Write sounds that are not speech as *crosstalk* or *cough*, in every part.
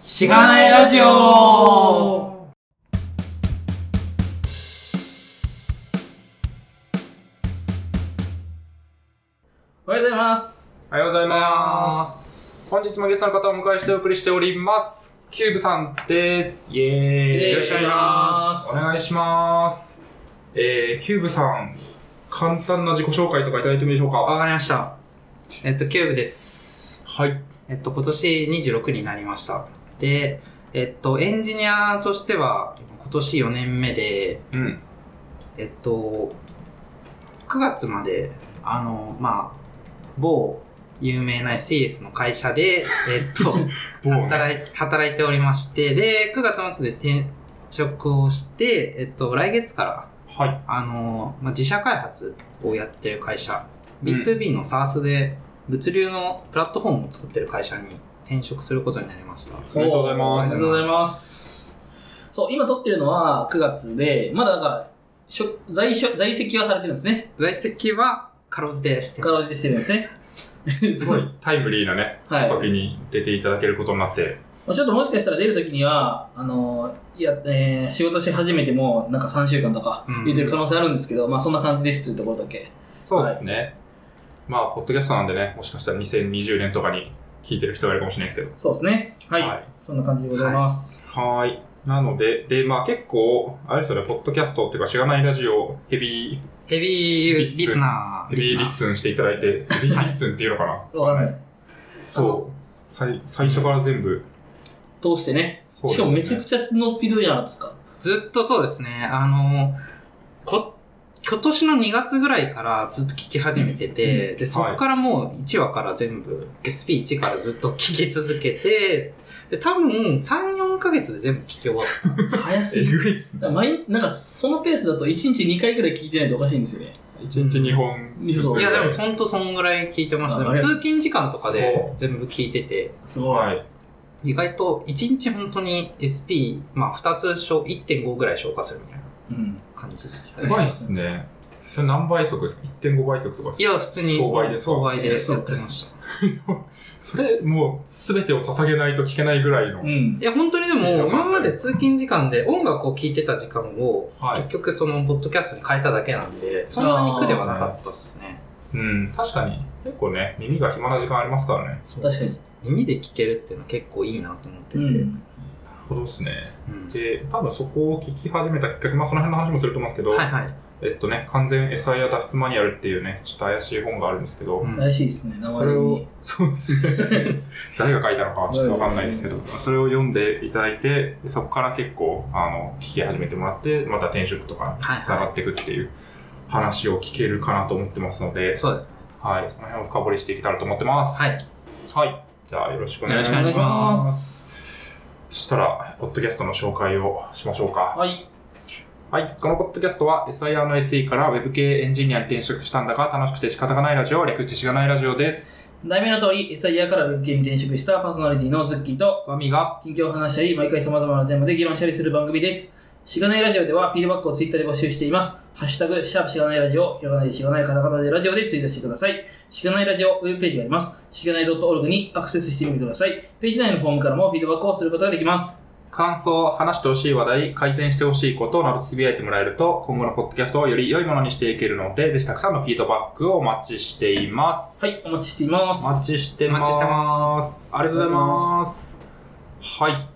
しがないラジオおはようございます。おはようございます。す本日もゲストの方をお迎えしてお送りしております。キューブさんです。イエーイ。よろしくお願いしますお願いします。えー、キューブさん、簡単な自己紹介とかいただいてもいいでしょうかわかりました。えっと、キューブです。はい。えっと、今年26になりました。で、えっと、エンジニアとしては、今年4年目で、うん。えっと、9月まで、あの、まあ、某有名な CS の会社で、えっと、 *laughs* 某ね。働い働いておりまして、で、9月末で転職をして、えっと、来月から、はい。あの、まあ、自社開発をやってる会社、うん B2B の SaaS で物流のプラットフォームを作ってる会社に転職することになりました。おめでとうございますありがとうございます。そう、今撮ってるのは9月で、まだだから、しょ在所在籍はされてるんですね。在籍はかろうじてしてか、ろうじてしてるんですね。 *laughs* すごいタイムリーなね、はい。時に出ていただけることになって。まあちょっともしかしたら出るときには、あの、いや、えー仕事し始めても、なんか3週間とかうん言ってる可能性あるんですけど、まあそんな感じですというところだけ。そうですね。まあ、ポッドキャストなんでね、もしかしたら2020年とかに聞いてる人がいるかもしれないですけど。そうですね。はい。はいそんな感じでございます。はーい。なので、で、まあ結構、あれですよね、ポッドキャストっていうか、しがないラジオ、ヘビー、ヘビーリスナー。ヘビーリッナー。スンしていただいて、ヘビーリッスンっていうのかなわかんない。そう。最最初から全部、通してね。そうしですかよもねめちゃくちゃのスピードじゃなかったですか。ずっとそうですね、あの、こ今年の2月ぐらいからずっと聞き始めてて、で、そこからもう1話から全部、SP1 からずっと聞き続けて、で、多分3、4ヶ月で全部聞き終わった。早すえぎる。ぐいっすね。毎なんかそのペースだと1日2回ぐらい聞いてないとおかしいんですよね。一日2本ずつそういやでもそほんとそんぐらい聞いてましたああねりがとう通勤時間とかで全部聞いててすごい。はい。意外と1日本当に SP、まあ、2つ消1.5ぐらい消化するみたいなうん。感じでしたうねまいっすね。それ何倍速ですか ?1.5 倍速とかですいや普通に当倍ですか当倍でやってましたそれ、もう、すべてを捧げないと聞けないぐらいの。うんい。や本当にでも今まで通勤時間で音楽を聴いてた時間をはい結局そのポッドキャストに変えただけなんでそんなに苦ではなかったっすねうん、確かに。結構ね、耳が暇な時間ありますからね。確かに。耳で聴けるっていうのは結構いいなと思ってて、うん。なるほどですね。うんで、多分そこを聞き始めたきっかけ、まあその辺の話もすると思うんですけど、はいはい、えっとね、完全 SIR 脱出マニュアルっていうね、ちょっと怪しい本があるんですけど、うん怪しいですね、名そ前れをに。、。そうです *laughs* ね。誰が書いたのかはちょっとわかんないですけど、それを読んでいただいて、でそこから結構、あの、聞き始めてもらって、また転職とかにはいはい繋がっていくっていう話を聞けるかなと思ってますので、そうですはい、その辺を深掘りしていけたらと思ってます。はい。はい。じゃあ、よろしくお願いしよまろすし。くお願いしますそしたら、ポッドキャストの紹介をしましょうか。はい。はい。このポッドキャストは SIR の SE から Web 系エンジニアに転職したんだが楽しくて仕方がないラジオ、略してしがないラジオです。題名の通り、SIR から Web 系に転職したパーソナリティのズッキーと、ガミが、近況を話したり、毎回様々なテーマで議論したりする番組です。しがないラジオでは、フィードバックをツイッターで募集しています。ハッシュタグ、シャープしがないラジオ、ひらがないでしがないカタカナでラジオでツイートしてください。しがないラジオウェブページがあります。しがない .org にアクセスしてみてください。ページ内のフォームからもフィードバックをすることができます。感想、話してほしい話題、改善してほしいことなどつぶやいてもらえると、今後のポッドキャストをより良いものにしていけるので、ぜひたくさんのフィードバックをお待ちしています。はい、お待ちしています。お待ちしてます。お待ちしてますありがとうございます。はい。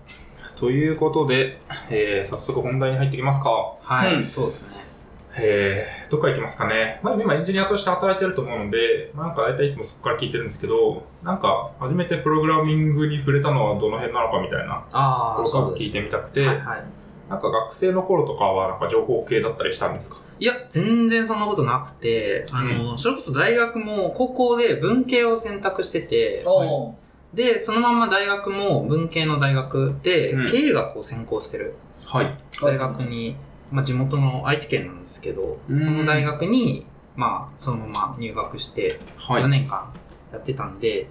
ということで、えー、早速本題に入っていきますか。はい、うんそうですねえー、どっから行きますかね。まあ、今エンジニアとして働いてると思うので、まあ、なんか大体いつもそこから聞いてるんですけど、なんか初めてプログラミングに触れたのはどの辺なのかみたいなとああころかそうらです聞いてみたくて、はいはい、なんか学生の頃とかはなんか情報系だったりしたんですかいや全然そんなことなくてあの、それこそ大学も高校で文系を選択してておーでそのまま大学も文系の大学で、うん経営学を専攻してるはい。大学に、まあ、地元の愛知県なんですけどうんその大学に、まあ、そのまま入学しては4い。年間やってたんで、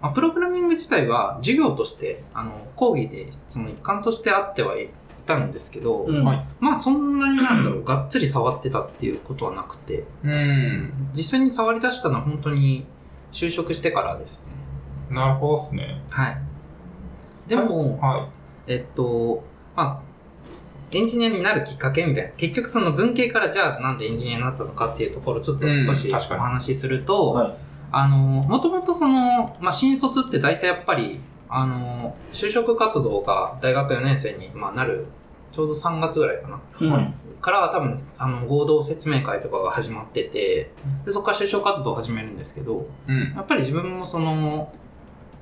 まあ、プログラミング自体は授業としてあの講義でその一環としてあってはいたんですけど、うん。はいまあそんなになんだろう、がっつり触ってたっていうことはなくて、うん。実際に触り出したのは本当に就職してからですね。なるほどですね。はい。でも、はえっと、まあ、エンジニアになるきっかけみたいな。結局その文系からじゃあなんでエンジニアになったのかっていうところちょっと少しうんお確かに話しすると、はいあの、もともとその、まあ、新卒って大体やっぱり、あの、就職活動が大学4年生に、まあ、なる、ちょうど3月ぐらいかな。うんはいからは多分、あの、合同説明会とかが始まってて、でそこから就職活動を始めるんですけど、い。うん。やっぱり自分もその、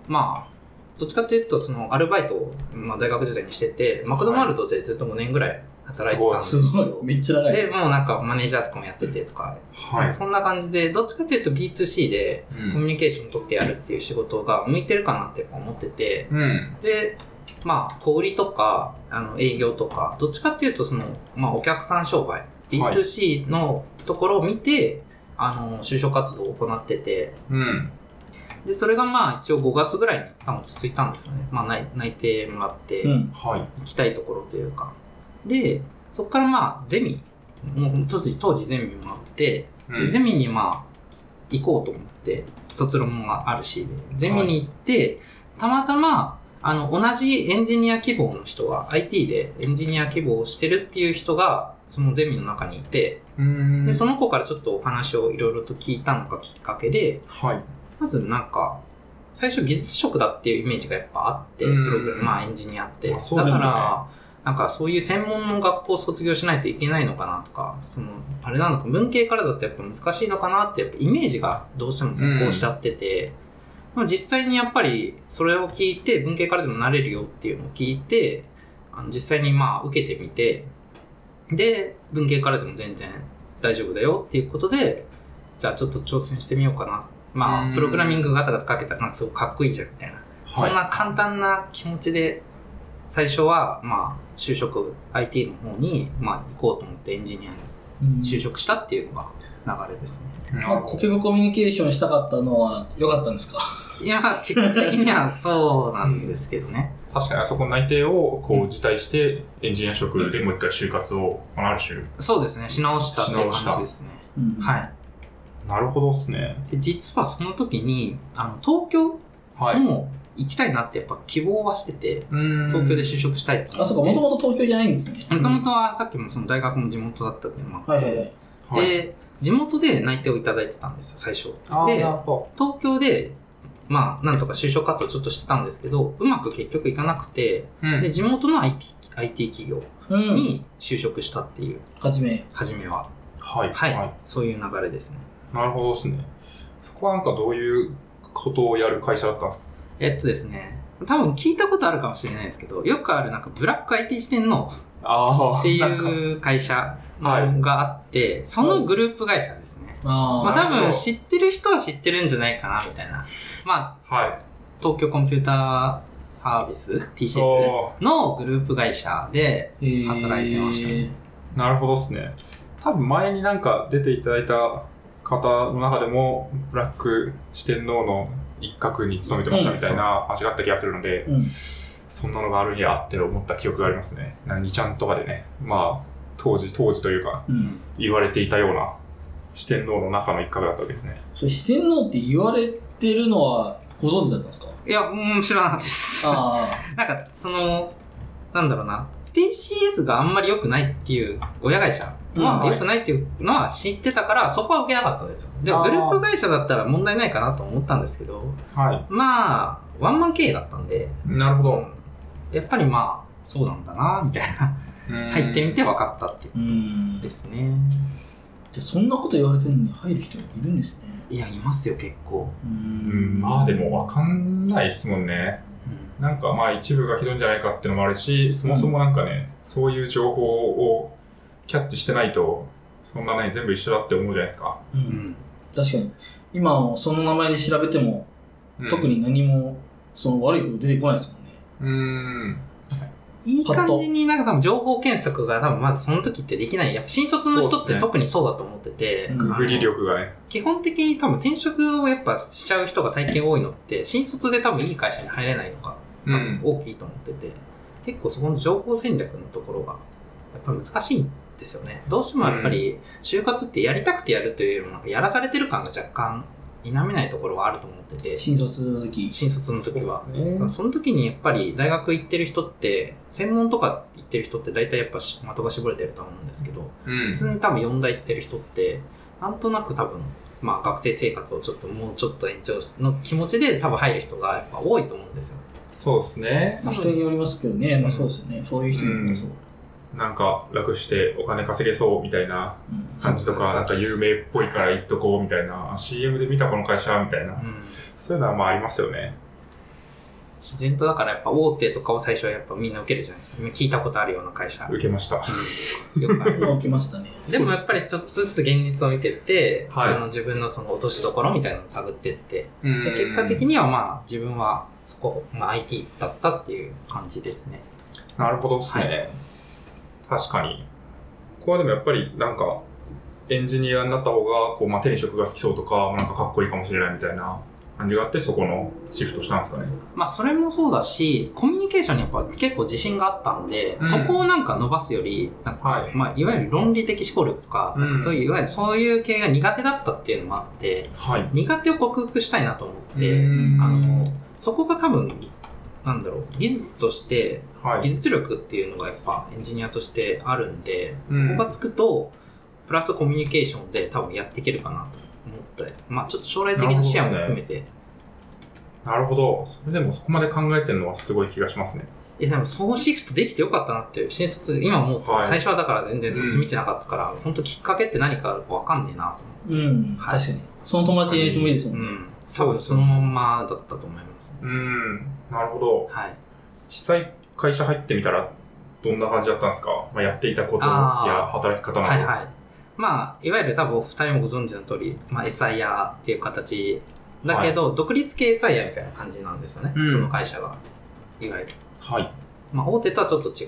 まあ、どっちかというと、その、アルバイトを、まあ、大学時代にしてて、マクドナルドでずっと5年ぐらい働いてたんですすよごい。めっちゃ長い。で、もうなんかマネージャーとかもやっててとか、はい。そんな感じで、どっちかというと B2C でうコミュん。ニケーション取ってやるっていう仕事が向いてるかなって思ってて、うん。で、まあ、小売りとか、あの、営業とか、どっちかっていうと、その、まあ、お客さん商売、はい B2C のところを見て、あの、就職活動を行ってて、うん。で、それがまあ、一応5月ぐらいに一旦落ち着いたんですよね。まあ、内内定もらって、う行ん。はい。きたいところというか。で、そこからまあ、ゼミ、もう当時、当時ゼミもあって、うでんゼミにまあ行こうと思って卒論があるしゼミに行って、たまたまあの同じエンジニア希望の人が IT でエンジニア希望をしてるっていう人がそのゼミの中にいてうん。でその子からちょっとお話をいろいろと聞いたのがきっかけではい。まずなんか最初技術職だっていうイメージがやっぱあってプうんログラムまあエンジニアって、まあそうですだよねからなんかそういう専門の学校を卒業しないといけないのかなとかそのあれなのか文系からだとやっぱ難しいのかなってやっぱイメージがどうしても先行しちゃってて、まあ実際にやっぱりそれを聞いて文系からでもなれるよっていうのを聞いてあの実際にまあ受けてみてで文系からでも全然大丈夫だよっていうことでじゃあちょっと挑戦してみようかなまうあんプログラミングガタガタかけたらなんかすごくかっこいいじゃんみたいな、そんはな簡単な気持ちで最初はまあ就職 IT の方にまあ行こうと思ってエンジニアにうん就職したっていうのが流れですね、い。なるまあほど結局コミュニケーションしたかったのは良かったんですか。いや結果的にはそうなんですけどね確かにあそこの内定をこうんう辞退して、エンジニア職でもう一回就活を、まあある種。そうですねし直したっていう感じですねはいいなるほどっすね。で実はその時にあの東京はい。も行きたいなってやっぱ希望はしててうん東京で就職したいって思あ、ってそうか、もともと東京じゃないんですね。もともとはさっきもその大学も地元だったっていうのもあって、はいはいはい。はい。で地元で内定をいただいてたんですよ最初あーでなるほ東京でまあなんとか就職活動ちょっとしてたんですけどうまく結局いかなくてど。うんで地元の IT, IT 企業うん。に就職したっていうはじめ。初めははい。はい、そういう流れですねなるほどですね。そこはなんかどういうことをやる会社だったんですかえっとですね多分聞いたことあるかもしれないですけどよくあるなんかブラック IT 支店のああっていなんかう会社はいがあってそのグループ会社ですねあまあだ多分知ってる人は知ってるんじゃないかなみたいな。まあはい。東京コンピューターサービス ?TCS そのグループ会社で、えー働いてましたねうなるほどですね。多分前になんか出ていただいた方の中でも、ブラック四天王の一角に勤めてましたみたいな話があった気がするので、うん。そんなのがあるんやって思った記憶がありますね。な2ちゃんとかでね、まあ、当時、当時というか、うん。言われていたような四天王の中の一角だったわけですね。それ四天王って言われてるのはご存知だったんですかいや、うん、知らなかったです。あ *laughs* なんか、その、なんだろうな。TCS があんまり良くないっていう、親会社はうん良くないっていうのは知ってたから、そこは受けなかったんですよ。でもあーグループ会社だったら問題ないかなと思ったんですけど、はい。まあ、ワンマン経営だったんで、なるほど。うんやっぱりまあ、そうなんだな、みたいな。入ってみて分かったっていうあ。うんことで。すね。でそんなこと言われてるのに入る人もいるんですね。いや、いますよ、結構。ううん、まあでも分かんないですもんね。うんなんかまあ一部がひどいんじゃないかってのもあるし、そもそもなんかね、そういう情報をキャッチしてないと、そんなね、全部一緒だって思うじゃないですか。うんうん確かに。今もその名前で調べても、うん特。に何もその悪いこと出てこないですもんね。うん。いい感じになんか多分情報検索が多分まだその時ってできない。やっぱ新卒の人そうっっすてね特にそうだと思ってて、うんググり力がね。基本的に多分転職をやっぱしちゃう人が最近多いのって、新卒で多分いい会社に入れないのが多う分ん。大きいと思ってて、結構そこの情報戦略のところがやっぱ難しいんですよね。どうしてもやっぱり就活ってやりたくてやるというよりもなんかやらされてる感が若干否めないところはあると思ってて、新卒の時。新卒の時は。ねその時にやっぱり大学行ってる人って、専門とか行ってる人って大体やっぱし的が絞れてると思うんですけど、うん普。通に多分4大行ってる人って、なんとなく多分、まあ学生生活をちょっともうちょっと延長すの気持ちで多分入る人がやっぱ多いと思うんですよ。そうですね。まあ、人によりますけどね、まあそうですよね。そういう人によってそう。なんか楽してお金稼げそうみたいなうん感じとか、そなうんそかうそう有名っぽいから行っとこうみたいな、あ CM で見たこの会社みたいな、うんそういうのはまあありますよね。自然とだからやっぱ大手とかを最初はやっぱみんな受けるじゃないですか。聞いたことあるような会社。受けました。よくあ *laughs* るまあ起きましたね。でもやっぱりちょっとずつ現実を見てって、はいあの自分のその落としどころみたいなのを探ってって、うんで結果的にはまあ自分はそこ、まあ、IT だったっていう感じですね。なるほどですね、確かに。ここはでもやっぱりなんか、エンジニアになった方がこう、まあ、手に職が好きそうとか、なんかかっこいいかもしれないみたいな感じがあって、そこのシフトしたんですかね。まあそれもそうだし、コミュニケーションにやっぱ結構自信があったので、うんそこをなんか伸ばすより、なんか、はいまあいわゆる論理的思考力とか、なんかそういう、いわゆるそういう系が苦手だったっていうのもあって、はい。苦手を克服したいなと思って、うんあの、そこが多分、なんだろう、技術としては技い。術力っていうのがやっぱエンジニアとしてあるんで、うんそこがつくとプラスコミュニケーションで多分やっていけるかなと思ってまあちょっと将来的な視野も含めて、なるほど。それでもそこまで考えてるのはすごい気がしますね。いやでもそのシフトできてよかったなっていう新卒今思うとはい最初はだから全然そっち見てなかったから、本当きっかけって何かあるかわかんねえなと思ってうん、はい確かに。その友達に言ってもいいですもうんね。ん多そう分ですそねのまんまだったと思いますねうん。なるほど。はい実際会社入ってみたら、どんな感じだったんですか、まあ、やっていたことあーや働き方など。はいはい。まあ、いわゆる多分お二人もご存知の通り、まあ、エサイヤーっていう形だけど、独立系エサイヤーみたいな感じなんですよね、うんその会社が。いわゆる。はい。まあ、大手とはちょっと違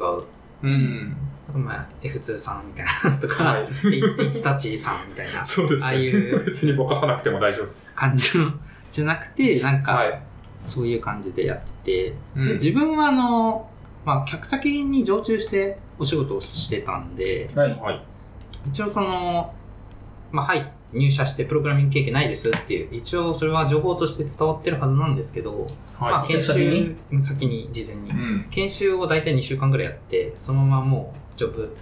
うん。う。まあ、F2 さんみたいなとか、は。H たちさんみたいないそうですあね。あいう *laughs* 別にぼかさなくても大丈夫です。感じ *laughs* の、じゃなくて、なんか、はい。そういう感じでやって、うで自分はあの、まあ、客先に常駐してお仕事をしてたんで、はい。はい。一応その、まあ、はい、入社してプログラミング経験ないですっていう、一応それは情報として伝わってるはずなんですけど、まあ、は研先修にうん先に、事前にい。う。ん。研修を大体2週間ぐらいやって、そのままもう、ジョブ、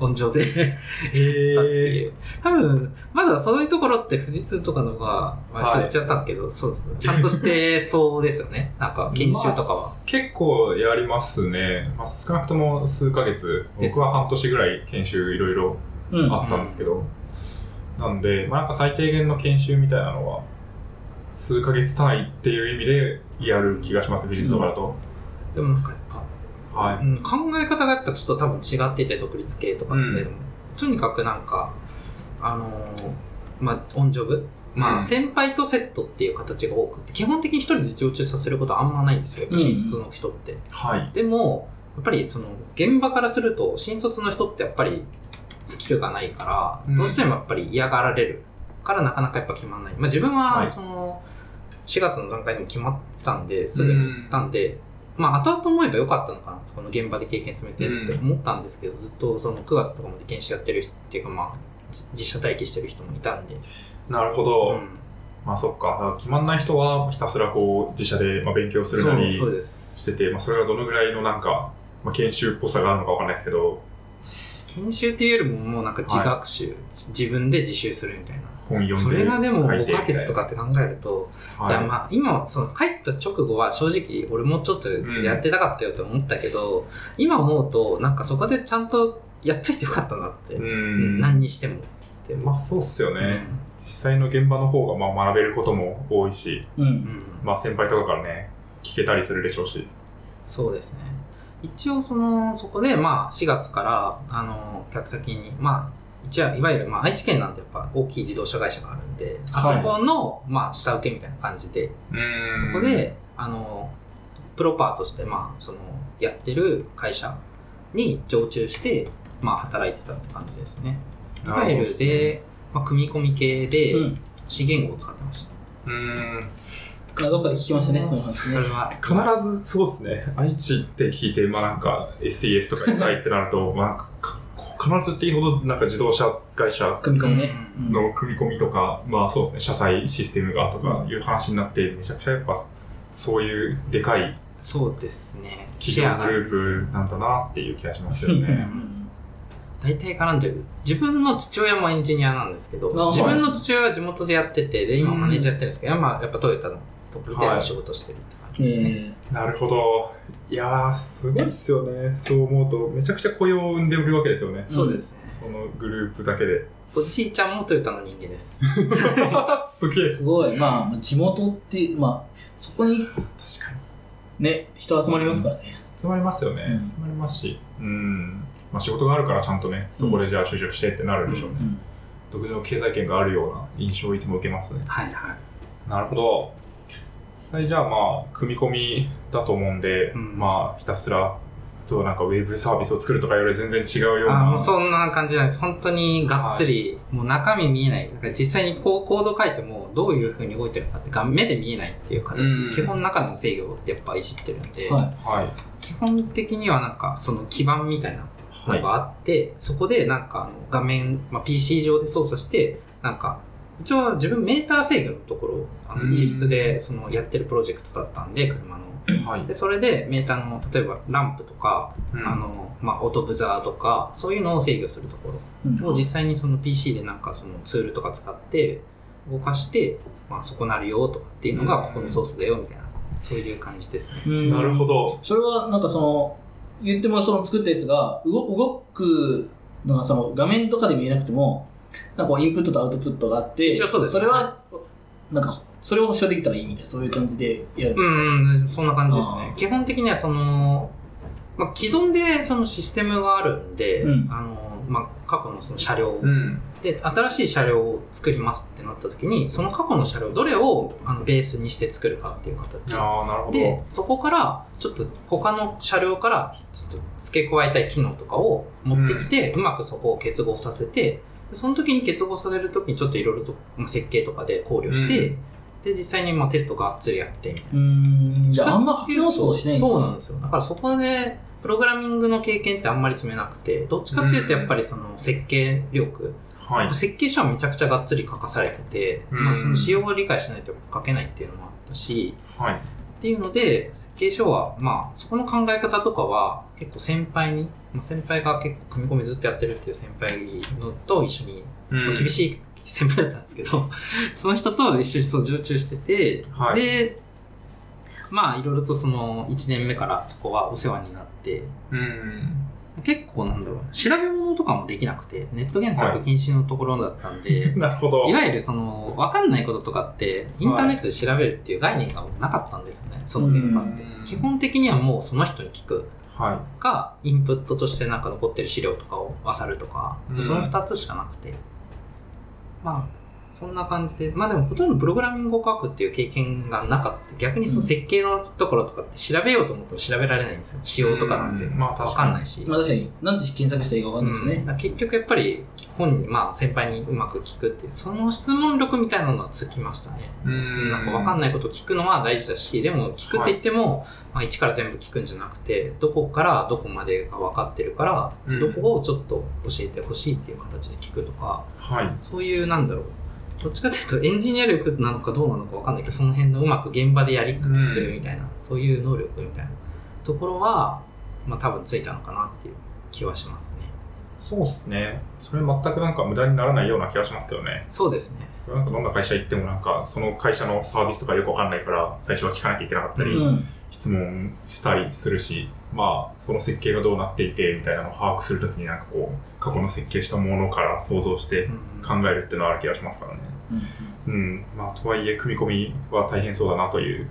オンジョブでやったっていう。多分、まだそういうところって富士通とかのが、まあ、ちょはいっと言っちゃったんですけど、そうですね。ちゃんとしてそうですよね。なんか、研修とかまは。あ結構やりますね。まあ、少なくとも数ヶ月。です僕は半年ぐらい研修いろいろうん。あったんですけど。なんで、まあ、なんか最低限の研修みたいなのは、数ヶ月単位っていう意味でやる気がします、美術とかだと。でもなんかやっぱ、はうん、考え方がやっぱちょっと多分違ってて独立系とかって、うんとにかくなんかあのーまあオンジョブ、まうんあ、先輩とセットっていう形が多くて基本的に一人で常駐させることあんまないんですようん新卒の人って、い。はい。でもやっぱりその現場からすると新卒の人ってやっぱりスキルがないから、うんどうしてもやっぱり嫌がられるからなかなかやっぱ決まんない、まあ、自分ははいその4月の段階でも決まってたんですぐに行ったんで、まあ後々思えばよかったのかなこの現場で経験積めてって思ったんですけど、ずっとその9月とかまで研修やってる人っていうかまあじ実写待機してる人もいたんで、なるほど。うんまあ、そっか。決まんない人は、ひたすらこう、自社でまあ勉強すそうるなりそうでしすてて、まあ、それがどのぐらいのなんか、まあ、研修っぽさがあるのかわかんないですけど、研修っていうよりももうなんか自学習、自分で自習するみたいな本読んでそれがでも書い5てみヶたいな月とかって考えると、い、はいやまあ今その入った直後は正直俺もちょっとやってたかったよと思ったけど、今思うとなんかそこでちゃんとやっといてよかったなって、ううんん何にしても。まあそうっすよね、実際の現場の方がまあ学べることも多いし、う。うんんまあ、先輩とかからね聞けたりするでしょうしそうですね。一応その、そこで、まあ、4月から、あの、客先に、まあ、一応、いわゆる、まあ、愛知県なんてやっぱ大きい自動車会社があるんで、はいあそこの、まあ、下請けみたいな感じで、うんそこで、あの、プロパーとして、まあ、その、やってる会社に常駐して、まあ、働いてたって感じですね。いなわゆるほるどねで、まあ、組み込み系でう、ん。資源を使ってました。うんまあどっかで聞きましたね、その話そねれ。は。必ずそうっすね愛知って聞 *laughs* いてまあなんか SES とか SI ってなるとまあなんかか必ずっていうほどなんか自動車会社組み込むね。うんうんの組み込みとか、まあそうですね、社債システムがとかいう話になって、めちゃくちゃやっぱ、そういうでかいそうですね。シェ企ア業がグ。ループなんだなっていう気がしますよね。大体絡んでる。自分の父親もエンジニアなんですけどあ、自分の父親は地元でやってて、で、今マネージャーやってるんですけど、まあやっぱトヨタのトップでお仕事してるって感じですね。えなるほど。いやー、すごいっすよね。そう思うと、めちゃくちゃ雇用を生んでおるわけですよね。そうですね。そのグループだけで。おじいちゃんもトヨタの人間です。すげーえ。すごい。まあ、地元って、まあ、そこに確かに。ね、人集まりますからね。集まりますよねう。ん集まりますし。うん。まあ仕事があるからちゃんとね、そこでじゃあ就職してってなるんでしょうね。うん独自の経済圏があるような印象をいつも受けますね。はいはい。なるほど。実際じゃあまあ、組み込みだと思うんで、うんまあ、ひたすら、そうなんかウェブサービスを作るとかより全然違うようあもなう。そんな感じなんです。本当にがっつり、もう中身見えない。だから実際にこうコード書いてもどういう風に動いてるのかってが目で見えないっていう形で、うん基本中の制御ってやっぱいじってるんで、ははい。基本的にはなんかその基盤みたいなはのい。があって、そこでなんかあの画面、まあ、PC 上で操作して、なんか一応自分メーター制御のところをあのうん自立でそのやってるプロジェクトだったんで、車の。はい。で、それでメーターの例えばランプとか、うんあの、まあ、オートブザーとか、そういうのを制御するところ。い。うんを実際にその PC でなんかそのツールとか使って動かして、まあ、そこなるよとかっていうのがここのソースだよみたいな、そういう感じですね。うんなるほど。それはなんかその言ってもその作ったやつが動動くのがその画面とかで見えなくてもなんかこうインプットとアウトプットがあって一応そうですねれはなんかそれを保証できたらいいみたいなそういう感じでやるんでうすか、ん、うんそんな感じですあねー。基本的にはその、まあ、既存でそのシステムがあるんで、うんあのまあ、過去のその車両うん。で新しい車両を作りますってなった時にその過去の車両どれをあのベースにして作るかっていう形でああ、なるほど。でそこからちょっと他の車両からちょっと付け加えたい機能とかを持ってきて、うまくそこを結合させてその時に結合させる時にちょっといろいろとまあ設計とかで考慮して、うで実際にまあテストがっつりやってみたいなうんじゃああんま発表そうしないんですそうなんですよだからそこでプログラミングの経験ってあんまり積めなくてどっちかっていうとやっぱりその設計力、はい。設計書はめちゃくちゃがっつり書かされてて、うんまあ、その仕様を理解しないと書けないっていうのもあったし、はい。っていうので設計書はまあそこの考え方とかは結構先輩に、まあ、先輩が結構組み込みずっとやってるっていう先輩のと一緒に、うん厳しい先輩だったんですけど *laughs* その人と一緒にそう常駐してて、はいでまあいろいろとその1年目からそこはお世話になってうん。結構なんだろう調べ物とかもできなくてネット検索禁止のところだったんで、なるほど。いわゆるその分かんないこととかってインターネットで調べるっていう概念がなかったんですよね、その現場ってうん基本的にはもうその人に聞くはかインプットとしてなんか残ってる資料とかを漁るとか、うんその2つしかなくてまあそんな感じでまあでもほとんどプログラミングを書くっていう経験がなかった逆にその設計のところとかって調べようと思っても調べられないんですよ仕い。様とかなんてうまあ分確かかんに。ないし、まあ確かになんて検索したらいいかわかんないですうんね、だから結局やっぱり本人、まあ、先輩にうまく聞くっていうその質問力みたいなのがつきましたね、うんなんか分かんないことを聞くのは大事だしでも聞くって言っても、まあ、一から全部聞くんじゃなくてどこからどこまでが分かってるから、うんどこをちょっと教えてほしいっていう形で聞くとかはい。そういうなんだろうどっちかというとエンジニア力なのかどうなのか分かんないけどその辺のうまく現場でやりくりするみたいな、そういう能力みたいなところは、まあ、多分ついたのかなっていう気はしますね。そうですね。それ全くなんか無駄にならないような気がしますけどね。そうですね。なんかどんな会社行ってもなんか、その会社のサービスとかよくわかんないから、最初は聞かなきゃいけなかったり、うん質問したりするし、まあ、その設計がどうなっていて、みたいなのを把握するときになんかこう、過去の設計したものから想像して考えるっていうのはある気がしますからね。うん。まあ、とはいえ、組み込みは大変そうだなという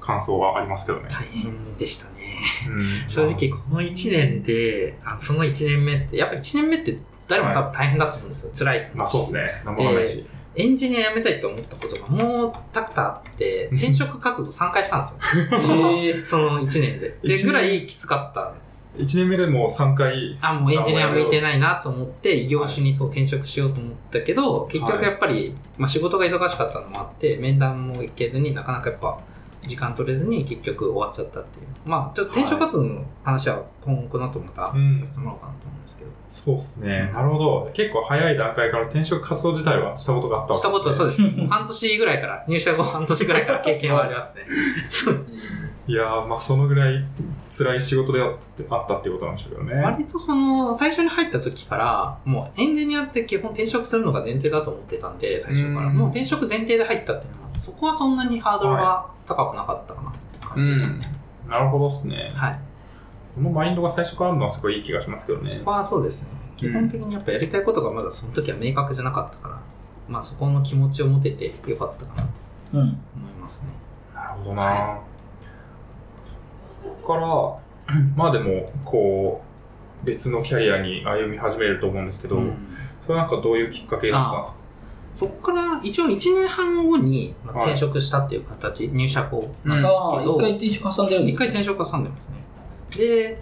感想はありますけど *laughs* ね。大変でしたね。うん正直、この1年で、あのその1年目って、やっぱ1年目って誰も多分大変だと思うんですよ。辛いと思まあそうですね。なんもわかんないし。エンジニア辞めたいと思ったことがもうたくたあって、転職活動3回したんです *laughs* よ。へーその1年で。一で、年ぐらいきつかった。 1年目でもう3回、あ、もうエンジニア向いてないなと思って、異業種にそう転職しようと思ったけど、結局やっぱり、まあ仕事が忙しかったのもあって、面談も行けずになかなかやっぱ時間取れずに結局終わっちゃったっていう。まあ、ちょっと転職活動の話は今後この後またうんさせてもらおうかなと思うんですけど。そうですね。なるほど。結構早い段階から転職活動自体はしたことがあったしたことはそううです。もう半年ぐらいから、入社後半年ぐらいから経験はありますね。そういやー、まあそのぐらい辛い仕事であってあったっていうことなんでしょうけどね。割とその、最初に入った時から、もうエンジニアって基本転職するのが前提だと思ってたんで、最初から。うんもう転職前提で入ったっていうのは、そこはそんなにハードルは高くなかったかなって感じですね。なるほどですね。はい。このマインドが最初からあるのはすごいいい気がしますけどねそ。こはそうですね。基本的にやっぱやりたいことがまだその時は明確じゃなかったから、まあそこの気持ちを持ててよかったかなとうん。思いますね。なるほどはな。そこから、 *clears throat* まあでも、こう、別のキャリアに歩み始めると思うんですけど、うんそれなんかどういうきっかけだったんですかそこから一応1年半後にまあ転職したっていう形、入社後なんですああ、け一ど、回転職挟んでるんで一すか回転職挟んでますね。で、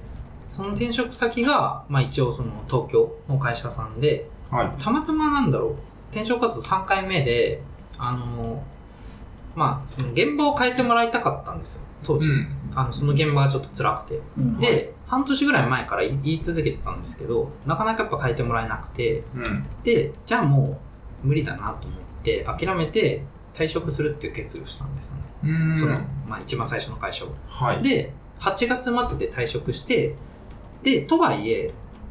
その転職先が、まあ一応その東京の会社さんで、はい。たまたまなんだろう転職活動3回目であのまあその現場を変えてもらいたかったんですよ当時、ん。あのその現場がちょっと辛くてうんで半年ぐらい前から言い言い続けてたんですけどなかなかやっぱ変えてもらえなくてうん。でじゃあもう無理だなと思って諦めて退職するっていう決意をしたんですよね、うんその、まあ、一番最初の会社をはい。で8月末で退職してでとはいえ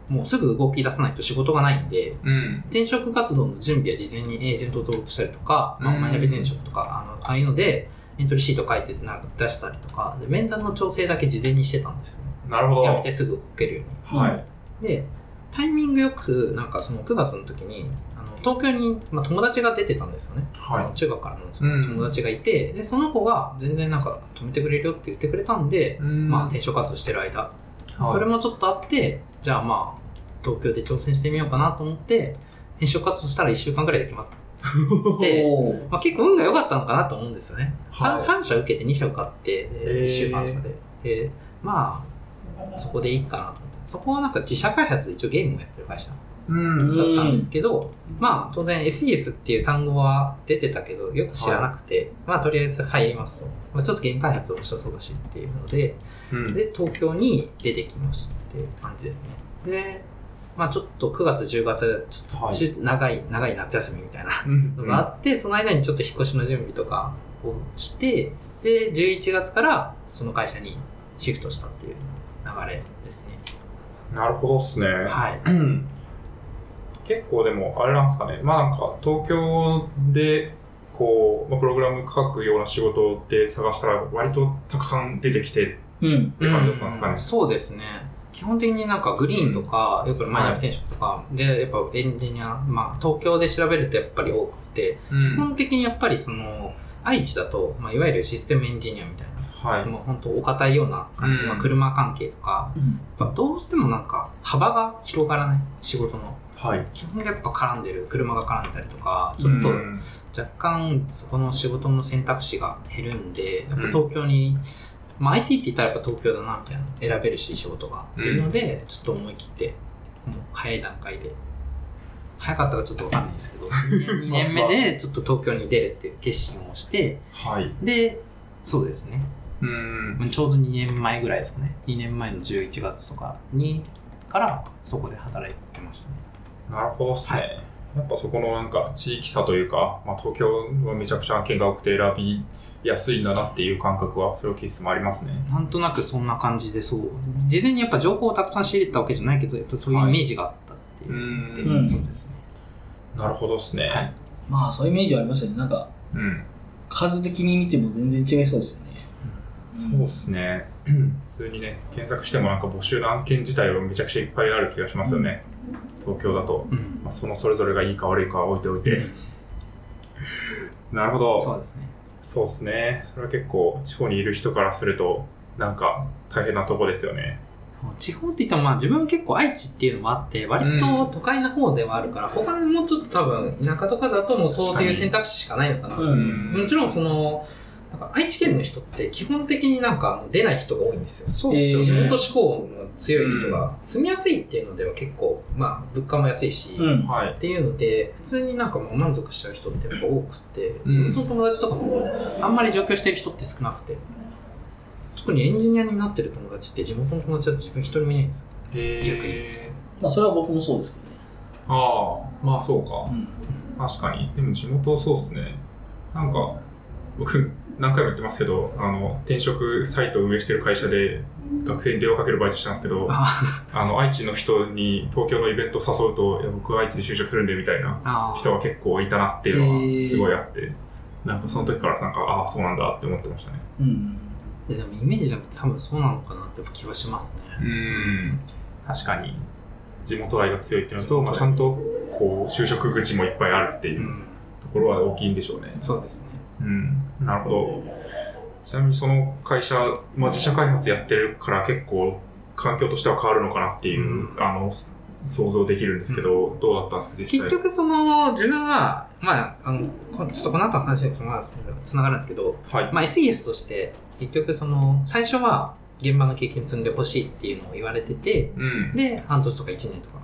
もうすぐ動き出さないと仕事がないんでうん。転職活動の準備は事前にエージェントを登録したりとか、まあ、うんマイナビ転職とか、あのああいうのでエントリーシート書いてなんか出したりとかで面談の調整だけ事前にしてたんですよ、ね、なるほど。やめてすぐ受けるよううんはい。にでタイミングよくなんかその9月の時にあの東京に、まあ、友達が出てたんですよね、あのは中学からのそうんの友達がいて、でその子が全然なんか止めてくれるよって言ってくれたんで、い。うんまあ、転職活動してる間はいそれもちょっとあって、じゃあまあ、東京で挑戦してみようかなと思って、転職活動したら1週間ぐらいで決まった。 *laughs* で、おーまあ、結構運が良かったのかなと思うんですよね。はい 3, 社受けて2社受かって、へー1週間とかで。で、まあ、そこでいいかなと思って。そこはなんか自社開発で一応ゲームをやってる会社だうん。ったんですけど、まあ当然 SES っていう単語は出てたけど、よく知らなくて、まあとりあえず入りますと。まあちょっとゲーム開発面白そうだしっていうので、うん。で東京に出てきましたっていう感じですねでまあちょっと9月10月ちょっと中、長い長い夏休みみたいなうんのがあって、その間にちょっと引っ越しの準備とかをしてで11月からその会社にシフトしたっていう流れですねなるほどっすね。はいうん結構でも、あれなんですかね。まあなんか、東京で、こう、まあ、プログラム書くような仕事で探したら、割とたくさん出てきて、うん。て感じだったんですかねうそうですね基本的になんかグリーンとか、よくマイナビ転職とかでやっぱエンジニア、まあ、東京で調べるとやっぱり多くてうん基本的にやっぱりその愛知だと、まあ、いわゆるシステムエンジニアみたいはな、い。もう本当お堅いような感じ、うんまあ、車関係とかうんやっぱどうしてもなんか幅が広がらない仕事のはい。基本やっぱ絡んでる車が絡んでたりとかちうょっんと若干そこの仕事の選択肢が減るんでやっぱ東京に、まあ、IT って言ったらやっぱ東京だなみたいな選べるし仕事がっていうので、ちょっと思い切ってもう早い段階で早かったかちょっとわかんないです *laughs* けど2年目でちょっと東京に出るっていう決心をしてはい。でそうですねうん。ちょうど2年前ぐらいですかね2年前の11月とかにからそこで働いてましたねなるほどっすね。はやっぱそこのなんか地域差というか、まあ、東京はめちゃくちゃ案件が多くて選びやすいんだなっていう感覚はプロキスもありますね。なんとなくそんな感じでそう事前にやっぱ情報をたくさん仕入れたわけじゃないけどやっぱそういうイメージがあったっていうう、でん。そうですねなるほどっすね。はいまあ、そういうイメージはありますよね。なんか、うん。数的に見ても全然違いそうですよね。そうっすね。普通にね、検索してもなんか募集の案件自体はめちゃくちゃいっぱいある気がしますよね。東京だと。うんまあ、そのそれぞれがいいか悪いかは置いておいて。なるほど。そうですねそうですね。それは結構、地方にいる人からすると、なんか大変なとこですよね。そう地方って言ってもまあ自分は結構愛知っていうのもあって割と都会の方ではあるから、他もうちょっと多分田舎とかだともうそういう選択肢しかないのかなうんもちろんそのなんか愛知県の人って基本的になんか出ない人が多いんですよそうっすよね地元志向の強い人が住みやすいっていうのでは結構、まあ、物価も安いし、うん。はい。っていうので普通になんかもう満足しちゃう人ってやっぱ多くて、うん自分の友達とかもあんまり上京してる人って少なくて特にエンジニアになってる友達って地元の友達だと自分一人もいないんですよへえ。まあ、それは僕もそうですけどね。ああ、まあそうか。確かに。でも地元そうっすね。なんか、僕、何回も言ってますけど、あの、転職サイトを運営してる会社で、学生に電話かけるバイトしたんですけど、ああの、愛知の人に東京のイベント誘うと、いや、僕は愛知に就職するんで、みたいなあ人が結構いたなっていうのは、すごいあって、なんかその時からなんか、ああ、そうなんだって思ってましたね。うん。いやでもイメージじゃなくて多分そうなのかなって気はしますねうん、確かに、地元愛が強いっていうのと、まあ、ちゃんと、こう、就職口もいっぱいあるっていううんところは大きいんでしょうね。そうですねうん、なるほど。ちなみにその会社、まあ、自社開発やってるから結構環境としては変わるのかなっていう、うんあの、す想像できるんですけど、どうだったんです結か、実際。局その自分はまああのこちょっとこの後の話につながるつながるんですけど、はい。まあ、SES として結局その最初は現場の経験積んでほしいっていうのを言われててうん。で半年とか1年とか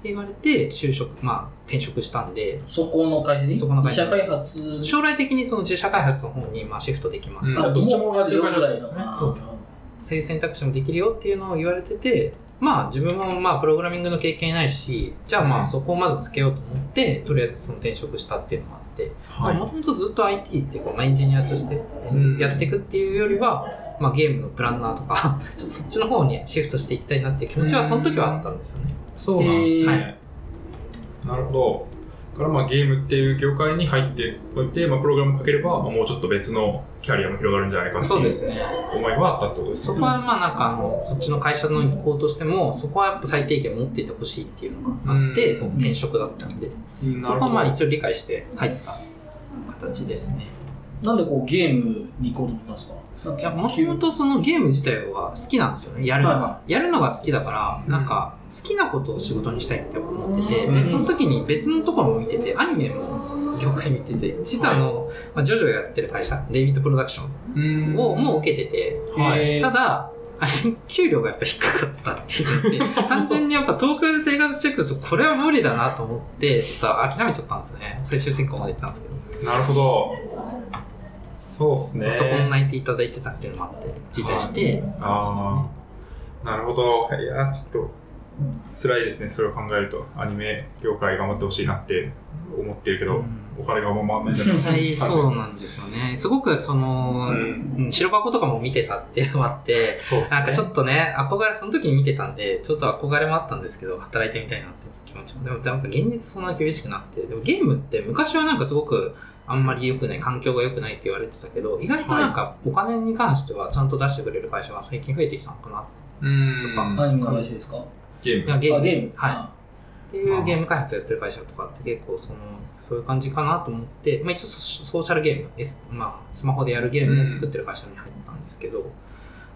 って言われて就職まあ転職したんでそこの会社にそこの会自社社開発将来的にその自社開発の方にまあシフトできます、うんあどっちももうやるよぐらいの。ねそうそういう選択肢もできるよっていうのを言われててまあ自分もまあプログラミングの経験ないしじゃあまうあんそこをまずつけようと思ってとりあえずその転職したっていうのもあってはい。もともとずっと IT ってこうまあエンジニアとしてうんやっていくっていうよりは、まあ、ゲームのプランナーとか *laughs* ちょっとそっちの方にシフトしていきたいなっていう気持ちはその時はあったんですよね。そうなんですね。えーなるほど。だからまあゲームっていう業界に入っておいて、まあ、プログラムかければ、まあ、もうちょっと別のキャリアも広がるんじゃないかってそういでうすね思いはあったってことですそよこね。はまあなんかあのそっちの会社の意向としてもそこはやっぱ最低限持っていてほしいっていうのがあって、うん転職だったんでうんなそるこはまほあど。一応理解して入った形ですね。なんでこうゲームに行こうと思ったんですかなんかいやもともとそのゲーム自体は好きなんですよねやるのが、はいはやるのが好きだから、うんなんか好きなことを仕事にしたいって思ってて、うんでその時に別のところも見ててアニメも業界見てて実はあの、まあ、ジョジョがやってる会社レイビットプロダクションうんをもう受けてて、はい。へーただあれ給料がやっぱ低かったっていう *laughs* ので単純にやっぱ東京で生活してくるとこれは無理だなと思ってちょっと諦めちゃったんですよね最終選考まで行ったんですけど、なるほど。そうっすね。パソコン泣いていただいてたっていうのもあって辞退して、ああ、なるほど。いや、ちょっと、辛いですね、それを考えると。アニメ業界頑張ってほしいなって思ってるけど、うんお金がままめちゃ実際う。そうなんですよね。すごくそのう、ん、うん白箱とかも見てたっていうのもあって、そうっすね。なんかちょっとね、憧れ、その時に見てたんで、ちょっと憧れもあったんですけど、働いてみたいなっていう気持ちも。でもなんか現実そんな厳しくなくて、でもゲームって昔はなんかすごくあんまり良くない、環境が良くないって言われてたけど、意外となんかお金に関してはちゃんと出してくれる会社が最近増えてきたのかなうん、アニメの会社ですかゲーム。なんかゲーあムゲームはい。っていうゲーム開発やってる会社とかって結構そのそういう感じかなと思って、まあ、一応ソソーシャルゲーム、S まあ、スマホでやるゲームを作ってる会社に入ったんですけど、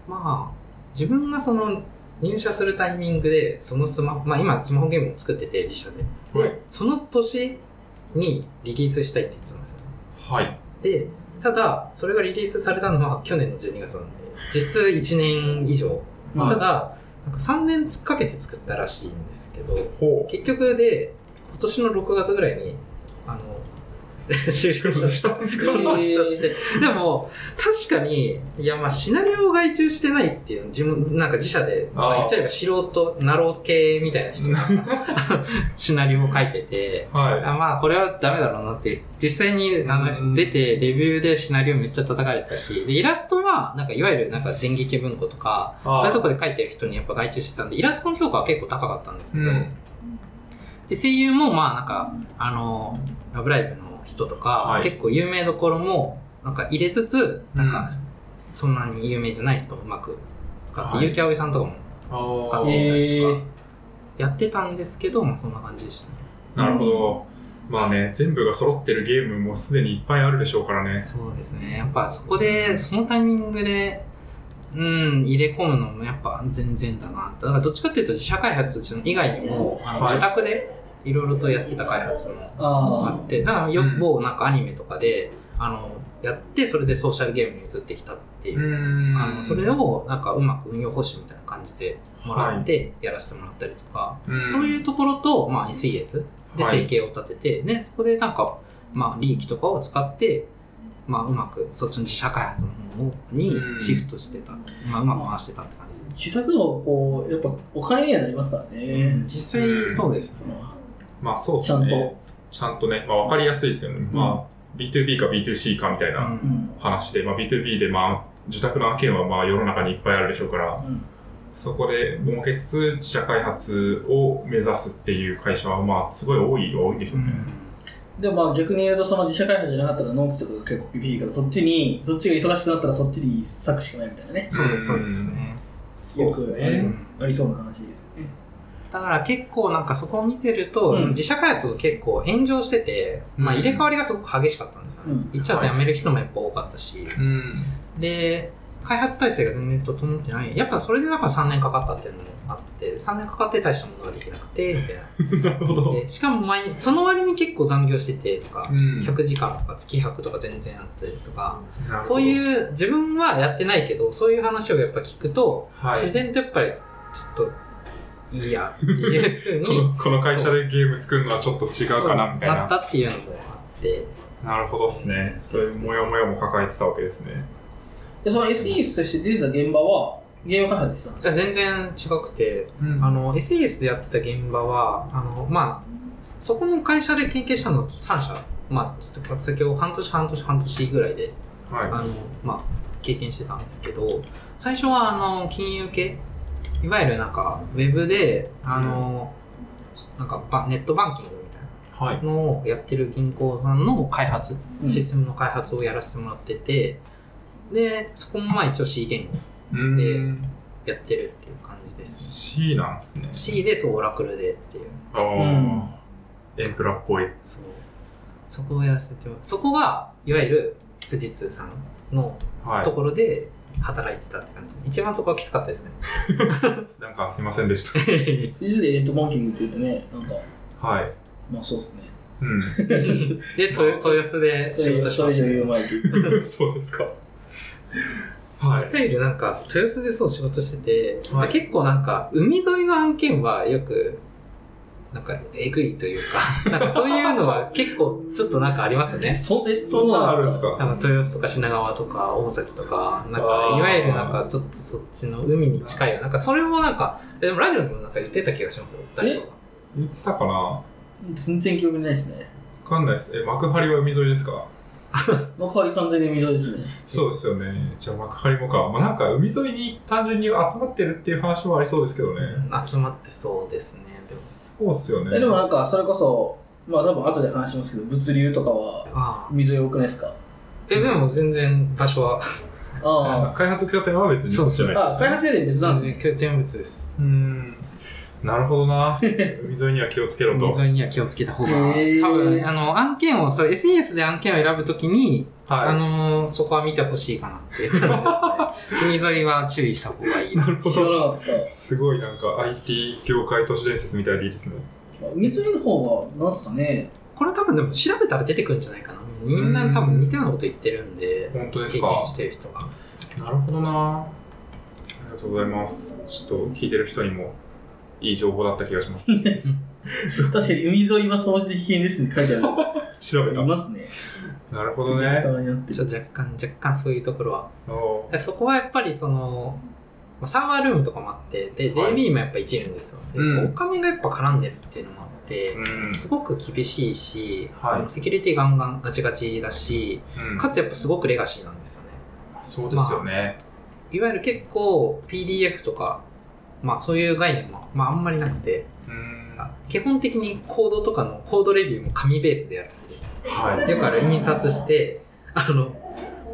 まあ自分がその入社するタイミングでそのスマホ、まあ、今スマホゲームを作ってて自社ではい。その年にリリースしたいって言ってたんですよはい。でただそれがリリースされたのは去年の12月なんで実質1年以上またあ、だなんか3年突っかけて作ったらしいんですけどほ結局で今年の6月ぐらいにあの *laughs* 終了したんですへーしちゃってでも確かにいやまあシナリオを外注してないっていう自分なんか自社でまあーあ言っちゃえば素人なろう系みたいな *laughs* 人がシナリオを書いててう。はい。あまあこれはダメだろうなって実際にあうんの出てレビューでシナリオめっちゃ叩かれたしでイラストはなんかいわゆるなんか電撃文庫とかあーそういうとこで書いてる人にやっぱ外注してたんでイラストの評価は結構高かったんですけうど、ん。で声優もまあなんかあの「ラブライブ!」の人とか、はい結構有名どころもなんか入れつつなんかそんなに有名じゃない人をうまく使って、はい結城葵さんとかもうん、使あっーてみたりへとかやってたんですけど、まあ、そんな感じでしたねなるほど。まあね、全部が揃ってるゲームもすでにいっぱいあるでしょうからね。そうですねやっぱそこでそのタイミングでうん入れ込むのもやっぱ全然だなだからどっちかっていうと自社開発以外にも、あのはい自宅でいろいろとやってた開発もああってだからようん某なんかアニメとかであのやってそれでソーシャルゲームに移ってきたっていう、んあのそれをなんかうまく運用保守みたいな感じでもらってやらせてもらったりとか、うんそういうところと、まあ、SES ではい生計を立てて、でそこでなんか、まあ、利益とかを使って、まあ、うまくそっちの自社開発の方にうんシフトしてた、まあ、うまく回してたって感じ、住宅の方がこう、やっぱお金にはなりますからね。実う際んそうです、そのまあそうでちすゃんね。と。ちゃんとね、まあ、分かりやすいですよね。まあ、B2B か B2C かみたいうなんうんん話で、まあ、B2B で、まあ、受託の案件はまあ世の中にいっぱいあるでしょうから、うんそこで儲けつつ、自社開発を目指すっていう会社は、まあ、すごい多い、多いでしょううね。んでもまあ逆に言うと、その自社開発じゃなかったら納期とかが結構厳しいから、そっちに、そっちが忙しくなったらそっちに割くしかないみたいなね。そうですそうですね、そうですよくね。ありそうな話ですよね。だから結構なんかそこを見てると、うん自社開発が結構炎上してて、まあうん入れ替わりがすごく激しかったんですよね。うん言っちゃうと辞める人もやっぱ多かったし、うん。で、開発体制が全然整ってない。やっぱそれでだから3年かかったっていうのもあって、3年かかって大したものができなくて、みたいなるほな。ど。でしかも毎日、その割に結構残業しててとか、ん100時間とか月100とか全然あったりとか、なるほどそういう自分はやってないけど、そういう話をやっぱ聞くと、はい自然とやっぱりちょっといいやっていうふう *laughs* こにのこの会社でゲーム作るのはちょっと違うかなみたいそうな。ったっていうのもあって、なるほどですね。そういうモヤモヤも抱えてたわけですね。で、その SES として出てた現場は、ゲーム開発してたんですか全然違くて、うんあの、SES でやってた現場は、あの、まあ、そこの会社で提携したのは3社、まあ、ちょっと客先を半年、半年、半年ぐらいで、あは。の、まあ、経験してたんですけど、最初は、あの、金融系、いわゆるなんか、ウェブで、あの、なんかば、ネットバンキングみたいないはい。のをやってる銀行さんの開発システムの開発をやらせてもらってて、で、そこもまあ一応 C 言語うん。やってるっていう感じです。 C なんですね。 C でそう、オラクルでっていう。ああ、うんエンプラっぽい。そう。そこをやらせてもらそこが、いわゆる富士通さんのはいと。ころで働いてたって感じ。一番そこはきつかったです *laughs* ね。なんかすいませんでした。実でネットバンキングって言うとね、なんか、はい。まあそうですね。うん。で、豊豊洲でそ仕れ事し *laughs* そまれ以し上た。言いう前に。そうですか。はい。わゆるなんか、豊洲でそう仕事してて、まはあい結構なんか、海沿いの案件はよく、なんか、えぐいというか、なんかそういうのは結構、ちょっとなんかありますよね。 *laughs* そえそそんんななののああるるんでんですすかかなんか豊洲とか品川とか大崎とか、なんあーか、いわゆるなんかちょっとそっちの海に近いよ。なんかそれもなんか、えでもラジオでもなんか言ってた気がしますよ、誰かが。言ってたかなわ全然記憶にないですね。かんないです。え、幕張は海沿いですかまあ、代わり完全に未上ですね。そうですよね。じゃあ幕張もか。まあなんか海沿いに単純に集まってるっていう話もありそうですけどね。集まってそうですね。でもそうっすよね。えでもなんか、それこそ、まあ多分後で話しますけど、物流とかはああ。未上多くないですかえ、でも全然場所は、あ *laughs* ああ。開発拠点は別にそっちじゃないです。あ、開発経験別なんですね。全然拠点物です。うーん。なるほどな。海沿いには気をつけろと。海沿いには気をつけた方が、へー多分、あの、案件を、それ SES で案件を選ぶときに、あはのーそこは見てほしいかなっていう感じですね。海沿いは注意した方がいい。なるほど知らなかった。い。すごいなんか IT 業界都市伝説みたいでいいですね。水着の方はなんすかねこれ多分でも調べたら出てくるんじゃないかな。みんな多分似たようなこと言ってるんで、本当です経か験。してる人 *laughs* が。なるほどな。ありがとうございます。ちょっと聞いてる人にもいい情報だった気がします。確かに海沿いは掃除危険ですね書いてある調べたい。ますねなるほどツイッタね。ーになってちるょっと若干、若干そういうところは。おうそこはやっぱりその、まあサーバールームとかもあって、で、はい DB もやっぱいじるんですよ。でうんお金がやっぱ絡んでるっていうのもあって、うん。すごく厳しいし、はいあのセキュリティガンガンガチガチだし、うんかつやっぱすごくレガシーなんですよね。そうですよね。いわゆる結構 PDF とか、まあそういう概念も、まああんまりなくて、うん。は基本的にコードとかのコードレビューも紙ベースでやる。い。よくある印刷して、あの、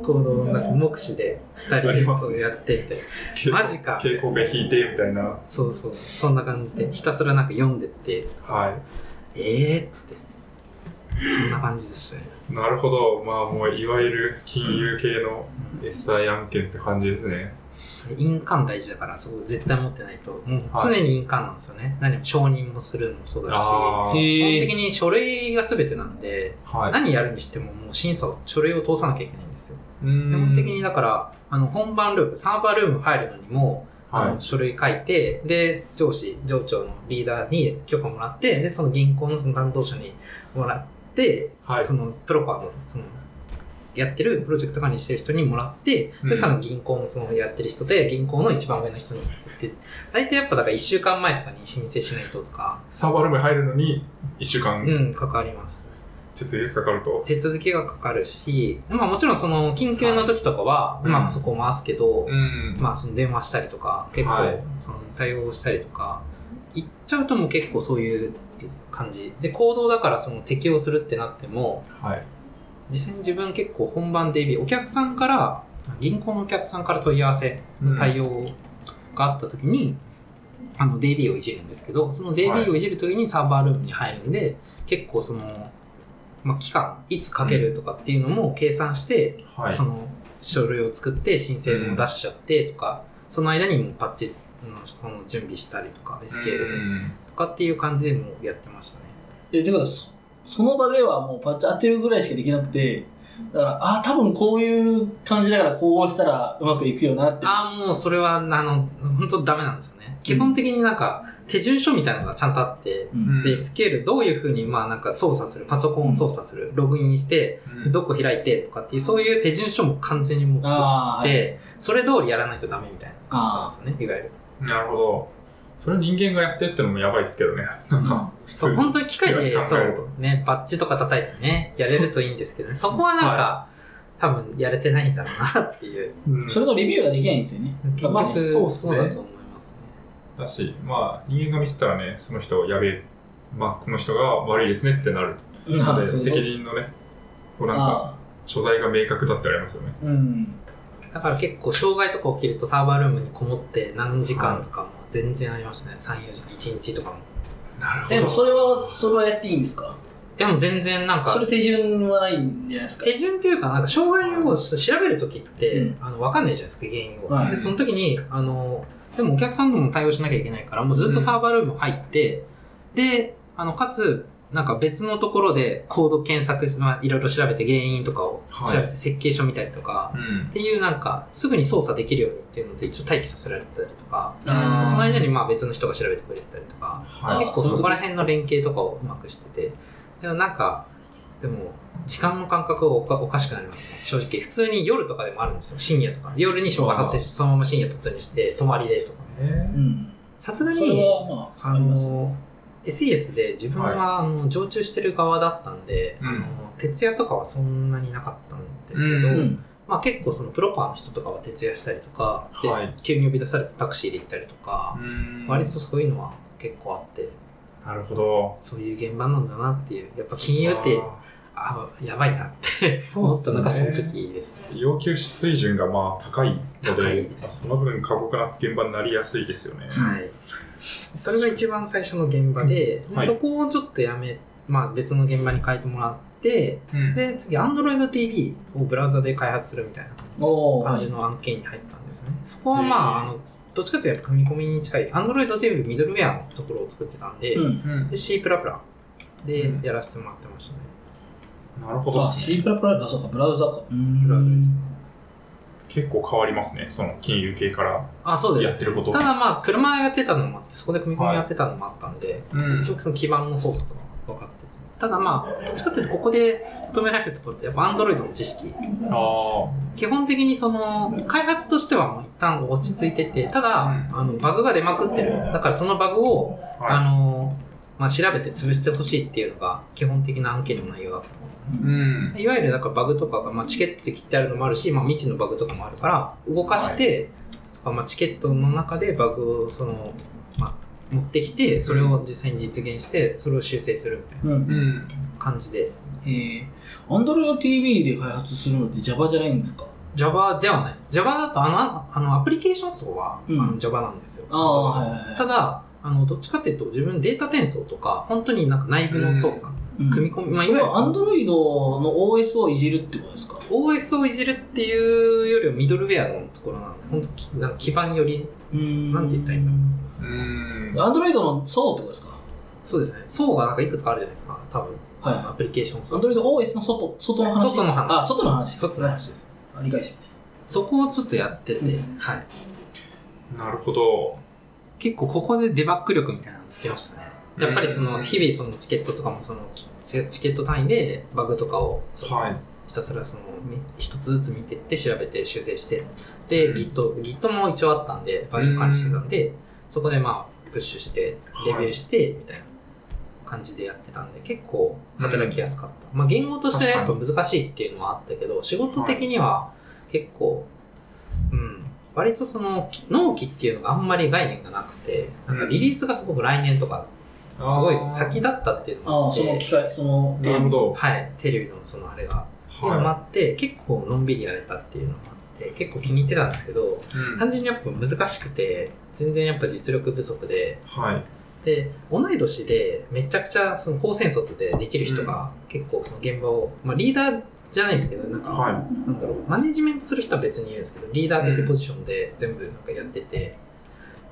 コードをなんか目視で2人ありでますそうやってって、 *laughs* マジか蛍光ペン引いてみたいな。そうそう、そんな感じで、ひたすらなんか読んでって、はえーって、そんな感じでしたね。い。なるほど。まあもういわゆる金融系の SI 案件って感じですね。印鑑大事だからそこ絶対持ってないともうはい常に印鑑なんですよね、何も承認もするのもそうだしあー基本へ的に書類が全てなんではい。何やるにしてももう審査を書類を通さなきゃいけないんですよ基基本的にだからあの本番ルームサーバールーム入るのにもあのはい書類書いて、で、上司、上長のリーダーに許可もらって、で、その銀行のその担当者にもらって、はいそのプロパーの、その、やってるプロジェクト管理してる人にもらって、うんで、さらに銀行のそのやってる人で、銀行の一番上の人に行って、大体やっぱだから1週間前とかに申請しないととか、サーバールームに入るのに1週間うん、かかります。手続きがかかると。手続きがかかるし、まあもちろんその緊急の時とかは、はいうまくそこを回すけど、うん。まあその電話したりとか、結は構いその対応したりとか、行っちゃうともう結構そういう感じ。で、行動だからその適用するってなっても、はい。実際に自分結構本番でお客さんから、銀行のお客さんから問い合わせの対応があった時に、あの DB をいじるんですけど、その DB をいじる時にサーバールームに入るんで、結構その、まあ、期間、いつかけるとかっていうのも計算して、はいそ。の書類を作って申請も出しちゃってとか、その間にもうパッチのその準備したりとか、う SKL んとかっていう感じでもやってましたね。え、てことはそ、その場ではもうパッチ当てるぐらいしかできなくて、だから、ああ、多分こういう感じだから、こうしたらうまくいくよなって。ああ、もうそれは、あの、本当ダメなんですよね。基本的になんか、手順書みたいなのがちゃんとあって、うんで、スケールどういうふうに、まあなんか操作する、パソコンを操作する、ログインして、うんどこ開いてとかっていう、そういう手順書も完全にもう作っああ、はい。て、それ通りやらないとダメみたいな感じなんですよね、いわゆる。なるほど。それ人間がやってってのもやばいですけどね。なんか、普そ通う、に。本当に機械いやで、考そえるとう、ね、バッジとか叩いてね、やれるといいんですけどね、そこはなんか、多分やれてないんだろうなっていう。うんそれのレビューができないんですよね。結まあ局、そうっすそねうだと思いますね。だし、まあ、人間がミスったらね、その人、やべえ、まあ、この人が悪いですねってなる。なので、責任のね、こうなんか、あ所在が明確だってありますよね。ーうん。だから結構障害とか起きるとサーバールームにこもって何時間とかも全然ありましたね、34時間1日とかもなるほでも、ど。それは、それはやっていいんですかでも全然なんそれか手順はないんじゃないですか。手順というかなんか障害を調べる時って、うんあの分かんないじゃないですか原因を、はいでその時にあのでもお客さんとも対応しなきゃいけないからもうずっとサーバールーム入って、であのかつなんか別のところでコード検索しまあいろいろ調べて原因とかを調べて設計書見たりとか、うんっ。ていうなんかすぐに操作できるようにっていうので一応待機させられてたりとかあーその間にまあ別の人が調べてくれたりとか、はい。結構そういうことそこら辺の連携とかをうまくしてて、でもなんか、でも、時間の感覚がおかおかしくなりますね。正直。普通に夜とかでもあるんですよ。深夜とか。夜に障害発生して、そのまま深夜突入して、泊まりでとか。ねうん。さすがそにれ、は、まあ、ああります。の、SES で自分はあの常駐してる側だったんで、うんあの徹夜とかはそんなになかったんですけど、ううん。まあ、結構そのプロパーの人とかは徹夜したりとか、ではい急に呼び出されてタクシーで行ったりとか、うん割とそういうのは結構あってなるほど。そういう現場なんだなっていうやっぱ金融ってあやばいなってそうっ *laughs* 思っすたねのがその時ですね要求水準がまあ高いの高いで、ですその分過酷な現場になりやすいですよね。はいそれが一番最初の現場で,で、はいそこをちょっとやめ、まあ、別の現場に変えてもらってうんで次 AndroidTV をブラウザで開発するみたいなお感じー。の案件に入ったんですね。そこはまあ、あの、どっちかというとやっぱ組み込みに近い、Android というミドルウェアのところを作ってたんで、うん。うんで C プラプラでうんやらせてもらってましたね。なるほどあ、っすね C プラプラ、あ、そうか、ブラウザか。うんブラウザですね結構変わりますね、その金融系からあ、そうです、やってること。ただまあ、車やってたのもあって、そこで組み込みやってたのもあったんで、うん一応その基盤の操作とか分かっててただまあ、どっちかというとここで求められるところって、やっぱ Android の知識。あ基本的にその、開発としてはもう一旦落ち着いてて、ただ、うんあの、バグが出まくってる。だからそのバグをあ、はいあのまあ、調べて潰してほしいっていうのが基本的な案件の内容だったんですね。うん。いわゆるなんかバグとかが、まあ、チケットで切ってあるのもあるし、まあ、未知のバグとかもあるから、動かして、とかまあ、チケットの中でバグをその、まあ、持ってきて、それを実際に実現して、それを修正するみたいなうん。うん。感じで。えー、Android TV で開発するのって Java じゃないんですか Java ではないです。Java だとあの、あのアプリケーション層は、うんあの Java なんですよ。ああ、はいはいはい。ただ、あの、どっちかっていうと、自分データ転送とか、本当になんか内部の操作、うん組み込み、まあ、いそわれゆる。は Android の OS をいじるってことですか OS をいじるっていうよりはミドルウェアのところなんで、本当きなんか基盤より、うんなんて言ったらいいんだうん。 Android の層ってことですかそうですね、層がなんかいくつかあるじゃないですか、多分、はいアはプリケーションい。層。 Android OS の外、外の話。外の話あ、外の話。そこの話です。あ理解しましそこをちょっとやってて、うんはい。なるほど。結構ここでデバッグ力みたいなのつけましたね。やっぱりそうんの日々そのチケットとかもそのきチケット単位でバグとかをそのはい。ひたすらそのみ一つずつ見てって調べて修正してで、うん Git, Git も一応あったんでバージョン管理してたんで、そこでまあプッシュしてレビューしてみたいな感じでやってたんで結構働きやすかった、まあ言語としてはやっぱ難しいっていうのはあったけど仕事的には結構、うん割とその納期っていうのがあんまり概念がなくてなんかリリースがすごく来年とかすごい先だったっていうのもあああ、っそのて機械、そのなるほど。はいテレビのそのあれがっていうのもあはって、結構のんびりやれたっていうのもあって、結構気に入ってたんですけど、い。うん単純にやっぱ難しくて、全然やっぱ実力不足で、はい。で、同い年でめちゃくちゃその高専卒でできる人が結構その現場を、まあリーダーじゃないですけど、なんか、はい。なんだろう、マネジメントする人は別にいるんですけど、リーダー的ポジションで全部なんかやってて、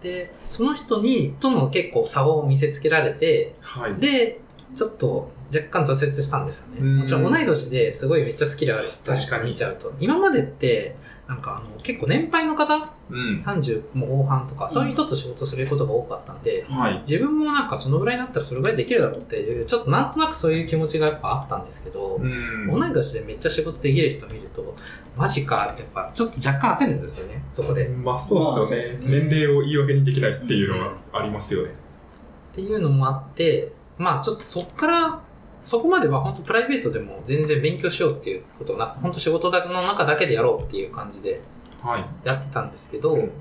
で、その人に、との結構差を見せつけられて、はい。で、ちょっと若干挫折したんですよね。うんもちろん同い年ですごいめっちゃスキルある人確かに見ちゃうと。今までって、なんかあの結構年配の方、うん。 30も後半とか、そういう人と仕事することが多かったんで、はい。自分もなんかそのぐらいになったらそれぐらいできるだろうっていう、ちょっとなんとなくそういう気持ちがやっぱあったんですけど、うん。同い年でめっちゃ仕事できる人見ると、マジかってやっぱちょっと若干焦るんですよね、そこで。まあそうですよねまあそうです。ね年齢を言い訳にできないっていうのがありますよね。っていうのもあって、まあちょっとそっから、そこまでは本当プライベートでも全然勉強しようっていうことはなく、本当仕事の中だけでやろうっていう感じではい。やってたんですけど、うん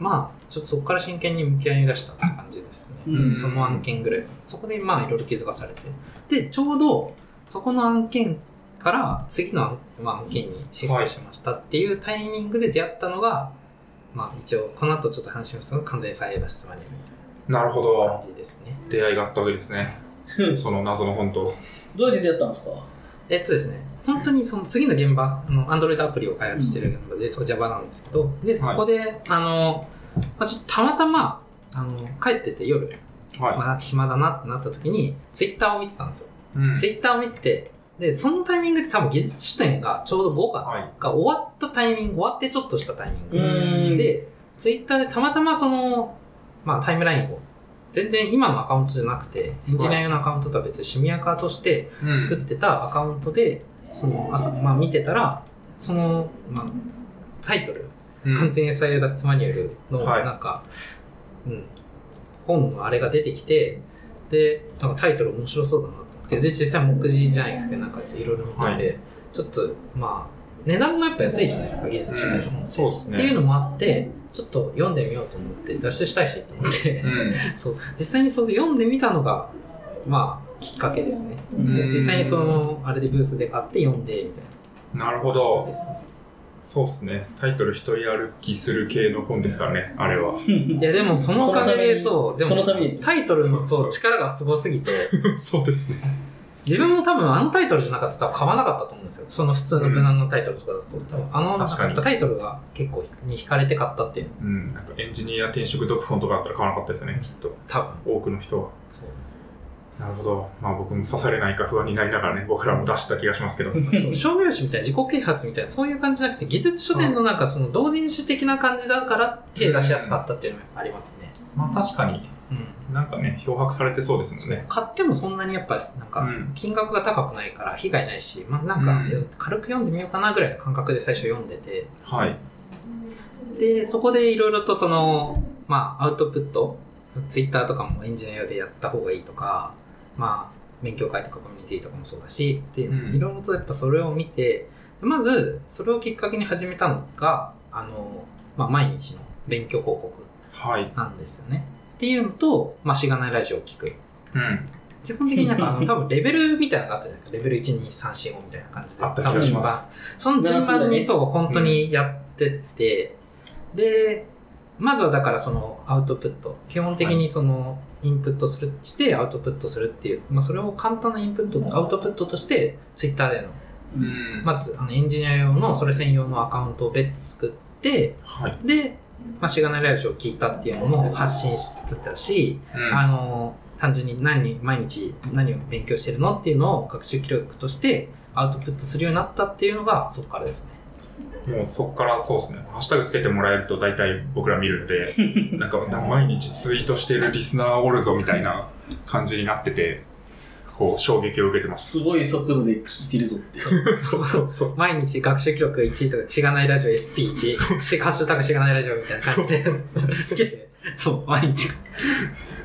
まあちょっとそこから真剣に向き合い出したって感じですね。うんその案件ぐらい。そこでまあいろいろ気づかされて。で、ちょうどそこの案件から次の案,、まあ、案件にシフトしましたっていうタイミングで出会ったのが、まあ一応この後ちょっと話しますが完全再映出すまでなるほの感ど。じですね。出会いがあったわけですね。その謎の本と。どうやって出会ったんですかえっとですね、本当にその次の現場、あの Android アプリを開発してる現場で、そこ Java なんですけど、で、そこで、あの、まあ、ちょっとたまたま、あの、帰ってて夜、はまあ、暇だなってなった時に、Twitter を見てたんですよ。い。うん。 Twitter を見てて、で、そのタイミングで多分技術出展がちょうど5が、はい。が終わったタイミング、終わってちょっとしたタイミング。うんで、ツイッターでたまたまその、まあタイムラインを、全然今のアカウントじゃなくて、エンジニア用のアカウントとは別にシミアカーとしてうん作ってたアカウントで、その朝、まあ見てたら、その、まあ、タイトル、うん完全 SIA 脱出マニュアルの、はいなんか、うん、本のあれが出てきて、で、なんかタイトル面白そうだなと思って、で、実際目次じゃないですけど、なんかいろいろ見てて、はちょっと、まあ、値段もやっぱ安いじゃないですか、技術書店の本って、そうですね。っていうのもあって、ちょっと読んでみようと思って、脱出したいしと思って、 *laughs* そう、実際にそれ読んでみたのが、まあ、きっかけですね。うでん。実際にその、あれでブースで買って読んで、みたいな。うん。なるほど。そうですね。タイトル一人歩きする系の本ですからね、あれは。いやでも *laughs* そのおかげでそそう、のためにでそのもためにタイトルのそうそそうう力がすごすぎて、 *laughs* そうですね。自分も多分あのタイトルじゃなかったら多分買わなかったと思うんですよ。その普通の無難のタイトルとかだと。多分あの確かにやっぱタイトルが結構に惹かれて買ったっていうのうん。なんかエンジニア転職読本とかあったら買わなかったですよね、きっと。多分。多くの人は。そう。 *laughs* なるほど。まあ僕も刺されないか不安になりながらね、僕らも出した気がしますけど。そう商業誌みたいな自己啓発みたいなそういう感じじゃなくて、技術書店のなんかその同人誌的な感じだから手出しやすかったっていうのもありますね。まあ確かに、うん。なんかね、漂白されてそうですもんね。買ってもそんなにやっぱなんうか、ん。金額が高くないから被害ないし、まあなんうんかよ軽く読んでみようかなぐらいの感覚で最初読んでて、はい。で、そこでいろいろとその、まあ、アウトプット、ツイッターとかもエンジニアでやった方がいいとか、まあ、勉強会とかコミュニティとかもそうだし、で、うんいろいろとやっぱそれを見て、まず、それをきっかけに始めたのが、あの、まあ、毎日の勉強報告はい。なんですよね。っていうのと、まあ、しがないラジオを聞く。うん。基本的になんか、 *laughs* あの、多分レベルみたいなのがあったじゃないですか。レベル1、2、3、4、5みたいな感じで。あった気がします多分順番。その順番にそう、本当にやってって、で、まずはだからそのアウトプット。基本的にその、インプットする、してアウトプットするっていう、まあそれを簡単なインプット、アウトプットとして、ツイッターでの、うんまずあのエンジニア用の、それ専用のアカウントを別途作って、はい。で、まあ、しがないラジオを聞いたっていうのも発信しつつだし、うんあの単純に何毎日何を勉強してるのっていうのを学習記録としてアウトプットするようになったっていうのがそこからですね。もうそっからそうですね。ハッシュタグつけてもらえると大体僕ら見るので、なんか毎日ツイートしてるリスナーおるぞみたいな感じになってて、こう衝撃を受けてます。すごい速度で聞いてるぞって。そうそうそう。毎日学習記録1位とか、しがないラジオ SP1、しハッシュタグしがないラジオみたいな感じで、つけて、そう、毎日。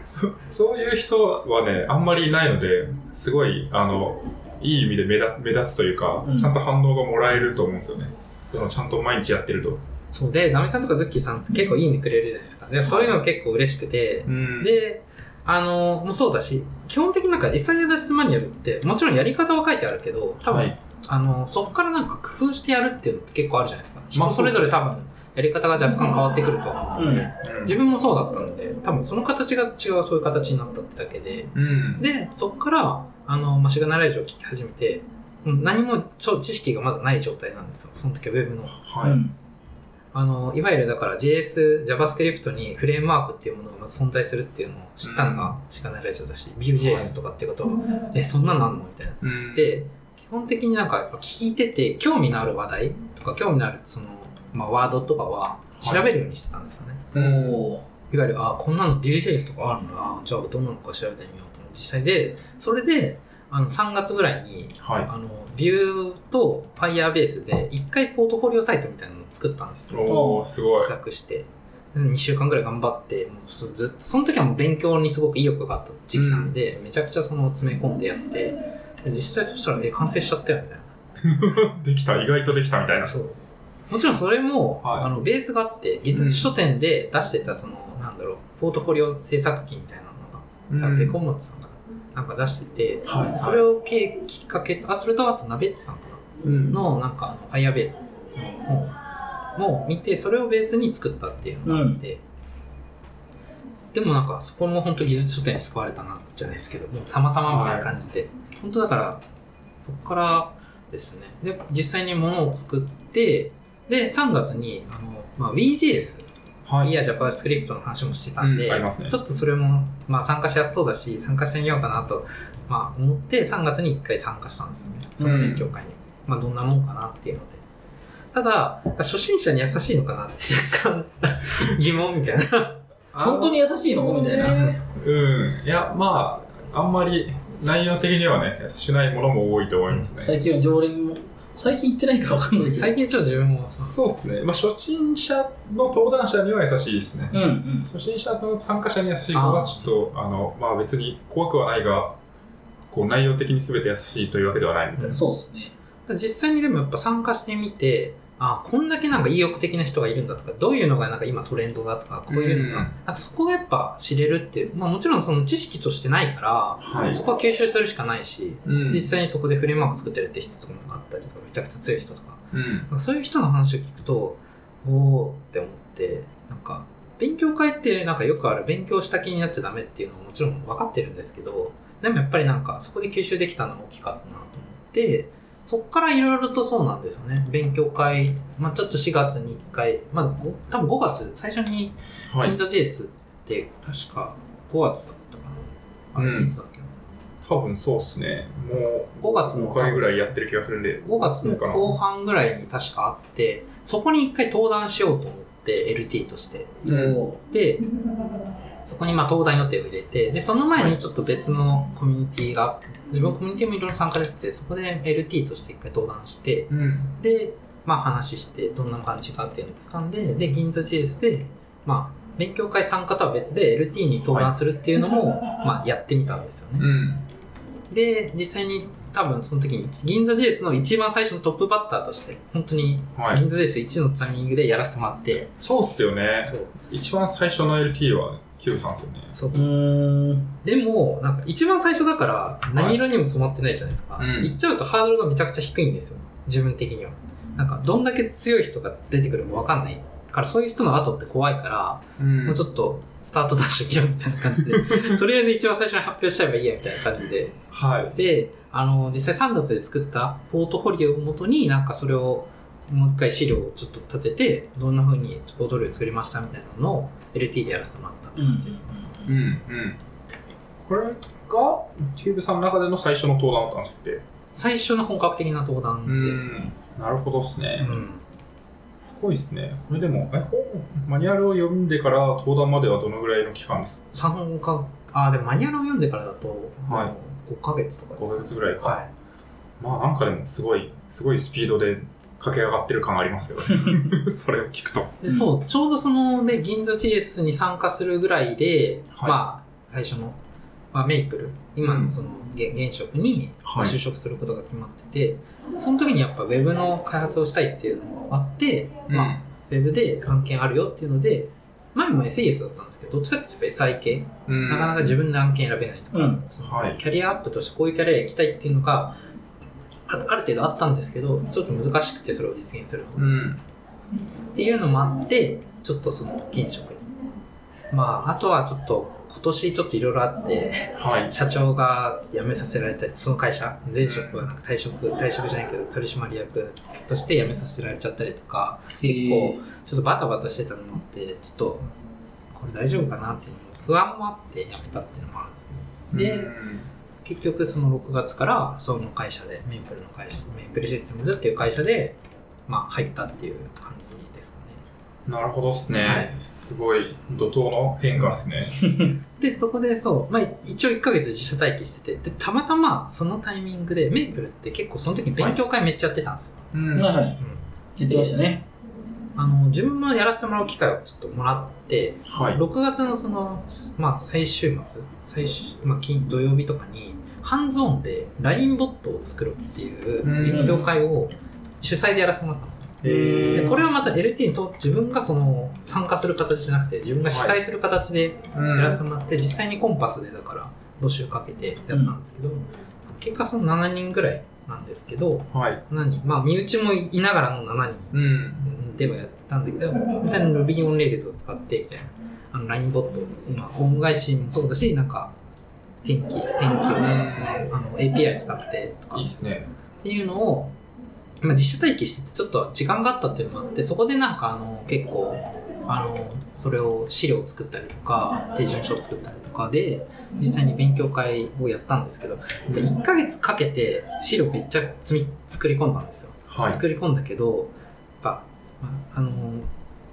そそういう人はね、あんまりいないので、すごい、あの、いい意味で目立目立つというか、うんちゃんと反応がもらえると思うんですよね。そのちゃんと毎日やってると。そうで、ガミさんとかズッキーさんって結構いいねくれるじゃないですか。でそういうのが結構嬉しくて、うん、で、あの、もうそうだし、基本的になんか SI 脱出マニュアルって、もちろんやり方は書いてあるけど、多分、はいあの、そこからなんか工夫してやるっていうのって結構あるじゃないですか。まあ人それぞれ多分、やり方が若干変わってくると思う。うん。自分もそうだったので、多分その形が違う、そういう形になったってだけで、うん。で、そこから、あの、マシガナライジオを聞き始めて、うん何もそう知識がまだない状態なんですよ。その時は Web の。はい。うんあの、いわゆるだから JS、JavaScript にフレームワークっていうものがまず存在するっていうのを知ったのがしかないラジオだし、Vue.js とかっていうことは、え、そんなのあんのみたいな。うん、で、基本的になんかやっぱ聞いてて、興味のある話題とか、興味のあるその、まあ、ワードとかは調べるようにしてたんですよね。うん、おいわゆる、あ、こんなの Vue.js とかあるんだ。あじゃあどんなのか調べてみようと思って、実際で、それで、あの、3月ぐらいに、はあの、Vue と Firebase で、一回ポートフォリオサイトみたいなのを作ったんですい。よ。おー、すごい *laughs* 試。作して。2週間ぐらい頑張って、もうそうずっと、その時はもう勉強にすごく意欲があった時期なんで、めちゃくちゃその詰め込んでやって、で実際そしたら、え、完成しちゃったよみたいな。できた、意外とできたみたいな。そう。もちろんそれも、はいあの、ベースがあって、技術書店で出してた、その、なんだろう、ポートフォリオ制作機みたいなのが、うんペコモツさんがなんか出してて、はいそれをけきっかけあそれとあとナベッチさんかうんなのなんかあのファイアベースの本も見てそれをベースに作ったっていうのがあって、でもなんかそこも本当技術書店に救われたなじゃないですけどもう様々みたいな感じで、本当だからそこからですねで実際にものを作ってで3月にあの、まあ、VJS はいや JavaScript の話もしてたんで、うんありますねちょっとそれも、まあ、参加しやすそうだし参加してみようかなと、まあ、思って3月に1回参加したんですよねその勉強会に、まあ、どんなもんかなっていうのでただ初心者に優しいのかなって若干 *laughs* 疑問みたいな本当に優しいのみたいな。うん。いや、まあ、あんまり内容的にはね、優しくないものも多いと思いますね。最近は常連も、最近行ってないからわかんないけど。最近ちょっと自分もそうですね。まあ、初心者の登壇者には優しいですね。うんうん。初心者の参加者に優しい子は、ちょっと、あの、まあ別に怖くはないが、こう内容的に全て優しいというわけではないみたいな。そうですね。実際にでもやっぱ参加してみてあこんだけなんか意欲的な人がいるんだとかどういうのがなんか今トレンドだとかこういうのが、うなんんかそこがやっぱ知れるっていう、まあ、もちろんその知識としてないからはい。そこは吸収するしかないしうん実際にそこでフレームワーク作ってるって人とかもあったりとかめちゃくちゃ強い人とかうん。なんかそういう人の話を聞くとおおって思ってなんか勉強会ってなんかよくある勉強した気になっちゃダメっていうのももちろん分かってるんですけどでもやっぱりなんかそこで吸収できたのは大きかったなと思ってそっからいろいろとそうなんですよね勉強会、まあ、ちょっと4月に1回、まあ、ご多分5月最初には i ンい。ザ JS って確か5月だったかな、あうんれいつだっけな多分そうですね。も5う、月の5回ぐらいやってる気がするんで。 5月の後半ぐらいに確かあってそこに一回登壇しようと思って LT としてうん。もでそこにまあ登壇予定を入れてでその前にちょっと別のコミュニティがあって自分コミュニティもいろいろ参加しててそこで LT として一回登壇してうん。でまあ話してどんな感じかっていうのを掴んでで銀座 GS でまあ勉強会参加とは別で LT に登壇するっていうのも、まあやってみたんですよね。うん。で実際に多分その時に銀座 JS の一番最初のトップバッターとして本当にはい。銀座 JS1 のタイミングでやらせてもらって、そうっすよね。そう一番最初の LT は Q さんですよね。そうう、うーん。でもなんか一番最初だから何色にも染まってないじゃないですか、はいうん言っちゃうとハードルがめちゃくちゃ低いんですよ自分的にはなんかどんだけ強い人が出てくるか分かんないからそういう人の後って怖いから、うんもうちょっとスタートダッシュ見ようみたいな感じ *laughs* でとりあえず一番最初に発表しちゃえばいいやみたいな感じではい。であの実際3月で作ったポートフォリオをもとになんかそれをもう一回資料をちょっと立ててどんな風にポートフォリオ作りましたみたいなのを LT でやらせてもらったって感じです、うんうん。これが、キューブさんの中での最初の登壇だったんですっけ最初の本格的な登壇ですねなるほどっすね。うんすごいですね。これでも、え、本マニュアルを読んでから登壇まではどのぐらいの期間ですか3か、あ、でもマニュアルを読んでからだと、はいもう5ヶ月とか ?5 です、ヶ月ぐらいか。はい。まあなんかでもすごい、すごいスピードで駆け上がってる感ありますよ *laughs* ね。それを聞くと。でそう、ちょうどその、ね、銀座 GS に参加するぐらいで、はいまあ、最初の、まあ、メイプル、今のその、げ現職にまはあい就職することが決まってて、その時にやっぱ Web の開発をしたいっていうのがあって、まあ、Web で案件あるよっていうので、前も SES だったんですけど、どっちかっていうと SI 系、うんなかなか自分で案件選べないとか、うんそのはいキャリアアップとしてこういうキャリア行きたいっていうのが、あある程度あったんですけど、ちょっと難しくてそれを実現するのがうん。っていうのもあってちょっとその現職にまああとはちょっと今年ちょっといろいろあってはい。社長が辞めさせられたりその会社前職はなんか退職退職じゃないけど取締役として辞めさせられちゃったりとか結構ちょっとバタバタしてたのもあってちょっとこれ大丈夫かなっていう不安もあって辞めたっていうのもあるんですけどでうん結局その6月からその会社でメイプルの会社メイプルシステムズっていう会社でまあ入ったっていう感じですかねなるほどっすね。はいすごい、怒涛の変化っすね。で、そこでそう、まあ、一応1ヶ月自社待機してて、で、たまたまそのタイミングで、メイプルって結構その時勉強会めっちゃやってたんですよ。うんはいはうい。ん言ってましたね。あの、自分もやらせてもらう機会をちょっともらって、はい。 6月のその、まあ、最終末、最終、まあ、金、土曜日とかに、ハンズオンで LINE ボットを作ろうっていう勉強会を主催でやらせてもらったんですよ。えーでこれはまた LT と自分がその参加する形じゃなくて、自分が主催する形でうんやらせてもらって実際にコンパスでだから募集かけてやったんですけど、結果その7人ぐらいなんですけどはい。 7人まあ身内もいながらの7うん。人ではやったんだけど実際に Ruby on Rails を使ってみたいなあの LINE ボット今恩返しもそうだしなんか天気天気をうんあの API 使ってとかいいっすね。っていうのを、まあ、実写待機しててちょっと時間があったっていうのもあってそこでなんかあの結構あのそれを資料を作ったりとか手順書を作ったりとかで実際に勉強会をやったんですけどやっぱ1ヶ月かけて資料めっちゃ積み作り込んだんですよ、はい。作り込んだけどやっぱまああの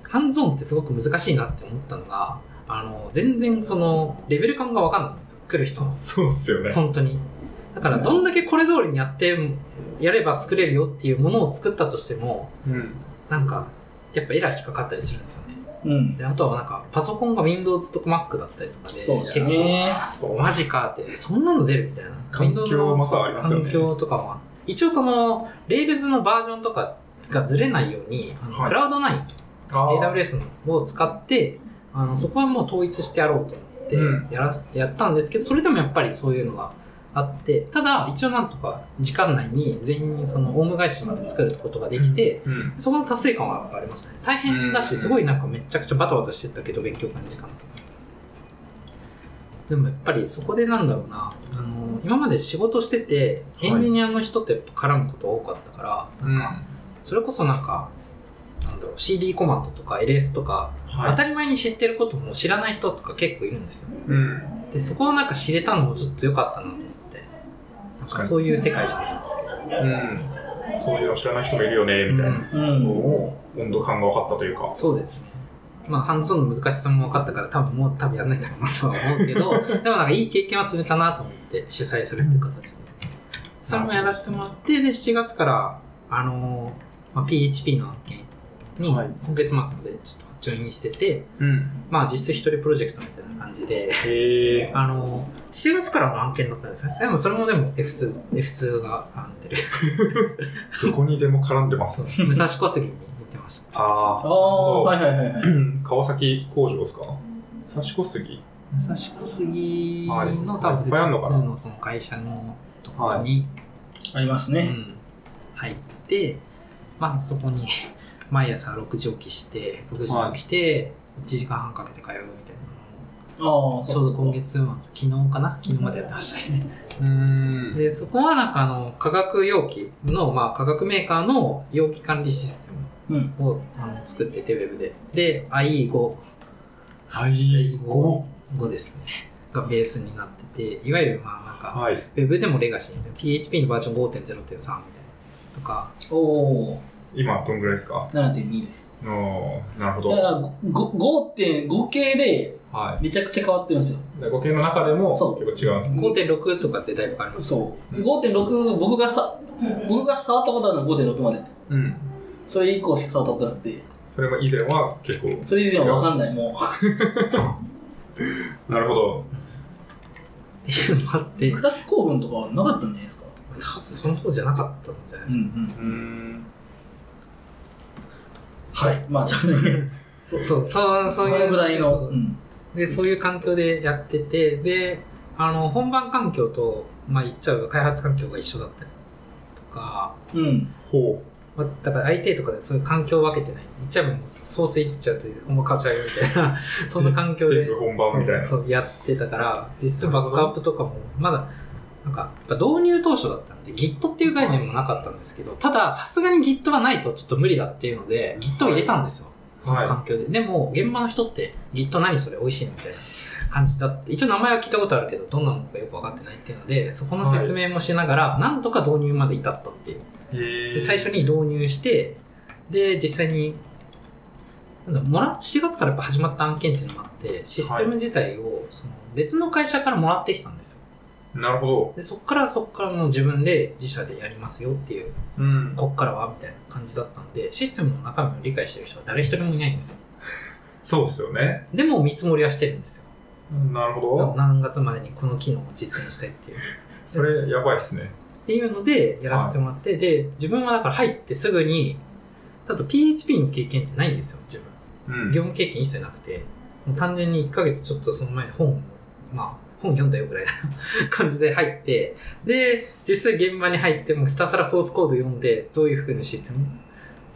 ハンズオンってすごく難しいなって思ったのがあの全然そのレベル感が分かんないんですよ来る人の。そうっすよね。本当にだからどんだけこれ通りにやってやれば作れるよっていうものを作ったとしてもうん。なんかやっぱエラー引っかかったりするんですよねうん。であとはなんかパソコンが Windows と Mac だったりとかでそうです結よ構ね。あ、そマジかってそんなの出るみたいな環境 Windows のまたありますよね環境とかも一応その Rails のバージョンとかがずれないようにあの、はいクラウド9あー AWS を使ってあのそこはもう統一してやろうと思うってやらす、やったんですけどそれでもやっぱりそういうのがあってただ一応なんとか時間内に全員にそのオウム返しまで作ることができて、うん。そこの達成感はやっぱありましたね大変だし、うんすごいなんかめちゃくちゃバタバタしてたけど勉強会の時間とかでもやっぱりそこでなんだろうなあの今まで仕事しててエンジニアの人ってやっぱ絡むこと多かったから、うん。なんかそれこそなんかなんだろう CD コマンドとか LS とかは当い。たり前に知ってることも知らない人とか結構いるんですようん。でそこをなんか知れたのもちょっと良かったなと思ってなんかそういう世界じゃないんですけどうん。そういうの知らない人もいるよね、みたいな。うのん。を温度感が分かったというか。そうですねまあハンズオンの難しさも分かったから多分もう多分やんないだろうなとは思うけ *laughs* どでもなんかいい経験は積めたなと思って主催するっていう形でそれもやらせてもらってで7月からあのーまあ、PHP の案件にはい今月末までちょっとジョインしてて、うん。まあ実質一人プロジェクトみたいな感じでへえ。あの、7月からの案件だったんですね。でもそれもでも F2、F2 が絡んでる。どこにでも絡ん *laughs* でますね。武蔵小杉に行ってま *laughs* した。あああ、はいはいはいはうい。ん川崎工場ですか武蔵小杉武蔵小杉はいの多いっ分ぱいあんのかな F2 のその会社のところに、ありますうね。ん、入って、まあそこに *laughs* 毎朝6時起きして、6時に起きて、1時間半かけて通うみたいなのああ、をちそょううそどう今月末、昨日かな昨日までやってましたね。うーんで、そこはなんかあの、化学容器の、まあ化学メーカーの容器管理システム。うん。をあの作ってて、ウェブで。で、IE5 はい五5ですね。がベースになってて、いわゆるまあなんか、はいウェブでもレガシーみたいな、PHP のバージョン5.0.3みたいなとか、おお。今どんぐらいですか7.2です。おーなるほだかど。ら、ご5.5系ではめちゃくちゃ変わってるんですよ。い。で、語形の中でも結そう構違うんですね。 5.6とかってだいぶ変わります。そう。5.6、僕がさ、僕が触ったことあるのは5.6まで。うん。それ以降しか触ったことなくて、それも以前は結構。それ以前はわかんない、もなるほど。待っう。て、クラス構文とかはなかったんじゃないですか。多分その方じゃなかったんじゃないですか。ん。うーん。はい。まあ、ちょっとね、そうそう、そう、そそういう。のぐらいの。そううんで、そういう環境でやってて、で、あの、本番環境と、まあ言っちゃうと開発環境が一緒だったりとか、うん。ほまあ、だから IT とかでそういう環境を分けてない。言っちゃえばもうソースいっちゃうという、本番変わっちゃうよみたい *laughs* な、う。そんな環境で。全部本番みたいな。そうそうやってたから実質バックアップとかもまだなんかやっぱ導入当初だったんで Git っていう概念もなかったんですけどたださすがに Git はないとちょっと無理だっていうので Git を入れたんですよ、その環境ででも現場の人って Git 何それ美味しいのみたいな感じだって一応名前は聞いたことあるけどどんなのかよく分かってないっていうのでそこの説明もしながら、なんとか導入まで至ったっていうへでえ。最初に導入してで実際になんだもら7月からやっぱ始まった案件っていうのもあってシステム自体をその別の会社からもらってきたんですよなるほど。でそっからそっからもう自分で自社でやりますよっていううん。こっからはみたいな感じだったんでシステムの中身を理解してる人は誰一人もいないんですよそうですよね。でも見積もりはしてるんですよなるほど。何月までにこの機能を実現したいっていう *laughs* それ、やばいっすね。っていうのでやらせてもらって、で自分はだから入ってすぐにだと PHP の経験ってないんですよ自分うん。業務経験一切なくて、もう単純に1ヶ月ちょっとその前に本を、まあ、本読んだよぐらいな *laughs* 感じで入って、で、実際現場に入ってもひたすらソースコード読んで、どういう風なシステム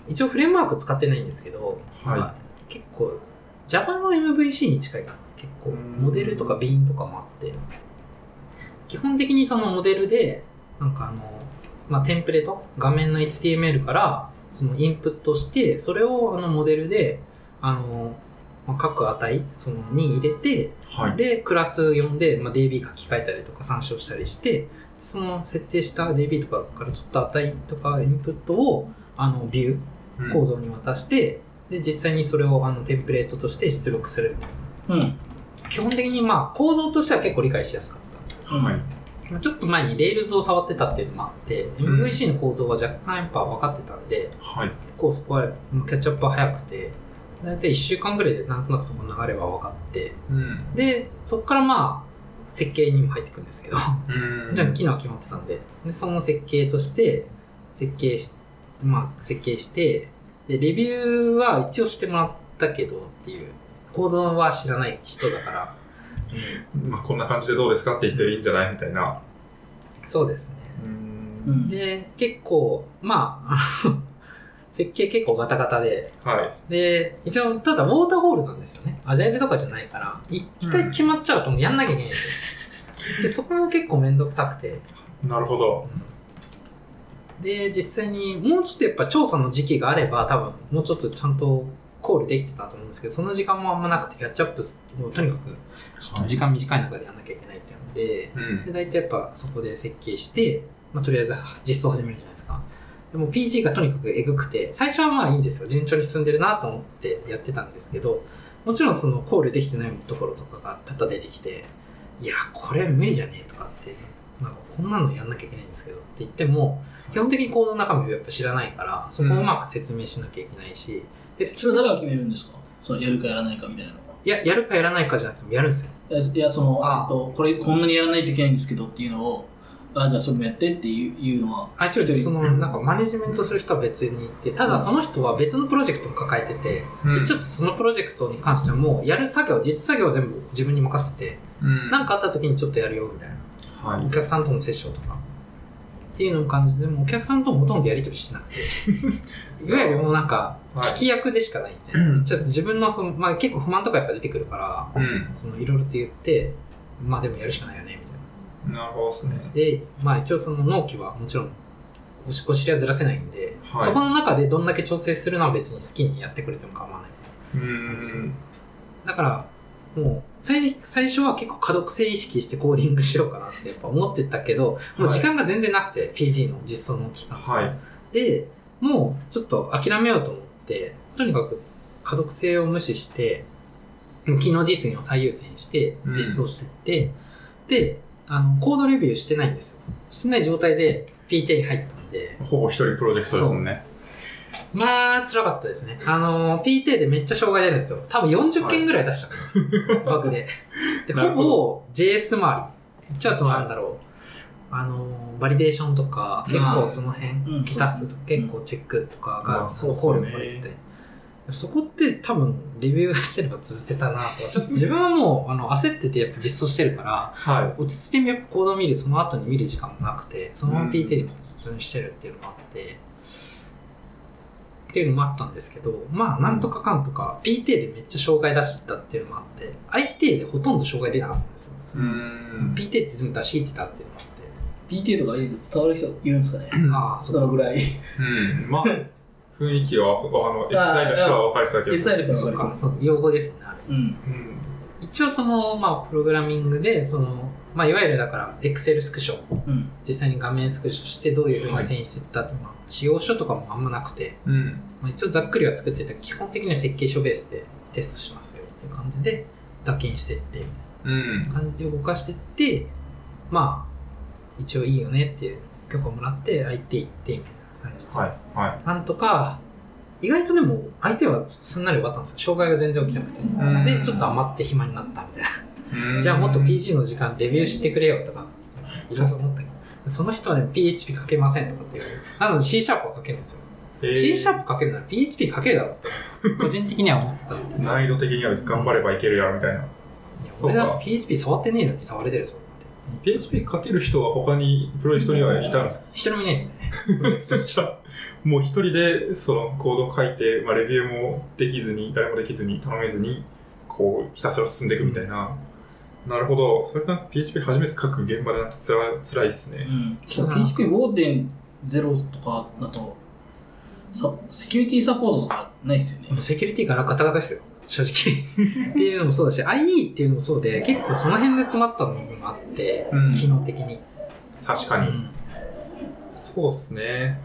一応フレームワーク使ってないんですけど、まはあ結構 Java の MVC に近いかな。結構、モデルとかビーンとかもあって、基本的にそのモデルで、なんかあの、まあ、テンプレート、画面の HTML から、そのインプットして、それをあのモデルで、あの、まあ各値そのに入れて、い。はい。で、クラス呼んで、まあ、DB 書き換えたりとか参照したりして、その設定した DB とかから取った値とかインプットを、あの、ビュー、うん構造に渡して、で実際にそれをあのテンプレートとして出力するみたいなうん。基本的にまあ構造としては結構理解しやすかったはい。まあちょっと前に Rails を触ってたっていうのもあって、ん MVC の構造は若干やっぱ分かってたんではい。結構そこはもうキャッチアップは早くて大体1週間ぐらいでなんとなくそこの流れは分かってうん。でそこからまあ設計にも入っていくんですけどうん。じゃあ機能は決まってたんででその設計として設計し,、まあ、設計してでレビューは一応してもらったけどっていう行動は知らない人だから、まあ、こんな感じでどうですかって言っていいんじゃないみたいな。そうですねううん。ん。で結構まあ *laughs* あの設計結構ガタガタではい。で一応ただウォーターホールなんですよねアジャイルとかじゃないから一回決まっちゃうともうやんなきゃいけないんですよでそこも結構面倒くさくてなるほど。で実際にもうちょっとやっぱ調査の時期があれば多分もうちょっとちゃんとコールできてたと思うんですけどその時間もあんまなくてキャッチアップをとにかく時間短い中でやんなきゃいけないっていうのでうん。で大体やっぱそこで設計して、まあ、とりあえず実装始めるじゃないですかでも PG がとにかくえぐくて最初はまあいいんですよ順調に進んでるなと思ってやってたんですけどもちろんそのコールできてないところとかが多々出てきていやこれ無理じゃねえとかってなんかこんなのやんなきゃいけないんですけどって言っても基本的にコードの中身をやっぱ知らないからそこをうまく説明しなきゃいけないし、でそれは誰が決めるんですかそのやるかやらないかみたいなのは。ややるかやらないかじゃなくてもやるんですよいや、いやその、ああえっと、これ、こんなにやらないといけないんですけどっていうのを、あ、じゃあそれもやってっていういうのは、あ、ちょっ一と人その、なんかマネジメントする人は別にいて、ただその人は別のプロジェクトも抱えてて、うでん。ちょっとそのプロジェクトに関してはもうやる作業、実作業は全部自分に任せて、うん。なんかあった時にちょっとやるよみたいな。はいお。客さんとのセッションとか。っていうのも感じで、もうお客さんともほとんどやり取りしてなくて。 *laughs* いわゆるもうなんか、はい聞き役でしかないみたいうんな。ちょっと自分の不、まあ結構不満とかやっぱ出てくるから、うそのいろいろと言って、まあでもやるしかないよね、みたいな。ん。なるほどですね。で、まあ、一応その納期はもちろんおしお尻はずらせないんで、はいそこの中でどんだけ調整するのは別に好きにやってくれても構わないうん。だからもう最最初は結構可読性意識してコーディングしようかなってやっぱ思ってたけどもう時間が全然なくて、PG の実装の期間はい。でもうちょっと諦めようと思って、とにかく可読性を無視して、もう機能実現を最優先してうん実装してって、で、あの、コードレビューしてないんですよ。してない状態で PT に入ったんで、ほぼ一人プロジェクトですもんね。まあ、辛かったですね。あの、PT でめっちゃ障害出るんですよ。多分40件ぐらい出したの、バグで。で、なるほほどぼ JS 周り。言っちゃうとなんだろう。あの、バリデーションとか、結構その辺、うん来たすと結構チェックとかまあがそうっす考よ慮ねもれてて。そこって多分、レビューしてれば潰せたなと。ちょっと自分はもう、あの、焦っててやっぱ実装してるから、はい。落ち着いてやっぱコード見る、その後に見る時間もなくて、そのまうまん PT で普通にしてるっていうのもあって、っていうのもあったんですけど、まあ、なんとかかんとか、PT でめっちゃ障害出してたっていうのもあって、IT でほとんど障害出なかったんですよ。うーん。 PT って全部出し入ってたっていうのもあって。 PTA とか言うと伝わる人いるんですかねああ、そそのうぐらい。うん。まあ、雰囲気は、あの、ー SI の人は分かりそうだけど。 SI の人はそ分うかりか、そそう用語ですね、あれ。う。うん。うん。一応その、まあ、プログラミングで、その、まあ、いわゆるだから、Excel スクショ、うん。実際に画面スクショしてどういうふうはにい遷移していったとか、使用書とかもあんまなくて、うん。まあ、一応ざっくりは作ってたけど基本的には設計書ベースでテストしますよっていう感じで、打鍵してって、みたいうんな。感じで動かしてって、まあ、一応いいよねっていう許可をもらって、IT 行って、みたいな感じで。はい。はなんとか、意外とでも、相手はちょっとすんなり終わったんですよ。障害が全然起きなくて。んで、ちょっと余って暇になったみたいい。うんな。じゃあもっと PG の時間レビューしてくれよとか、いろいろ思ったけど、その人はね、PHP 書けませんとかっていう。なので C シャープは書けるんですよ。えー C シャープ書けるなら PHP 書けるだろうって、個人的には思ってたんで。難易度的には頑張ればいけるやろみたいな。いやそう俺かだって PHP 触ってねえのに触れてるぞ。 PHP 書ける人は他にプロジェクトにはいたんですか一人もいないですね。じゃあ *laughs* もう一人でそのコードを書いて、まあ、レビューもできずに誰もできずに頼めずにこうひたすら進んでいくみたいな、なるほどそれが PHP 初めて書く現場でなんかつらつらいですうね、ん。PHP5.0 とかだと、さセキュリティサポートとかないですよね *laughs* も。うセキュリティからガタガタですよ。正直。 *laughs* っていうのもそうだし、IE っていうのもそうで、結構その辺で詰まった部分もあって、うん機能的に。確かに、うんそうですね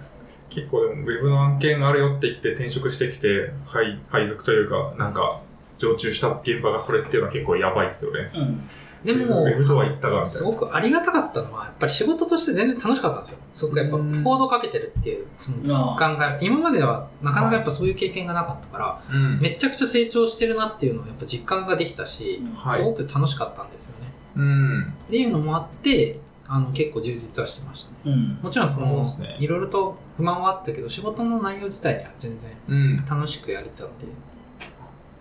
結構でも Web の案件あるよって言って転職してきて配配属というかなんか常駐した現場がそれっていうのは結構やばいですよねうん。でも、ウェブとは言ったがみたいなすごくありがたかったのは、やっぱり仕事として全然楽しかったんですよ。すごくやっぱ、コうんードかけてるっていう、その実感が、今まではなかなかやっぱそういう経験がなかったから、うんめちゃくちゃ成長してるなっていうのをやっぱ実感ができたし、はいすごく楽しかったんですよね。うんっていうのもあって、あの、結構充実はしてましたね。うん。もちろんそそうのですね、いろいろと不満はあったけど、仕事の内容自体には全然うん楽しくやれたっていう。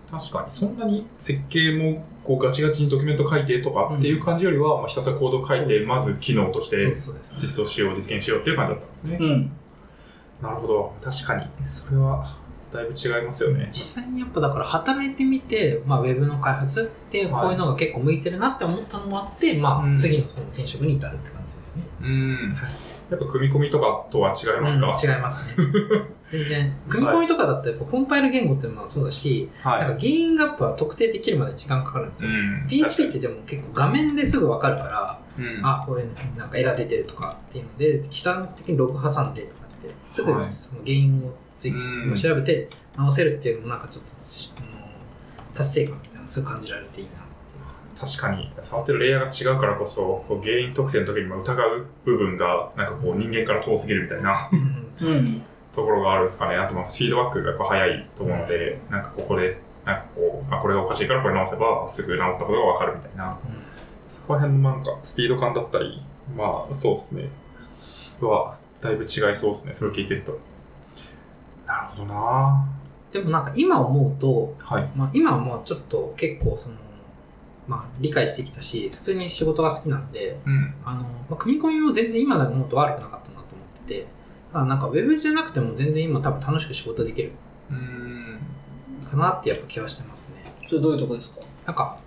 確かにそんなに設計もこうガチガチにドキュメント書いてとかっていう感じよりは、まあ、ひたすらコードを書いそうでてすまず機能としそてうそうです。実装しよう実現しようっていう感じだったんですね、うん。なるほど確かにそれはだいぶ違いますよね実際にやっぱだから働いてみて、まあ、ウェブの開発っていうこはいういうのが結構向いてるなって思ったのもあって、うまんあ、次のその転職に至るって感じですね。うんはいやっぱ組み込みとかとは違いますか、うん違いますね。 *laughs* 全然。組み込みとかだったらやっぱコンパイル言語っていうのはそうだし、なんはか原い因がやっぱ特定できるまで時間かかるんですうよ。ん PHP ってでも結構画面ですぐわかるから、うんあ、これなんかエラー出てるとかっていうので、基本的にログ挟んでとかって、すぐはいその原因を追記うん調べて直せるっていうのもなんかちょっとし、あの達成感みたいなのすごい感じられていいな。確かに触ってるレイヤーが違うからこそこう原因特定の時にも疑う部分がなんかこう人間から遠すぎるみたいなうんうん。ところがあるんですかね。あと、まあフィードバックがやっぱ早いと思うので、なんかここで、なんかこう、あ、これがおかしいからこれ直せば、すぐ治ったことがわかるみたいな。そこら辺のなんか、スピード感だったり、まあ、そうですね。は、だいぶ違いそうですね。それを聞いてると。なるほどなでもなんか今思うと、はい。まあ、今はもうちょっと結構その、まあ、理解してきたし、普通に仕事が好きなんで、うん。あのまあ、組み込みも全然今だと思うと悪くなかったなと思ってて、あなんかウェブじゃなくても全然今多分楽しく仕事できるうーん。かなってやっぱ気はしてますね。それどういうとこですかなんか、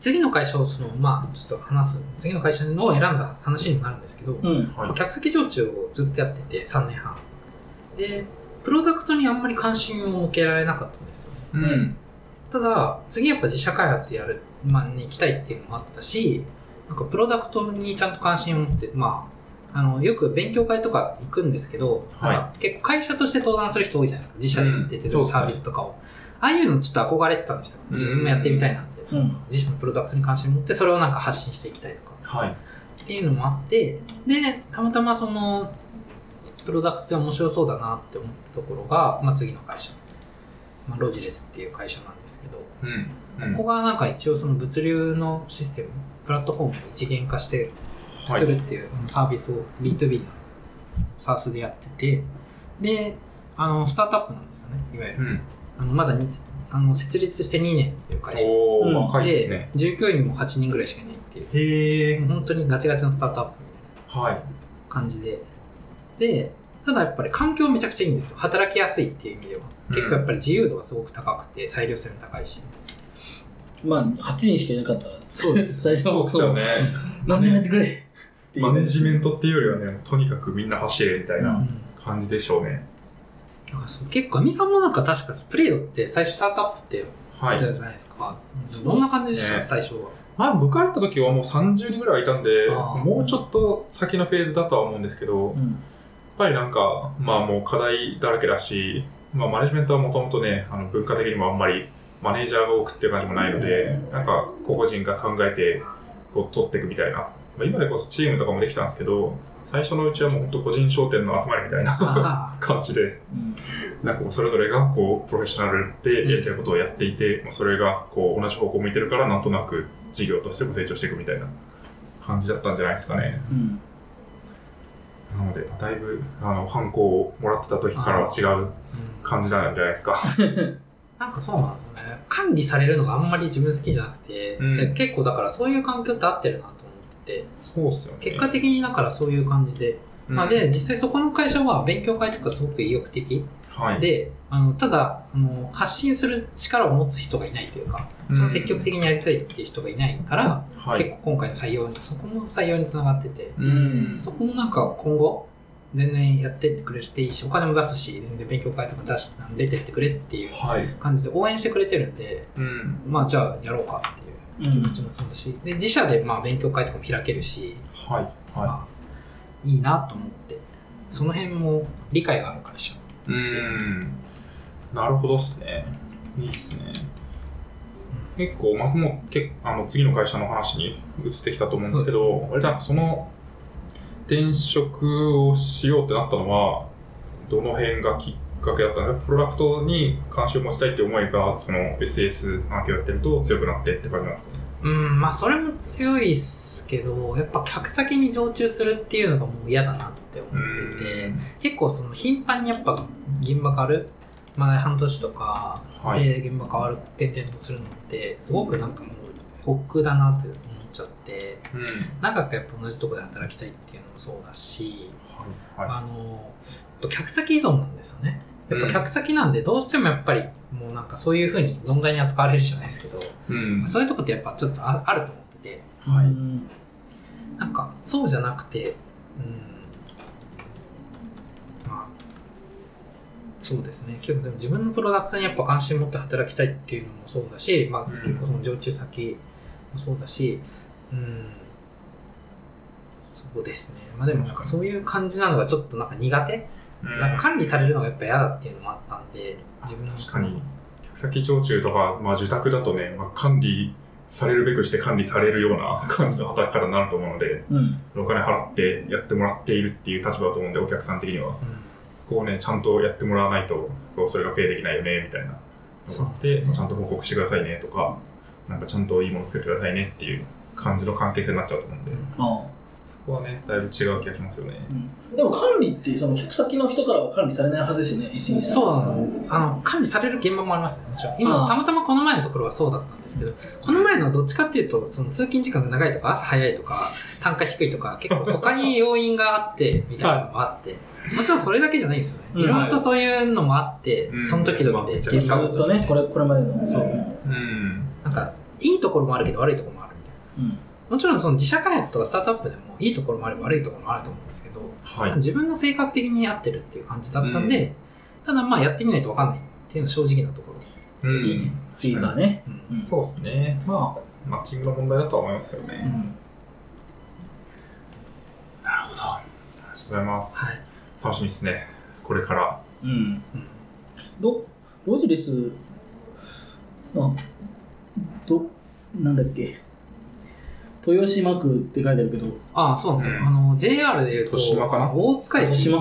次の会社をその、まあ、ちょっと話す、次の会社のを選んだ話にもなるんですけど、うん。。はい。客先常駐をずっとやってて、3年半。で、プロダクトにあんまり関心を向けられなかったんですよね。うんただ、次やっぱ自社開発やる、まあ、に行きたいっていうのもあったし、なんかプロダクトにちゃんと関心を持って、まあ、あの、よく勉強会とか行くんですけど、はいなんか結構会社として登壇する人多いじゃないですか。自社で出てうんそうるですねサービスとかを。ああいうのちょっと憧れてたんですよ。自分もやってみたいなって。そのうん自社のプロダクトに関心を持って、それをなんか発信していきたいとか。はい。っていうのもあって、で、たまたまその、プロダクトで面白そうだなって思ったところが、まあ次の会社。まあロジレスっていう会社なんですけど、うん。うんここがなんか一応その物流のシステム、プラットフォームを一元化して作るっていうあのサービスを B2B のサースでやってて、で、あの、スタートアップなんですよね、いわゆる。うん。あのまだにあの設立して2年っていう会社。おうんー、若いですね。従業員も8人ぐらいしかいないっていう、へえ。本当にガチガチのスタートアップみたいはい。な感じで。で、ただやっぱり環境めちゃくちゃいいんですよ。働きやすいっていう意味では。結構やっぱり自由度がすごく高くて、裁量性も高いし。まあ、8人しかいなかったから、そうです最初そうもですよそう。 *laughs* ね。何でもやってくれっていうマネジメントっていうよりはね、とにかくみんな走れみたいな感じでしょうね。なんかそう結構、アミさんもなんか確かプレイドって最初スタートアップってはやいつじ。ゃないですか。どんな感じでした、そうっす最初 *laughs* は。まあ、僕がやった時はもう30人ぐらいはいたんで、あーもうちょっと先のフェーズだとは思うんですけど、うやっんぱりなんか、まあもう課題だらけだし、まあマネジメントはもともとね、あの文化的にもあんまりマネージャーが多くっていう感じもないので、なんか個々人が考えて、こう取っていくみたいな。まあ、今でこそチームとかもできたんですけど、最初のうちはもう本当個人商店の集まりみたいなあ感じで、うんなんかもうそれぞれがこうプロフェッショナルでやりたいことをやっていて、まあそれがこう同じ方向を向いてるからなんとなく事業としても成長していくみたいな感じだったんじゃないですかね。うんなので、だいぶあの反抗をもらってた時からは違うあうん感じなんじゃないですか。なんかそうなんですよね。管理されるのがあんまり自分好きじゃなくて、うんで結構だからそういう環境って合ってるなと思ってて、そうっすよね。結果的にだからそういう感じで、うんまあ、で、実際そこの会社は勉強会とかすごく意欲的はい、で、あのただあの、発信する力を持つ人がいないというか、その積極的にやりたいっていう人がいないから、はい、結構今回の採用に、そこも採用につながってて、うん、そこもなんか今後、全然やってってくれていいし、お金も出すし、全然勉強会とか出し、出てってくれっていうはい、感じで応援してくれてるんで、うん、まあじゃあやろうかっていううん気持ちもそうだし、で、自社でまあ勉強会とかも開けるし、はい、はまあいいなと思って、その辺も理解がある会社。い、うん、なるほどっすね。いいっすね。結構、まあ、もうけあの次の会社の話に移ってきたと思うんですけど、割となんかその転職をしようってなったのは、どの辺がきっかけだったのか、プロダクトに関心を持ちたいって思いが、その SS 環境をやってると強くなってって感じなんですかね。うん、まあそれも強いっすけど、やっぱ客先に常駐するっていうのがもう嫌だなって思ってて、結構その頻繁にやっぱ現場変わる、まあ半年とか、はい。で現場変わる転々とするのってすごくなんかもう億劫だなって思っちゃってうん。はい。長くやっぱ同じとこで働きたいっていうのもそうだし、はあの客先依存なんですよねやっうんぱ客先なんでどうしてもやっぱりもうなんかそういうふうに存在に扱われるじゃないですけどい。うん。そういうとこってやっぱちょっとああると思っててはい。うんなんかそうじゃなくてうんまあそうですね結構でも自分のプロダクトにやっぱ関心持って働きたいっていうのもそうだし、まあ、結構その常駐先もそうだしうんそうですねまあでもなんかそういう感じなのがちょっとなんか苦手、うんなんか管理されるのがやっぱ嫌だっていうのもあったんで自分の確かに、客先常駐とか、まあ、受託だとね、まあ、管理されるべくして管理されるような *laughs* 感じの働き方になると思うので、うんお金払ってやってもらっているっていう立場だと思うんで、お客さん的には。うんこうね、ちゃんとやってもらわないと、こうそれがペイできないよね、みたいなのがあって、そうですねちゃんと報告してくださいねとか、なんかちゃんといいもの作ってくださいねっていう感じの関係性になっちゃうと思うんで、あそこはね、だいぶ違う気がしますよね。あうんでも管理ってその客先の人からは管理されないはずですよね、SE さんそうなのあの管理される現場もありますねもちろんあ今あたまたまこの前のところはそうだったんですけどこの前のはどっちかっていうとその通勤時間が長いとか朝早いとか単価低いとか結構他に要因があってみたいなのもあって、もちろんそれだけじゃないんですよね、うんいろいろとそういうのもあって、うんその時々でずずうっとね、これこれまでの。そううん。なんかいいところもあるけど悪いところもあるみたいなうんもちろんその自社開発とかスタートアップでもいいところもあれば悪いところもあると思うんですけど、はい。自分の性格的に合ってるっていう感じだったんで、ただまあやってみないと分かんないっていうのが正直なところ、ういいねん。次からね。うんうんそうですね。まあ、マッチングの問題だとは思いますよね。うんなるほど。ございます。はい楽しみですね。これから。うん。うんど、ロジレス、あ、ど、なんだっけ。豊島区って書いてあるけど、ああ、そうなんですね。うんあの、JR で言うと、豊島かな大塚駅。豊島。う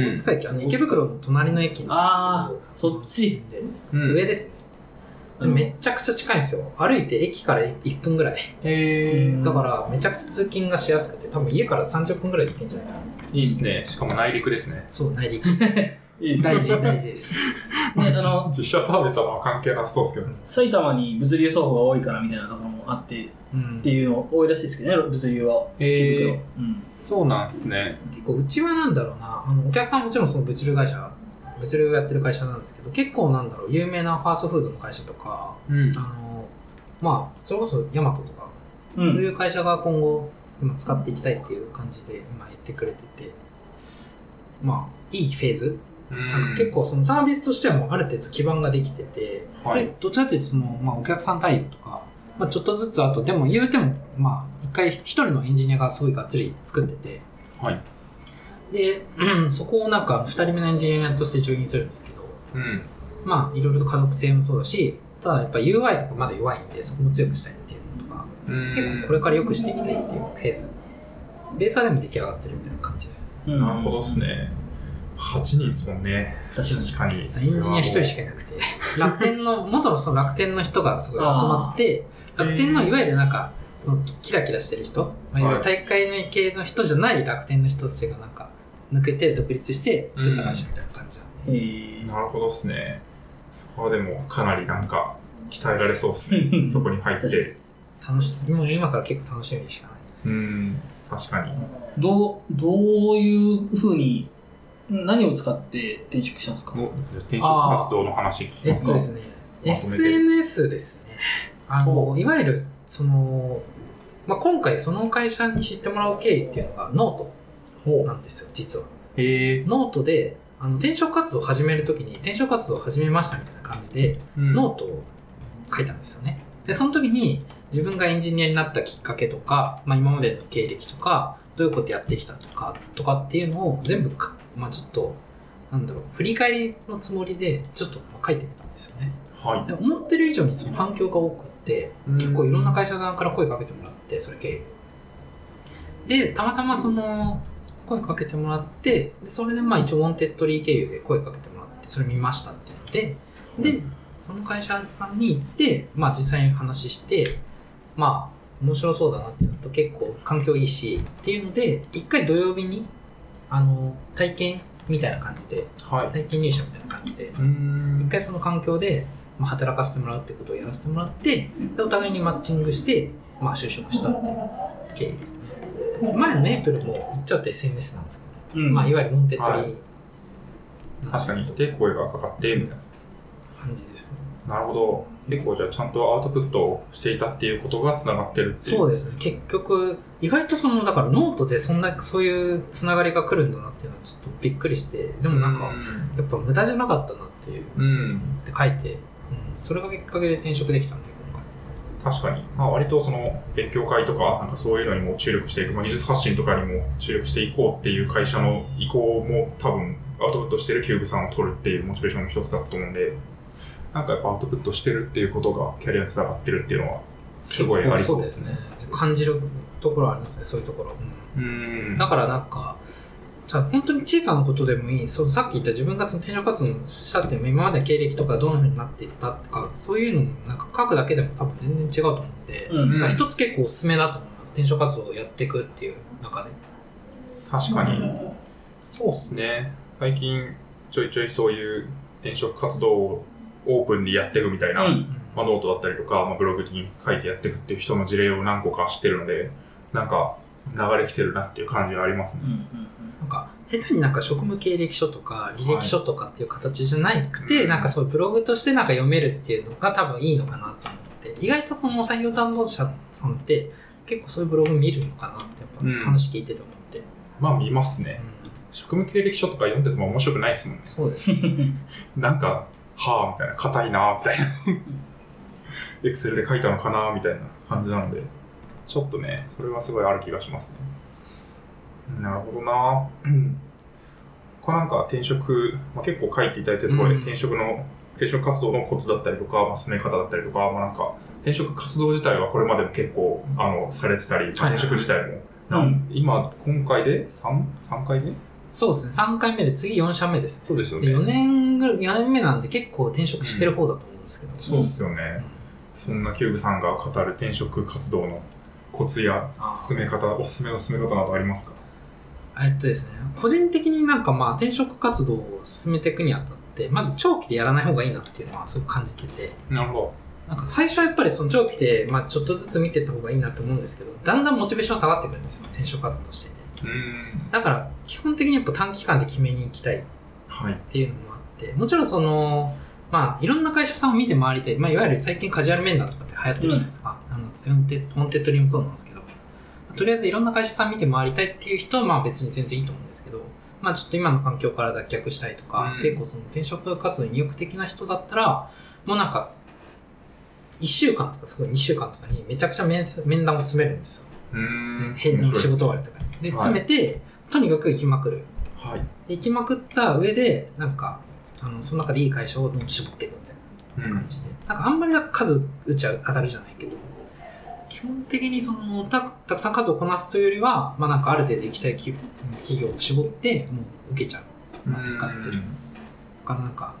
ん大塚駅、あの池袋の隣の駅なあんーですけど。そっち。でうん上ですね。うんめちゃくちゃ近いんですよ。歩いて駅から1分ぐらい。へうーんだから、めちゃくちゃ通勤がしやすくて、多分家から30分ぐらいで行けんじゃないかな。いいですね。しかも内陸ですね。そう、内陸。いい *laughs* で大事、大事 *laughs* です。ね、あの、実写サービスはまあ関係なさそうですけど。埼玉に物流倉庫が多いからみたいなところもあってっうんていうの多いらしいですけどね、物流は。池袋。うん。そうなんですね。結構うちはなんだろうなあのお客さんもちろんその物流会社物流をやってる会社なんですけど結構なんだろう有名なファーストフードの会社とかうんあのまあそれこそヤマトとか、うんそういう会社が今後今使っていきたいっていう感じで今言ってくれててまあいいフェーズ、なんか結構そのサービスとしてはもうある程度基盤ができてて、はいでどちらかというとその、まあ、お客さん対応とか、まあ、ちょっとずつあとでも言うてもまあ一回一人のエンジニアがすごいがっつり作っててはい。で、うんそこをなんか2人目のエンジニアとしてジョインするんですけど、うん。まあいろいろと可読性もそうだし、ただやっぱ UI とかまだ弱いんで、そこも強くしたいっていうのとか、うん結構これから良くしていきたいっていうフェーズ。ベースはでも出来上がってるみたいな感じです。うんなるほどです。ね。8人ですもんね。確かに。確かに。エンエンジニア1人しかいなくて、楽天の、元のその楽天の人がすごい集まって、あー楽天のいわゆるなんか、そのキラキラしてる人、まあ、いわゆる大会の系の人じゃない楽天の人たちがなんか、抜けて独立して作った会社みたいな感じなんで。えー。なるほどですね。そこはでもかなりなんか鍛えられそうですねそこに入って。楽しすぎもう今から結構楽しみでしかない。うん。確かに。 *laughs* どう、どういうふうに、何を使って転職したんですかの転職活動の話聞きえまっすとかで。すね、て SNS ですね。あの、いわゆる、その、まあ、今回その会社に知ってもらう経緯っていうのがノートなんですよ、実は。へえ。ノートで、あの転職活動を始めるときに、転職活動を始めましたみたいな感じで、ノートを書いたんですよね。で、その時に自分がエンジニアになったきっかけとか、まあ、今までの経歴とか、どういうことやってきたとか、とかっていうのを全部か、まあ、ちょっと、なんだろう、振り返りのつもりで、ちょっと書いてみたんですよね。はで思ってる以上にその反響が多くって、い。結構いろんな会社さんから声かけてもらって、それ経由。で、たまたまその、声かけてもらって、でそれでまあ一応、ウォンテッドリー経由で声かけてもらって、それ見ましたって言って、で、その会社さんに行って、まあ実際に話して、まあ面白そうだなっていうのと結構環境いいしっていうので、一回土曜日に、あの、体験みたいな感じで、はい。体験入社みたいな感じで、うん一回その環境でまあ働かせてもらうってことをやらせてもらってでお互いにマッチングして、まあ、就職したっていう経緯ですね前のメイプルも言っちゃって SNS なんですけうど、んまあ、いわゆるモンテッドリーはなんですけ確かどに。で、声がかかって、みたい感じですねな。なるほど。結構じゃあちゃんとアウトプットをしていたっていうことがつながってるっていう。そううですね結局意外とそのだからノートでそんなそういうつながりが来るんだなっていうのはちょっとびっくりしてでもなんかやっぱ無駄じゃなかったなっていうっうん。て書いて、うん、それがきっかけで転職できたんで今回確かに、まあ、割とその勉強会とかなんかそういうのにも注力していく、まあ、技術発信とかにも注力していこうっていう会社の意向も多分アウトプットしてるキューブさんを取るっていうモチベーションの一つだと思うんでなんかやっぱアウトプットしてるっていうことがキャリアにつながってるっていうのはすごいありそうですね結構そうですね感じるところはありますねそういうところ、ううんんだからなんかただ本当に小さなことでもいいそのさっき言った自分がその転職活動をしたっていうのも今までの経歴とかどんなふうになっていったとかそういうのもなんか書くだけでも多分全然違うと思うんで、うんうんまあ一つ結構おすすめだと思います転職活動をやっていくっていう中で確かに、そうですね最近ちょいちょいそういう転職活動をオープンでやっていくみたいな、うん。まあ、ノートだったりとか、まあ、ブログに書いてやっていくっていう人の事例を何個か知ってるので、なんか流れ来てるなっていう感じがありますねう。んなんか下手になんか職務経歴書とか履歴書とかっていう形じゃなくて、はいなんかそういうブログとしてなんか読めるっていうのが多分いいのかなと思って意外とその採用担当者さんって結構そういうブログ見るのかなってうやっんぱ話聞いてて思って、うんまあ見ますね。職務経歴書とか読んでても面白くないですもんね。そうですねうんうん。なんか、はあみたいな、硬いなみたいな。 *laughs* エクセルで書いたのかなみたいな感じなので、ちょっとね、それはすごいある気がしますね。なるほどな。 *clears throat* うんこれなんか転職、まあ、結構書いていただいてるところうんで転職の、転職活動のコツだったりとか、まあ、進め方だったりとか、まあ、なんか転職活動自体はこれまでも結構あのされてたり、まあはい転職自体も、うんなん今、今回で 3, 三回目そうですね、3回目で次4社目ですね。そうですよで4年ぐらい、4年目なんで結構転職してる方だと思うんですけど。そうですよね、んそんなキューブさんが語る転職活動のコツやあー進め方、おすすめの進め方などありますかえっとですね、個人的になんかまあ転職活動を進めていくにあたって、まず長期でやらない方がいいなっていうのはすごく感じてて、なるほなんか最初はやっぱりその長期でまあちょっとずつ見ていった方がいいなと思うんですけど、だんだんモチベーション下がってくるんですよ、転職活動してて。ど。うーん。だから基本的にやっぱ短期間で決めに行きたいっはい。ていうのもあって、もちろんその、まあいろんな会社さんを見て回りたい、まあいわゆる最近カジュアル面談とかって流行ってるじゃないですか。あの、オンテオンテッドリーもそうなんですけど、とりあえずいろんな会社さん見て回りたいっていう人はまあ別に全然いいと思うんですけど、まあちょっと今の環境から脱却したいとか、うん結構その転職活動に意欲的な人だったら、もうなんか、1週間とかすごい2週間とかにめちゃくちゃ面接面談を詰めるんですよ。うーん。変面白いなです仕事終わりとかに。で、はい詰めて、とにかく行きまくる。はい。行きまくった上で、なんか、あのその中でいい会社をどんどん絞っていくみたいうな感ん。じで、なんかあんまりなんか数打っちゃう当たるじゃないけど、基本的にそのたたくさん数をこなすというよりは、まあなんかある程度行きたい企業企業を絞って、もう受けちゃう。うんがっつりだからなんか、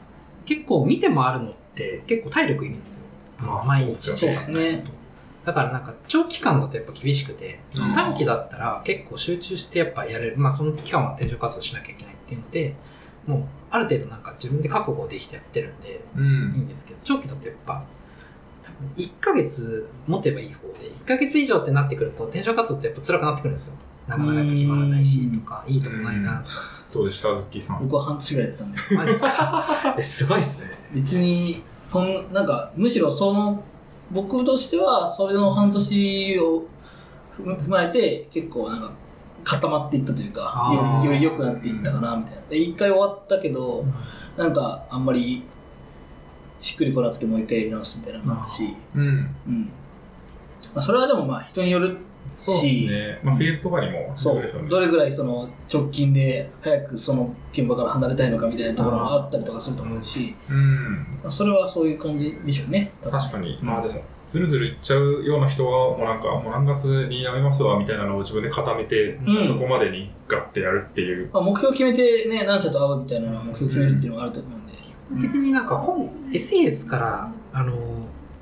結構見て回るのって結構体力いるんですよ。まあ毎日そうですよね。だからなんか長期間だとやっぱ厳しくて、うん短期だったら結構集中してやっぱやれる、まあ、その期間は転職活動しなきゃいけないっていうのでもうある程度なんか自分で覚悟できてやってるんでういいん。んですけど長期だとやっぱ多分1ヶ月持てばいい方で1ヶ月以上ってなってくると転職活動ってやっぱ辛くなってくるんですよなかなかやっぱ決まらないしとかいいとこないなと *laughs* かどうでした、ズッキーさん。僕は半年ぐらいやってたんです。マジっすかえすごいっすね別に、そん、なんか、むしろその、僕としては、それの半年を踏ま踏まえて、結構なんか、固まっていったというか、よあーりより良くなっていったかな、みたいな。で、一回終わったけど、なんか、あんまり、しっくりこなくてもう一回やり直すみたいなのもあったし、うん。うん。まあ、それはでもまあ、人によるそうですね。まあ、フェーズとかにも、そでしょう、どれぐらいその直近で早くその現場から離れたいのかみたいなところもあったりとかすると思うし、うん。まあそれはそういう感じでしょうね。多分確かに。まあでも、ずるずるいっちゃうような人は、もうなんか、もう何月に辞めますわ、みたいなのを自分で固めて、うんそこまでにガッてやるっていう。まあ、目標決めてね、何社と会うみたいな目標決めるっていうのがあると思うんで。基本的になんか本 SAS からあの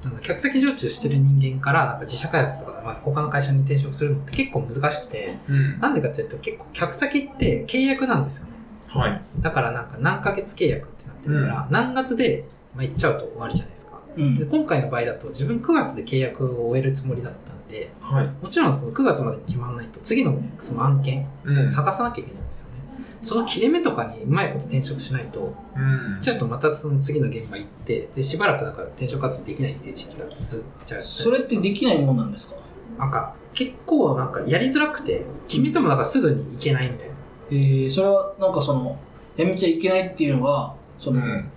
なんだ客先常駐してる人間からなんか自社開発とか、まあ、他の会社に転職するのって結構難しくてうん。なんでかっていうと結構客先って契約なんですよねはい。だからなんか何ヶ月契約ってなってるから、何月で、まあ、行っちゃうと終わりじゃないですかうでん。今回の場合だと自分9月で契約を終えるつもりだったんではい。もちろんその9月までに決まらないと次のその案件うん。探さなきゃいけないんですよねその切れ目とかにうまいこと転職しないとうん。ちょっとまたその次の現場行ってでしばらくだから転職活動できないっていう時期が続いちゃうそれってできないもんなんですかなんか結構なんかやりづらくて決めてもなんかすぐに行けないみたいなえー、それはなんかその、やめちゃいけないっていうのは、そうの、ん。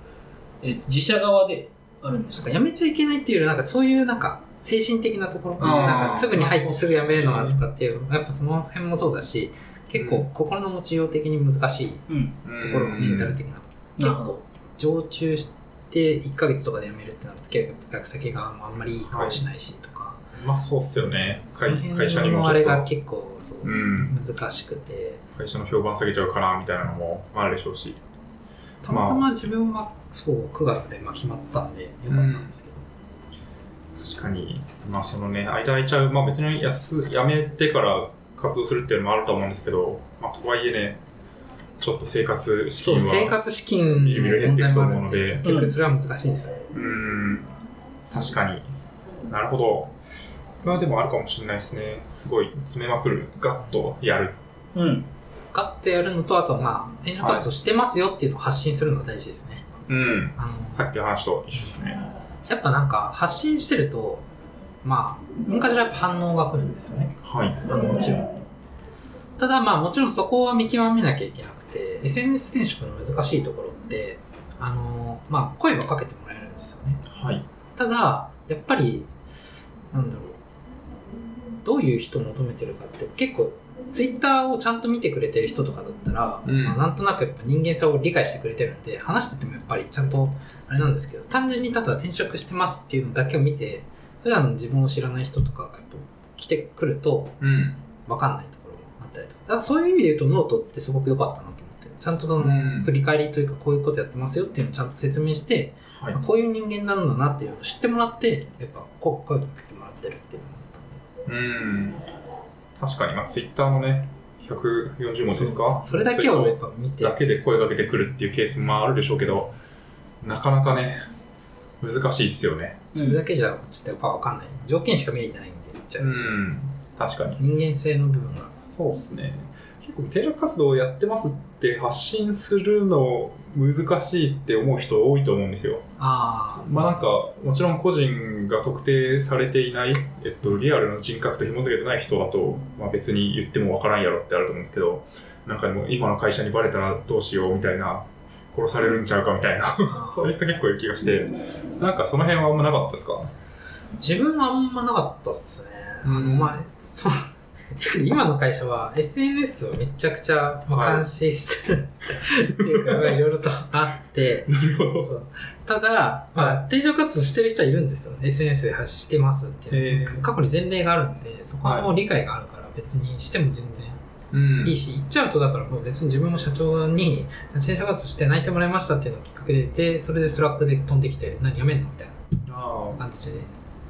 えー自社側であるんですなんかかやめちゃいけないっていうよりなんかそういうなんか精神的なところあーなんかすぐに入っまあてそすうぐやめるのはとかっていうやっぱその辺もそうだし結構心の持ちよう的に難しいとうん。ところがメンタル的なな結るほど構。常駐して1ヶ月とかでやめるってなると結構客先があんまりいい顔しないしとか、まあそうっすよね。そ会の辺会社にものちあょっれがと、結構そう、うん、難しくて会社の評判下げちゃうかなみたいなのもあるでしょうし。たまたま自分はそう9月でまあ決まったんでよかったんですけど、確かに、まあそのね、間空いちゃう、まあ別に休辞めてから活動するっていうのもあると思うんですけど、まあとはいえね、ちょっと生活資そ金う生は、活資金みるみる減っていくと思うので結局それは難しいんですよね、うん、確かになるほど。これはでもあるかもしれないですね。すごい詰めまくる、ガッとやる。うん。ガッとやるのとあとまあ転職活動してますよっていうのを発信するのが大事ですね、うん、あのさっきの話と一緒ですね。やっぱなんか発信してるとまあ何かしらやっぱ反応が来るんですよねはい。あのもちろんただまあもちろんそこは見極めなきゃいけなくて SNS 転職の難しいところってあのまあ声はかけてもらえるんですよねはい。ただやっぱりなんだろうどういう人を求めてるかって結構ツイッターをちゃんと見てくれてる人とかだったら、うんまあなんとなくやっぱ人間性を理解してくれてるんで、話しててもやっぱりちゃんとあれなんですけど、単純にただ転職してますっていうのだけを見て、普段の自分を知らない人とかがやっぱ来てくると、うん。わかんないところもあったりとか。だからそういう意味で言うとノートってすごく良かったなと思って、ちゃんとその、振り返りというかこういうことやってますよっていうのをちゃんと説明して、はいこういう人間なんだなっていうのを知ってもらってやっぱこう声かけてもらってるっていううん。確かに、まあ、ツイッターのね、140文字ですかそそれだけをやっぱ見てだけで声かけてくるっていうケースもまああるでしょうけど、なかなかね、難しいっすよね。それだけじゃちょっとやっぱ分かんない条件しか見えてないんで言っちゃう。うん確かに。人間性の部分がそうですね。結構転職活動をやってますって発信するの難しいって思う人多いと思うんですよ。あまあなんか、もちろん個人が特定されていない、えっと、リアルの人格と紐付けてない人だと、まあ別に言ってもわからんやろってあると思うんですけど、なんかでも今の会社にバレたらどうしようみたいな、殺されるんちゃうかみたいな、 *laughs* あそういう人結構いる気がして、なんかその辺はあんまなかったですか *laughs* 自分はあんまなかったっすねあの *laughs* うんまあそう今の会社は SNS をめちゃくちゃまあはい監視してる、っていうかまあいろいろとあってなるほそう。ただ、まあ、定常活動してる人はいるんですよ、ね、SNS で発信してますっていう、えー過去に前例があるんでそこはもう理解があるから別にしても全うん然いいし、言っちゃうとだからもう別に自分も社長に定常活動して泣いてもらいましたっていうのをきっかけで言ってそれでスラックで飛んできて何やめんのみたいあな感じで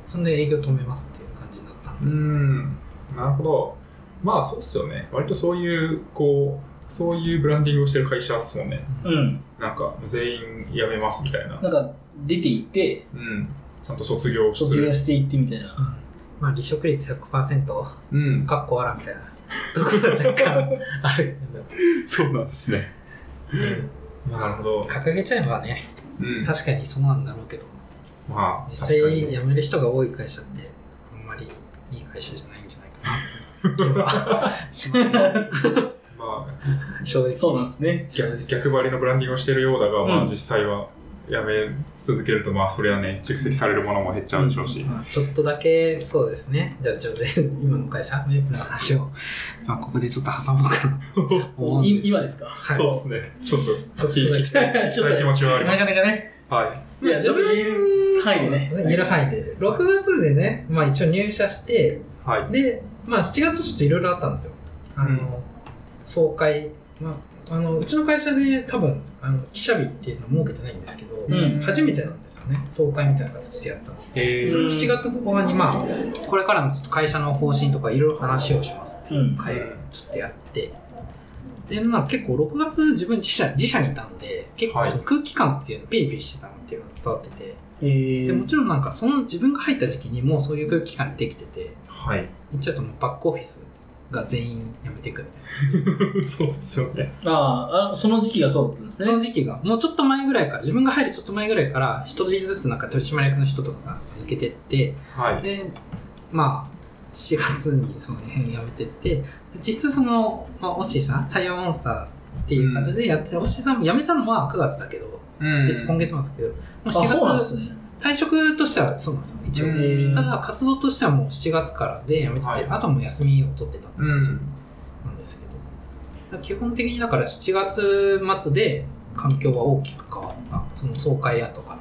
そんで営業止めますっていう感じになったんーうで、ん、なるほど。まあそうっすよね。割とそういう、こう、そういうブランディングをしてる会社っすもんね。う。ん。なんか全員辞めますみたいな。なんか、出て行って、うん。ちゃんと卒業する。卒業していってみたいな。まあ、離職率100%うん、かっこわらみたいなところが若干あるけどそうなんですね。なるほど。掲げちゃえばねうん、確かにそうなんだろうけどまあ、実際確か辞にね。める人が多い会社ってあんまりいい会社じゃないんじゃないかなって気はしますまあ、正直そうなんですね。正逆直逆張りのブランディングをしてるようだが、まうあん実際は辞め続けると、まあそれはね、蓄積されるものも減っちゃうでしょうし。まあちょっとだけそうですねじゃあちょっと今の会社メイプルの話を、まあ、ここでちょっと挟もうか *laughs* なと思うんいです今ですかはいそうですね。ちょっちょっとと、聞だけき聞きたい聞きたい気持ちはありまなすか。なかね。はいや、でも言える範そ囲でうですね。ねいる範囲で6月でね、まあ、一応入社してい。はい。で、まあ、7月ちょっといろいろあったんですよ。あの、うん総会、まあ、あのうちの会社で多分あの記者日っていうのを設けてないんですけど、うん初めてなんですよね総会みたいな形でやったのえうんその7月後半に、まあ、これからのちょっと会社の方針とかいろいろ話をしますっていう会をちょっとやって。でまあ、結構6月自分自社自社にいたんで結構その空気感っていうのピリピリしてたのっていうのが伝わってて、えーでもちろんなんかその自分が入った時期にもうそういう空気感できてて、はい。言っちゃうともうバックオフィスが全員辞めていくみたいなそうですよね。あーあ、その時期がそうだったんですそのね。時期がもうちょっと前ぐらいから自分が入るちょっと前ぐらいから一人ずつなんか取締役の人とかが抜けてってはい。でまあ4月にその辺辞めてって実質その、まあ、オッシーさん採用モンスターっていう形でやって、オッシーさんも辞めたのは9月だけど、うん別今月もだけど、もうあ、そうな4んで月すね。退職としてはそうなんですよ一応、うんただ活動としてはもう7月からで辞めてて、はいあとはもう休みを取ってたって感うじ、ん。なんですけどだから基本的にだから7月末で環境は大きく変わったその総会後か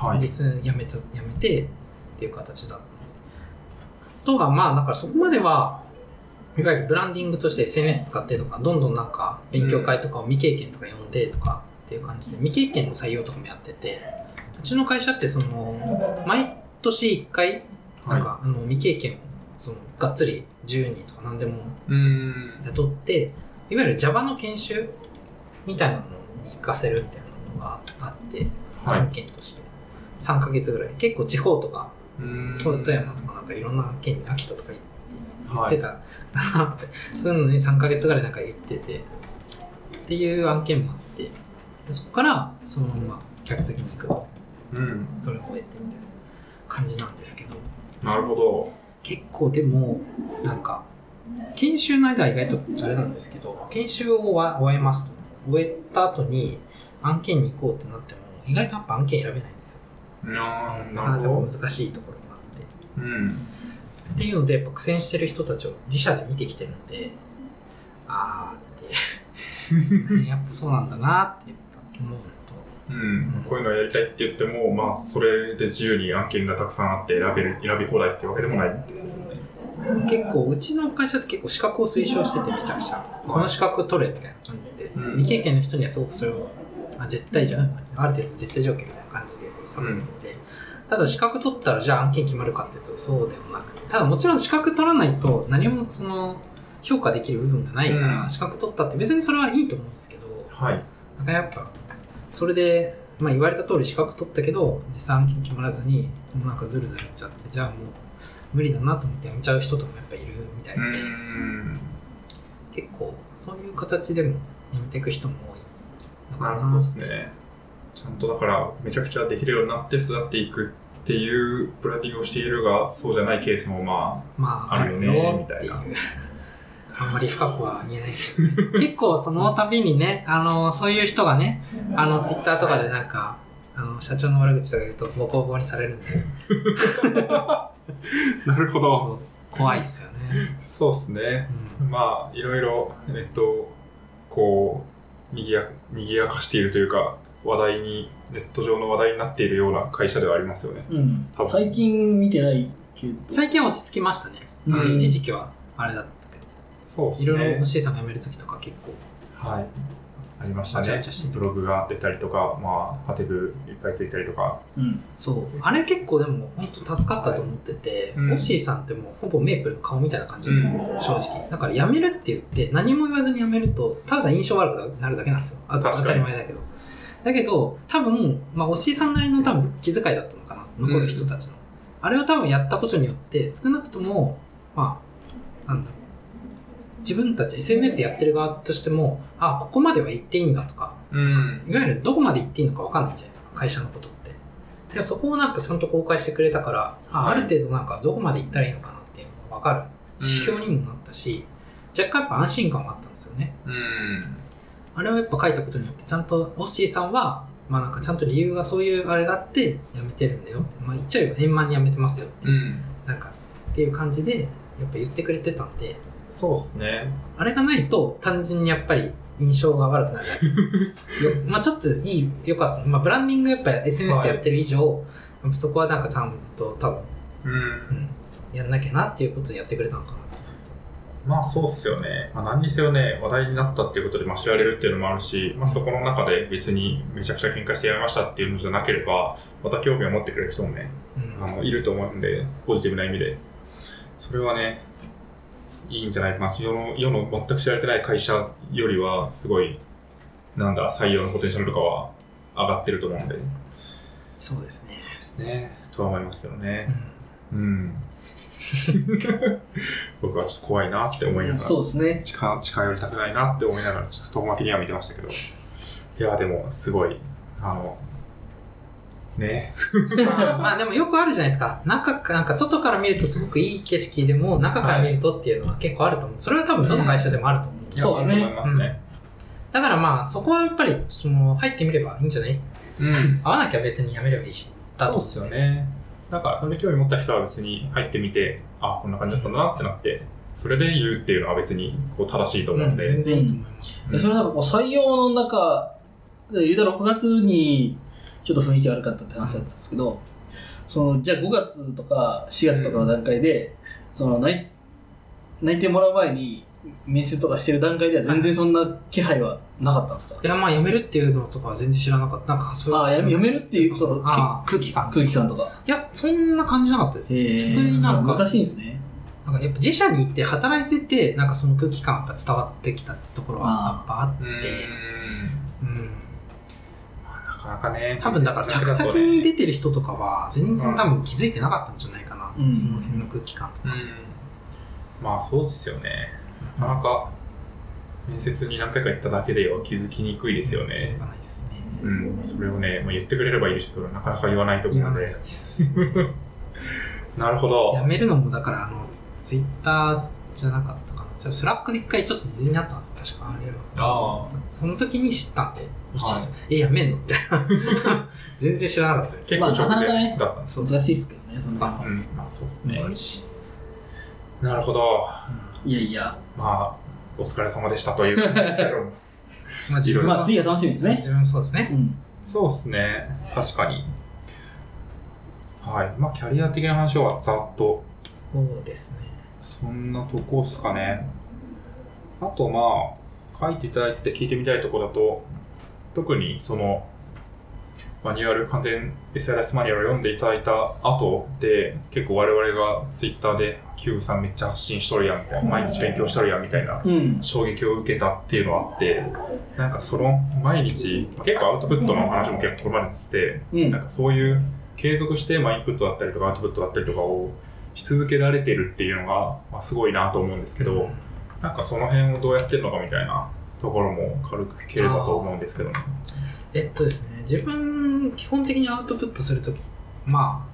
らはい。実際辞めた辞めてっていう形だったとがまあだからそこまではいわゆるブランディングとして SNS 使ってとかどんどんなんか勉強会とかを未経験とか呼んでとかっていう感じで未経験の採用とかもやっててうちの会社ってその毎年1回なんかあの未経験をそのがっつり10人とか何でもうん。雇っていわゆる Java の研修みたいなのに活かせるみたいなのがあってはい案件として、3ヶ月ぐらい結構地方とかうん富富山とかなんかいろんな県に秋田とか行っはてい。たなって、そういうのに3ヶ月ぐらいなんか行っててっていう案件もあってでそこからそのまま客先に行くうん。それを終えてみたいな感じなんですけどなるほど。結構でもなんか研修の間は意外とあれなんですけど研修をわ終えます終えた後に案件に行こうってなっても意外とやっぱ案件選べないんですよあーななかなるかほど。難しいところがあってうん。っていうのでやっぱ苦戦してる人たちを自社で見てきてるのであーってやっぱそうなんだなってやっぱ思うとうん、こういうのをやりたいって言っても、まあ、それで自由に案件がたくさんあって選べる選び放題ってわけでもないっていう結構うちの会社って結構資格を推奨しててめちゃくちゃこの資格取れみたいな感じで、うん未経験の人にはすごくそれを、あ、絶対じゃないある程度絶対条件みたいな感じでされてて、ただ資格取ったらじゃあ案件決まるかっていうとそうでもなくてただもちろん資格取らないと何もその評価できる部分がないから、うん資格取ったって別にそれはいいと思うんですけど、はい。なんかやっぱ、それで、まあ言われた通り資格取ったけど、実際案件決まらずに、もうなんかズルズルいっちゃって、じゃあもう無理だなと思ってやめちゃう人とかもやっぱいるみたいうで、ん。結構そういう形でもやめていく人も多いのなかるな。ほどですね。ちゃんとだから、めちゃくちゃできるようになって育っていくっていうブランディングをしているが、そうじゃないケースもままあ、あるよねあるよってうみたいあんまり深くは言えないです *laughs* けど、結構その度にね、あの、そういう人がね、あの、ツイッターとかでなんか、あの、社長の悪口とか言うと、ボコボコにされるんで、あ。 *laughs* なるほど。そう怖いですよね。そうですね。まあ、いろいろ、えっと、こう、にぎや、にぎやかしているというか、話題に、ネット上の話題になっているような会社ではありますよね。うん多分最近見てないけどうん、最近は落ち着きましたね。うんあの一時期はあれだったけど、そうですいろいろね。星井さんが辞める時とか結構、はい。ありましたわちゃわねちゃして。ブログが出たりとか、まあ、ハテブいっぱいついたりとか。うんそう、あれ結構でも本当助かったと思ってて、うん星井さんってもうほぼメープルの顔みたいな感じだったんですよ、正直。だから辞めるって言って、何も言わずに辞めると、ただ印象悪くなるだけなんですよ。あと確当かにたり前だけど。だけど、多分、まあ、星井さんなりの多分気遣いだったのかな、残る人たちの。あれを多分やったことによって、少なくとも、まあ、なんだろう。自分たち SNS やってる側としても、あ、ここまでは行っていいんだとか、うん。いわゆるどこまで行っていいのか分かんないじゃないですか、会社のことって。でもそこをなんかちゃんと公開してくれたから、あはいある程度なんかどこまで行ったらいいのかなっていうのが分かる指標にもなったし、若干やっぱ安心感があったんですよね。うん。あれをやっぱ書いたことによって、ちゃんと、オッシーさんは、まあなんかちゃんと理由がそういうあれがあって辞めてるんだよって、まあ言っちゃえば円満に辞めてますよ、うん。なんかっていう感じで、やっぱ言ってくれてたんで、そうですね。あれがないと単純にやっぱり印象が悪くなる。 *laughs* よまあちょっといい、よかった。まあブランディングやっぱ SNS でやってる以上、やっぱそこはなんかちゃんと多分、うんう。ん、やんなきゃなっていうことでやってくれたのかなまあそうっすよね。まあ、何にせよね、話題になったっていうことで、まあ、知られるっていうのもあるし、まあ、そこの中で別にめちゃくちゃ喧嘩してやめましたっていうのじゃなければ、また興味を持ってくれる人もね、うんあのいると思うんで、ポジティブな意味で。それはね、いいんじゃないかな。世の世の全く知られてない会社よりは、すごい、なんだ、採用のポテンシャルとかは上がってると思うんで。でそうですね。すね。とは思いますけどうね。んうん。 *laughs* 僕はちょっと怖いなって思いながら。そうですね近近寄りたくないなって思いながらちょっと遠巻きには見てましたけどいやでもすごいあのねまあまあでもよくあるじゃないですか。中か、なんか外から見るとすごくいい景色でも、中から見るとっていうのは結構あると思う。それは多分どの会社でもあると思う。いやそうですねあると思いますねだからまあそこはやっぱり、その、入ってみればいいんじゃないうん、合わなきゃ別にやめればいいし。だそうとっすよねだからそれで興味持った人は別に入ってみてあこんな感じだったんだなってなってそれで言うっていうのは別にこう正しいと思うんで、全然いいと思います。でそれなんかこう採用の中で言うたら6月にちょっと雰囲気悪かったって話だったんですけどそのじゃあ5月とか4月とかの段階で、その内内定もらう前に面接とかしてる段階では全然そんな気配はなかったんですか、いや、まあ、やめるっていうのとかは全然知らなかった。なんか、そういう。ああやめやめるっていうそのあーけ空気感。空気感とか、いや、そんな感じなかったですね。普普通になんか難しいんですねなんか、やっぱ自社に行って働いてて、なんかその空気感が伝わってきたってところは、やっぱあっうーんて、うん。なかなかね多分だから、客先に出てる人とかは、全然多分気づいてなかったんじゃないかな。うんその辺の空気感とか。うんまあそうですよねなかなか面接に何回か行っただけでは気づきにくいですよ気づね。かないですね。うん、それをね、まあ、言ってくれればいいですけど、なかなか言わないと思う言わのないで。です。 *laughs* なるほどや。めるのもだからあのツイッターじゃなかったかなちょスラックで一回ちょっと図になったんですよ確かあれあはその時に知ったんで、えやめんのって *laughs* 全然知らなかったです結構直前だったんです。難しいですけどねその辺はうん、まあそうですねあ。るしなるほど。いやいやまあ、お疲れ様でしたという感じですけども。まあ自分まあは、次が楽しみですね。自分もそうですね。うん。 *laughs* そうですね。確かに。はい。まあ、キャリア的な話はざっと、そうですね。そんなとこですかね。あと、まあ、書いていただいてて聞いてみたいとこだと、特にその、マニュアル、完全 SRS マニュアルを読んでいただいた後で、結構我々が Twitter で、キューブさんめっちゃ発信しとるやんみたいな、毎日勉強しとるやんみたいなうん。衝撃を受けたっていうのはあってなんかその毎日結構アウトプットの話も結構これまでしてて、うんなんかそういう継続して、まあ、インプットだったりとかアウトプットだったりとかをし続けられてるっていうのが、まあ、すごいなと思うんですけどなんかその辺をどうやってるのかみたいなところも軽く聞ければと思うんですけどね。えっとですね、自分、基本的にアウトプットするとき、ま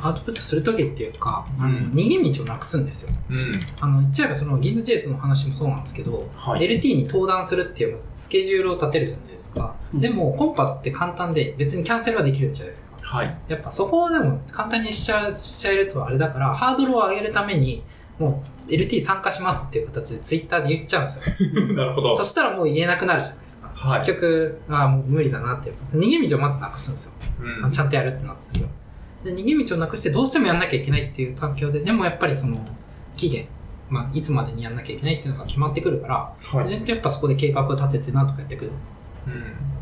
あ、アウトプットするときっていうか、あのうん逃げ道をなくすんですよ。うんあの、言っちゃえばその、ギンズ JS の話もそうなんですけど、はい、 LT に登壇するっていうまずスケジュールを立てるじゃないですか。うんでも、コンパスって簡単で、別にキャンセルはできるじゃないですか。はい、やっぱそこをでも簡単にしちゃうしちゃえるとあれだから、ハードルを上げるために、もう LT 参加しますっていう形でツイッターで言っちゃうんですよ。なるほどそ。したらもう言えなくなるじゃないですか。はい結局、ああ、もう無理だなって。逃げ道をまずなくすんですよ。うんあちゃんとやるってなった時は。で、逃げ道をなくしてどうしてもやんなきゃいけないっていう環境で、でもやっぱりその、期限、まあ、いつまでにやんなきゃいけないっていうのが決まってくるから、は自い然とやっぱそこで計画を立ててなんとかやっていくうん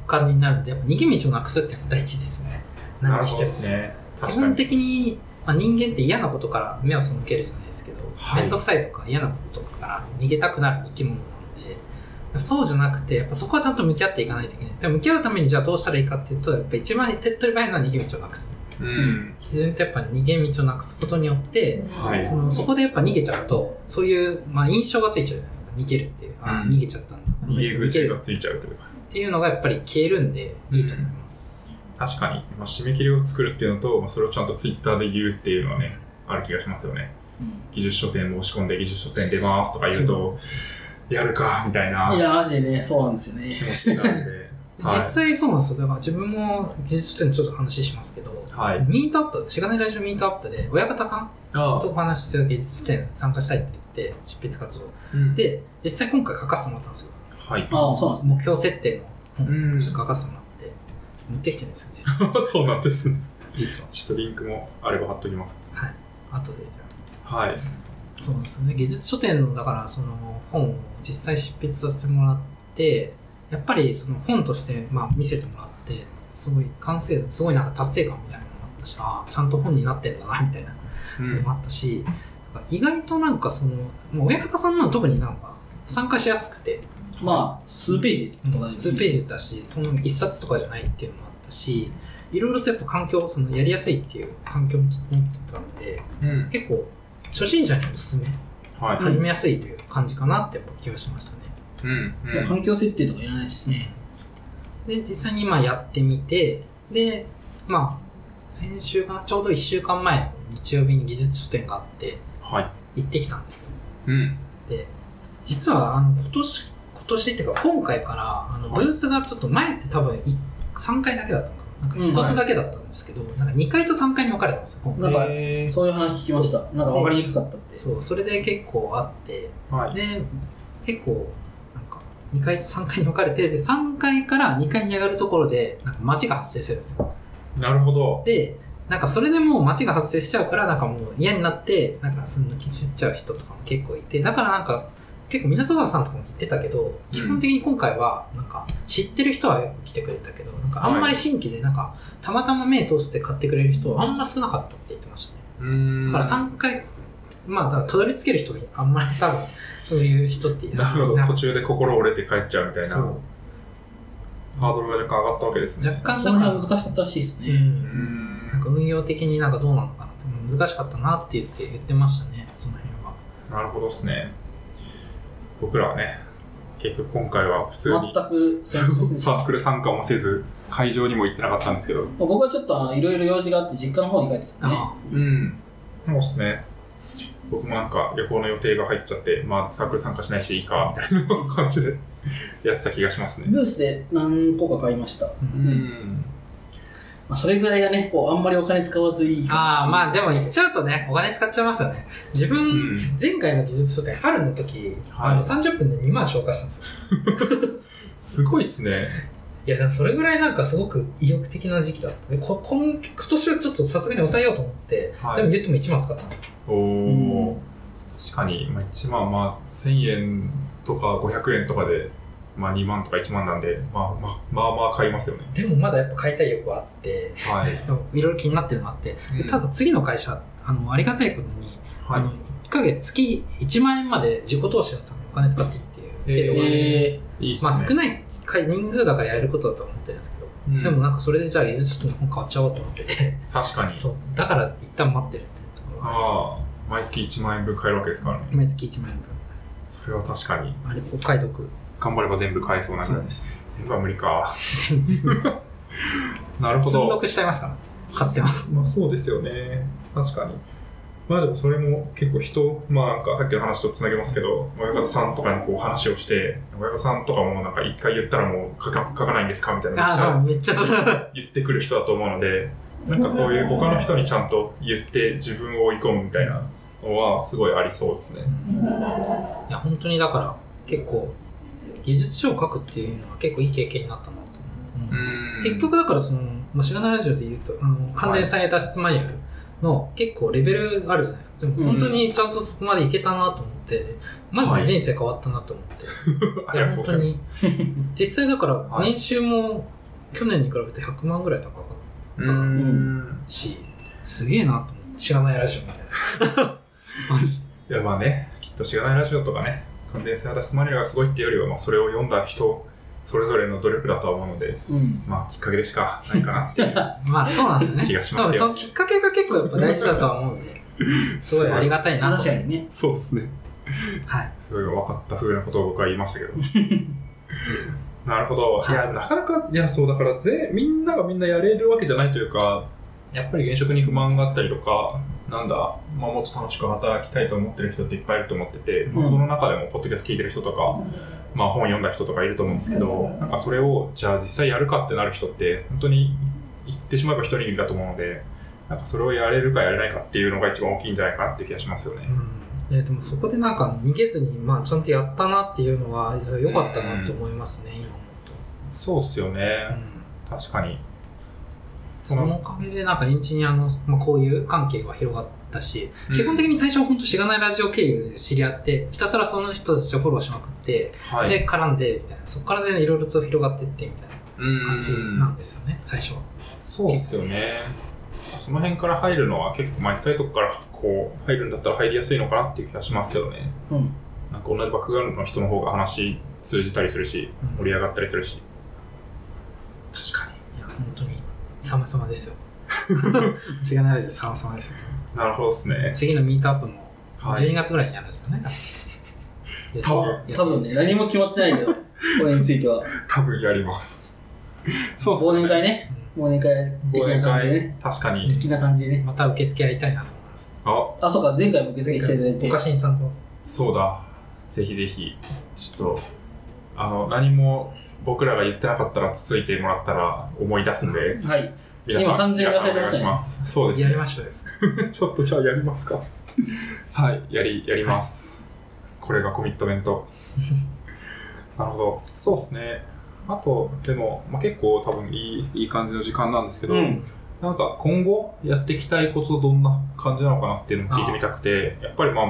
感じになるんで、やっぱ逃げ道をなくすっていうのが大事ですね。な何るにしてほどでもす。ね。基確か本に。的に、まあ、人間って嫌なことから目を背けるじゃないですけど、はい面倒くさいとか嫌なこととかから逃げたくなる生き物なのでそうじゃなくてやっぱそこはちゃんと向き合っていかないといけないで向き合うためにじゃあどうしたらいいかっていうとやっぱ一番手っ取り早いのは逃げ道をなくすうん自然とやっぱ逃げ道をなくすことによってはいそのそこでやっぱ逃げちゃうとそういう、まあ、印象がついちゃうじゃないですか逃げるっていう、あうん逃げちゃったんだ逃げ癖がるついちゃうというか。っていうのがやっぱり消えるんでいいと思います、確かに、まあ、締め切りを作るっていうのと、まあ、それをちゃんとツイッターで言うっていうのはねある気がしますよね技術書店申し込んで技術書店出ますとか言うとやるかみたいいなや、マジでね、そうなんですよね気。持ちになるんで実際そうなんですよだから自分も技術点ちょっと話しますけど、はい、はい、ミートアップ、しがないラジオミートアップで、親方さんあとお話ししてた芸術展参加したいって言って、執筆活動。うんで、実際今回書かせてもらったんですよ。はいああ、そうなんですね。目標設定の本、うんちょっと書かせてもらって、持ってきてるんですよ、実際。 *laughs* *laughs* そうなんですねちょっとリンクもあれば貼っときますはい。後でじゃあ。はいそうなんですよね。芸術書店の、だからその本を実際執筆させてもらって、やっぱりその本として、まあ見せてもらって、すごい完成度、すごいなんか達成感みたいなのもあったし、ああ、ちゃんと本になってんだな、みたいな。うのもあったし、なんか意外となんかその、もう親方さんのは特になんか参加しやすくて、まあ、数ページとか数ページだし、その一冊とかじゃないっていうのもあったし、いろいろとやっぱ環境、そのやりやすいっていう環境も整ってたんで、ん結構初心者におすすめ、はい、ん始めやすいという感じかなってやっぱ気がしましたね。うんうもうん環境設定とかいらないしね。で、実際にまあやってみて、で、まあ、先週かな、ちょうど1週間前の日曜日に技術書店があって、はい行ってきたんですようんで実はあの今年今年っていうか今回からあのブはいースがちょっと前って多分い3回だけだったのかなうなんんか1つだけだったんですけど、なんか2回と3回に分かれたんですよ今な回んかへーそういう話聞きました。なんか分かりにくかったって。そうそれで結構あってはいで結構なんか2回と3回に分かれてで3階から2階に上がるところでなんか街が発生するんですよなるほどでなんかそれでもう街が発生しちゃうからなんかもう嫌になってなんかその抜き散っちゃう人とかも結構いてだからなんか結構港川さんとかも言ってたけど基本的に今回はなんか知ってる人はよく来てくれたけどなんかあんまり新規でなんかたまたま目通して買ってくれる人はあんま少なかったって言ってましたねうーだんから3回まあだからたどり着ける人があんまり多分そういう人っていなるほどなんか途中で心折れて帰っちゃうみたいなそうハードルが若干上がったわけですね若干そだのから辺難しかったらしいですうね。うんんなんか運用的になんかどうなのかなって難しかったなって言って言ってましたねその辺は。なるほどですね。僕らはね、結局今回は普通に全く、 *laughs* サークル参加もせず、会場にも行ってなかったんですけど。まあ僕はちょっとあのいろいろ用事があって実家の方に帰ってたね。あうん。そうですね。僕もなんか旅行の予定が入っちゃって、まあサークル参加しないしいいか、みたいな感じで *laughs* やってた気がしますね。ブースで何個か買いました。ううんん。まあ、それぐらいがね、こう、あんまりお金使わずいいかな。ああ、まあでも言っちゃうとね、お金使っちゃいますよね。自分、うん前回の技術書店、春の時、はいあの30分で2万消化したんですよ。すごいっすね。いや、でもそれぐらいなんかすごく意欲的な時期だった。でこ今今年はちょっとさすがに抑えようと思って、はいでも言っても1万使ったんですよ。おうお、確かに、まあ、1万、まあ、1000円とか500円とかで、まあ、2万とか1万なんで、まあ、まあ、まあまあ買いますよね。でもまだやっぱ買いたい欲はあって、はい。でもいろいろ気になってるのがあって、でただ次の会社、あの、ありがたいことに、はあのい。 1ヶ月月1万円まで自己投資のためにお金使っていいっていう制度があるんですよ。えいいっすね。まあ少ない人数だからやれることだと思ってるんですけど、うんでもなんかそれでじゃあ伊豆式の本買っちゃおうと思ってて、確かに。そう、だから一旦待ってるっていうところがありますああ、毎月1万円分買えるわけですからね。毎月1万円分。それは確かに。あれ、お買い得。頑張れば全部買えそうなそ全う *laughs* です。部は無理か。なるほ積ど。読しちゃいますから、買っても。まあそうですよね。確かに。まあでもそれも結構人、まあなんかさっきの話とつなげますけど、親方さんとかにこう話をして、親方さんとかもなんか一回言ったらもう書か書かないんですかみたいなあめあ、っちそう、ゃめっちゃそう。言ってくる人だと思うので、なんかそういう他の人にちゃんと言って自分を追い込むみたいなのはすごいありそうですね。いや、本当にだから、結構、技術書を書くっていうのは結構いい経験になったなと思いますうん結局だからその、まあ、しがないラジオで言うと、あの、完全再現脱出マニュアルの結構レベルあるじゃないですか。でも本当にちゃんとそこまでいけたなと思って、マジで人生変わったなと思って。あいりやがと本当うございます。に実際だから *laughs* はい年収も去年に比べて100万ぐらい高かったうーん。しすげえなと思って知らないラジオみたいいやまあね、きっとしがないラジオとかね、完全性を出すマニュアルがすごいっていうよりは、まあそれを読んだ人、それぞれの努力だとは思うので、ーうん。まあきっかけでしかないかなっていう。なまあそうなんです *laughs* よね気がしますよ *laughs* 多分そのきっかけが結構やっぱ大事だとは思うんですごいありがたいなと確かにね。そうですね。はい。すごい分かった風なことを僕は言いましたけど。なるほど。いや、なかなか、いや、そう、だからぜ、みんながみんなやれるわけじゃないというか、やっぱり現職に不満があったりとか、なんだ、まあ、もっと楽しく働きたいと思ってる人っていっぱいいると思ってて、まあ、うんその中でも、ポッドキャスト聞いてる人とか、まあ、本読んだ人とかいると思うんですけど、なんかそれを、じゃあ実際やるかってなる人って、本当に言ってしまえば一握りだと思うので、なんかそれをやれるかやれないかっていうのが一番大きいんじゃないかなって気がしますよね。うんいやでもそこでなんか逃げずにまあちゃんとやったなっていうのは良かったなと思いますね今も、そうっすよね。うん確かに。そのおかげでなんかエンジニアの、まあ、こういう関係が広がったし、うん基本的に最初は本当しがないラジオ経由で知り合ってひたすらその人たちをフォローしまくって、はで絡んでみたいなそこからねいろいろと広がってってみたいな感感じなんですよね、最初はそうっすよね。その辺から入るのは結構、まあ、小さいとこからこう入るんだったら入りやすいのかなっていう気がしますけどね。うん。なんか同じバックグラウンドの人の方が話通じたりするし、うん盛り上がったりするし。確かいや本当に様々です *laughs* よしがないラジオ様々ですよに。なるほどっすね。次のミートアップもはい。 12月ぐらいにやるんですよ *laughs* ね、いや多分いや多分ね、何も決まってないけど、これについては。多分やります。そうっす忘年ね。会ね。忘年会的忘な年感じで会ね。。確かに。的な感じでね。また受付やりたいなと思いますあ、あ、そうか、前回も受付していただいおて。かしんさんとそうだ。ぜひぜひ、ちょっと、あの、何も僕らが言ってなかったらつついてもらったら思い出すんで、はい。皆さん、今完全に皆さん忘れてましたねお願いします。そうですやりね。ましょうよ *laughs* ちょっとじゃあやりますか。 *laughs* はい、やり、やります。これがコミットメント。 *laughs* なるほど。そうですね。あと、でも、まあ、結構多分いい、いい感じの時間なんですけど、うん。なんか今後やっていきたいことどんな感じなのかなっていうのを聞いてみたくて、やっぱりまあ、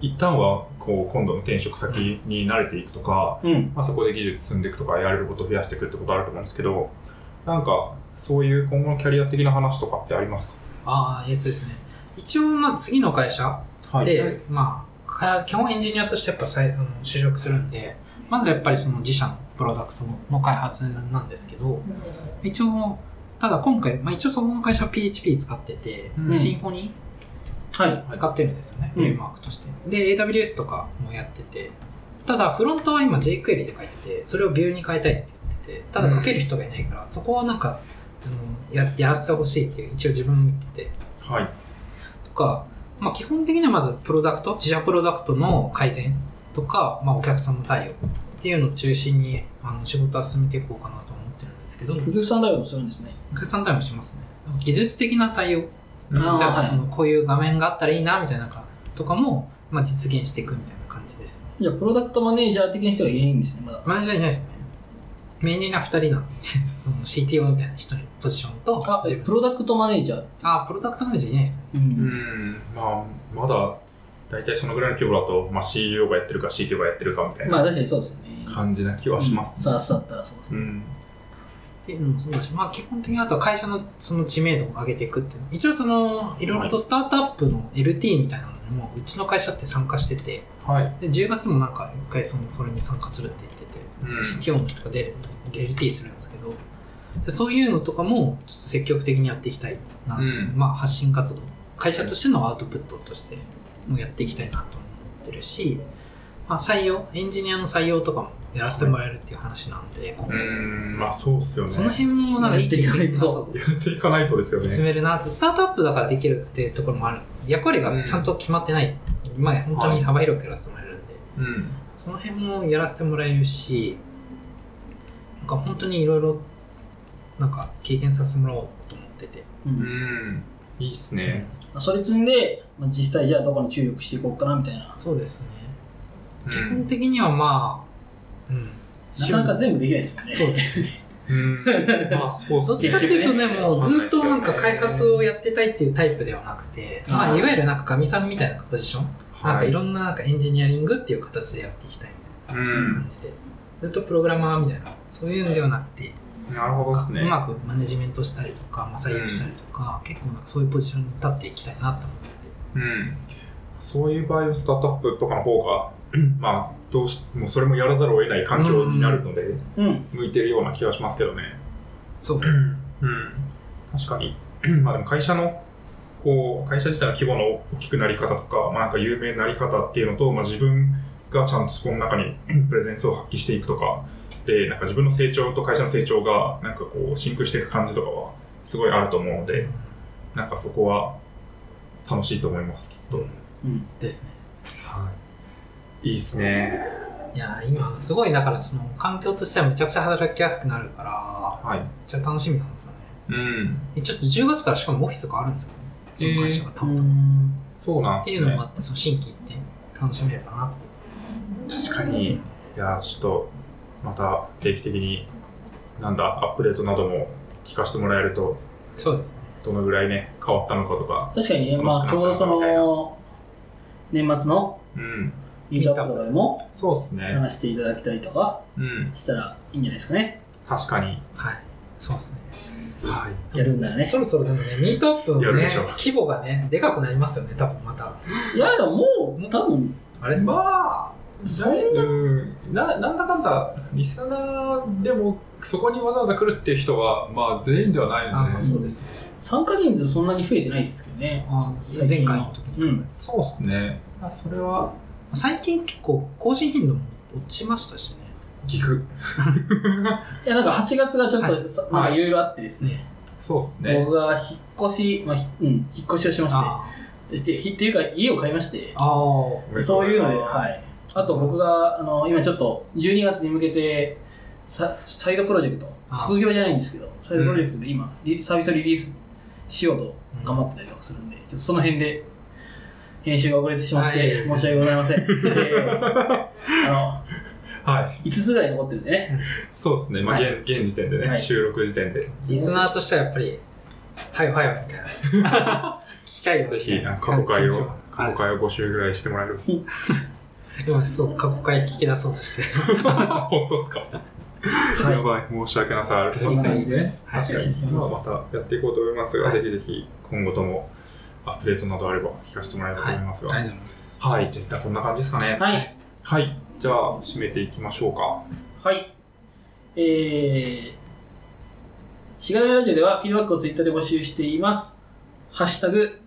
一旦はこう今度の転職先に慣れていくとか、うん。まあ、そこで技術進んでいくとか、やれることを増やしていくってことあると思うんですけど、なんかそういう今後のキャリア的な話とかってありますああやつですね一応まあ次の会社かで、まあか、基本エンジニアとしてやっぱ再あの就職するんで、まずやっぱりその自社のプロダクトの開発なんですけど、一応、ただ今回、まあ、一応そこの会社は PHP 使ってて、うんシンフォニはい。ー使ってるんですよね、うんフレームワークとして。で、AWS とかもやってて、ただフロントは今 JQuery で書いてて、それを Vue に変えたいって言ってて、ただ書ける人がいないから、そこはなんか、あのややらせてほしいっていう、一応自分も言ってて、はい。とか、まあ、基本的にはまずプロダクト自社プロダクトの改善とか、まあ、お客さんの対応っていうのを中心にあの仕事は進めていこうかなと思ってるんですですけど、お客さん対応もするんですね。お客さん対応もしますね。技術的な対応。うんあーじゃはあ、いその、こういう画面があったらいいな、みたいなのがとかも、まあ、実現していくみたいな感じですね。じゃあ、プロダクトマネージャー的な人がいないんですね、まだ。マネージャーいないですね。メインな2人なんで、その CTO みたいな人のポジションと、あ、え自分プロダクトマネージャー。あ、プロダクトマネージャーいないですね。う。うんん、まあ、まだ、大体そのぐらいの規模だと、まあ、CEO がやってるか CTO がやってるかみたいまあ、な確かにそうですね。感じな気はしますね。さあ、さあったらそうですうね。ん。っていうのもそうだし、まあ基本的にあとは会社のその知名度を上げていくっていうの一応その、いろいろとスタートアップの LT みたいなのにも、うちの会社って参加してて、はい。で、10月もなんか一回その、それに参加するって言ってて、うん。企業の人が出る LT するんですけどでそういうのとかもちょっと積極的にやっていきたいな、うんまあ、発信活動会社としてのアウトプットとしてもやっていきたいなと思ってるし、まあ、採用エンジニアの採用とかもやらせてもらえるっていう話なんで、今後うん、まあ、そうっすよね。その辺もなんかいやっていかないとそうやっていかないとですよね。進めるなってスタートアップだからできるっていうところもある役割がちゃんと決まってない、まあ本当に幅広くやらせてもらえるんで、うん。その辺もやらせてもらえるし、なんか本当にいろいろ、なんか経験させてもらおうと思ってて。う。うんん。いいっすね。まあそれ積んで、まあ、実際じゃあどこに注力していこうかなみたいな。そうですね。う基本ん。的にはまあ、うん。なかなか全部できないですもんね。そうですね。うん。まあ、そうっどっすちね。かっていうとね、結局ねもうずっとなんわかかんない開ですけどね発をやってたいっていうタイプではなくて、うんまあいわゆるなんかガミさんみたいなポジション、なんはかいい。ろんななんかエンジニアリングっていう形でやっていきたいみたいうなん感じで、ずっとプログラマーみたいな、そういうのではなくて、なるほどっすね。うまくマネジメントしたりとか、まあ、採用したりとか、結構なんかそういうポジションに立っていきたいなと思ってて。うん、そういう場合はスタートアップとかの *laughs* 方が、まあ、どうしもうそれもやらざるを得ない環境になるので、うん。向いてるような気がしますけどね。そうう。ん、確かに、 *clears throat* まあ、でも会社のこう会社自体の規模の大きくなり方とか,、まあ、なんか有名になり方っていうのと、まあ、自分がちゃんとそこの中にプレゼンスを発揮していくとかでなんか自分の成長と会社の成長がなんかこうシンクしていく感じとかはすごいあると思うのでなんかそこは楽しいと思いますきっと。うん。ですね。いいっすね。いや、今、すごい、だからその、環境としてはめちゃくちゃ働きやすくなるから、はい。めっちゃ楽しみなんですよね。うん。でちょっと10月からしかもオフィスがあるんですよね。その会社がたまたま。そうなんってでいすうのねもあ。って、その新規って楽しめればなって。確かに。いやー、ちょっと、また定期的に、なんだ、アップデートなども聞かせてもらえると、そうですね。どのぐらいね、変わったのかとか。確かにね、まあ、ちょうどその、年末のうん。ミートアップとかでもそうっすね。話していただきたいとかうん。したらいいんじゃないですかね。確かに。はい。そうですね。はい。やるんならねそ。ろそろでもね、ミートアップのやるねでしょう、規模がね、でかくなりますよね、多分また。いや、でももう、多分、あれですか、まあ、そんなうんな、なんだかんだ、リスナーでも、そこにわざわざ来るっていう人は、まあ、全員ではないあ、まのあで、そうですね。参加人数そんなに増えてないですけどね。あ最前近回の時に。うん。そうっすね。まあ、それは、最近結構更新頻度も落ちましたしね。聞く。いや、なんか8月がちょっはとさ、なんかいろいろあってですね、そうっすね。僕が引っ越し、まあ、ひうん、引っ越しをしましあて、でひっていうか家を買いまして、あー。おめでとそうござういうのまで、すはい。あと僕が、あの、今ちょっと12月に向けて、ササイドプロジェクトあ、副業じゃないんですけど、サイドプロジェクトで今、リサービスをリリースしようと頑張ってたりとかするんで、ちょっとその辺で編集が遅れてしまっはいて、申し訳ござい *laughs* ません。えーあはい、の、5つぐらい残ってるんでね、そうですね、まあはい現現時点でね、はい収録時点で、リスナーとしてはやっぱり、はいはいはいみたいな。聞きたいですぜねひあ過去回を、過過去回を5週ぐらいしてもらえる。今そう、過去回聞き出そうとして。 *laughs* 本当ですか、はいやばい、申し訳なさある。そんな感じね。はい確かに、まあ、またやっていこうと思いますが、はいぜひぜひ今後ともアップデートなどあれば聞かせてもらえればと思いますが、あはりがとい、うございます。じゃあ一旦こんな感じですかね。はい。はい、じゃあ締めていきましょうか。はい。えー、しがないラジオではフィードバックをツイッターで募集しています。ハッシュタグ、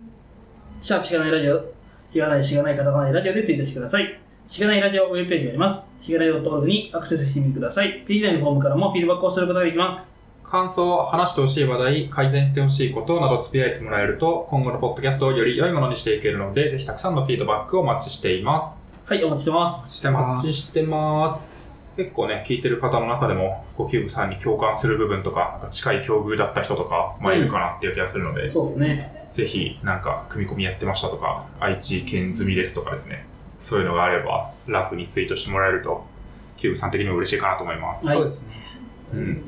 シャープしがないラジオ、ひらがないしがないカタカナでラジオでツイートしてください。しがないラジオウェブページがあります。しがない .org にアクセスしてみてください。ページ内のフォームからもフィードバックをすることができます。感想、話してほしい話題、改善してほしいことなどつぶやいてもらえると、今後のポッドキャストをより良いものにしていけるので、ぜひたくさんのフィードバックをお待ちしています。はい、お待ちしてます。してお待ちしてます。結構ね、聞いてる方の中でも、呼吸部さんに共感する部分とか、なんか近い境遇だった人とか、まあ、いるかなっていう気がするので、そうですね。ぜひ、なんか、組み込みやってましたとか、愛知県済みですとかですね、そういうのがあれば、ラフにツイートしてもらえると、キューブさん的にも嬉しいかなと思います。はいそうですね。うん。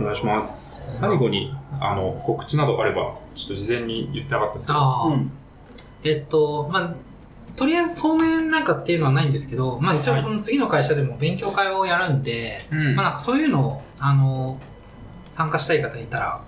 お願いします。最後に、あの、告知などあれば、ちょっと事前に言ってなかったですけど、ああ、うん。えっと、まあ、とりあえず当面なんかっていうのはないんですけど、まあ一応その次の会社でも勉強会をやるんで、うんまあなんかそういうのを、あの、参加したい方いたら、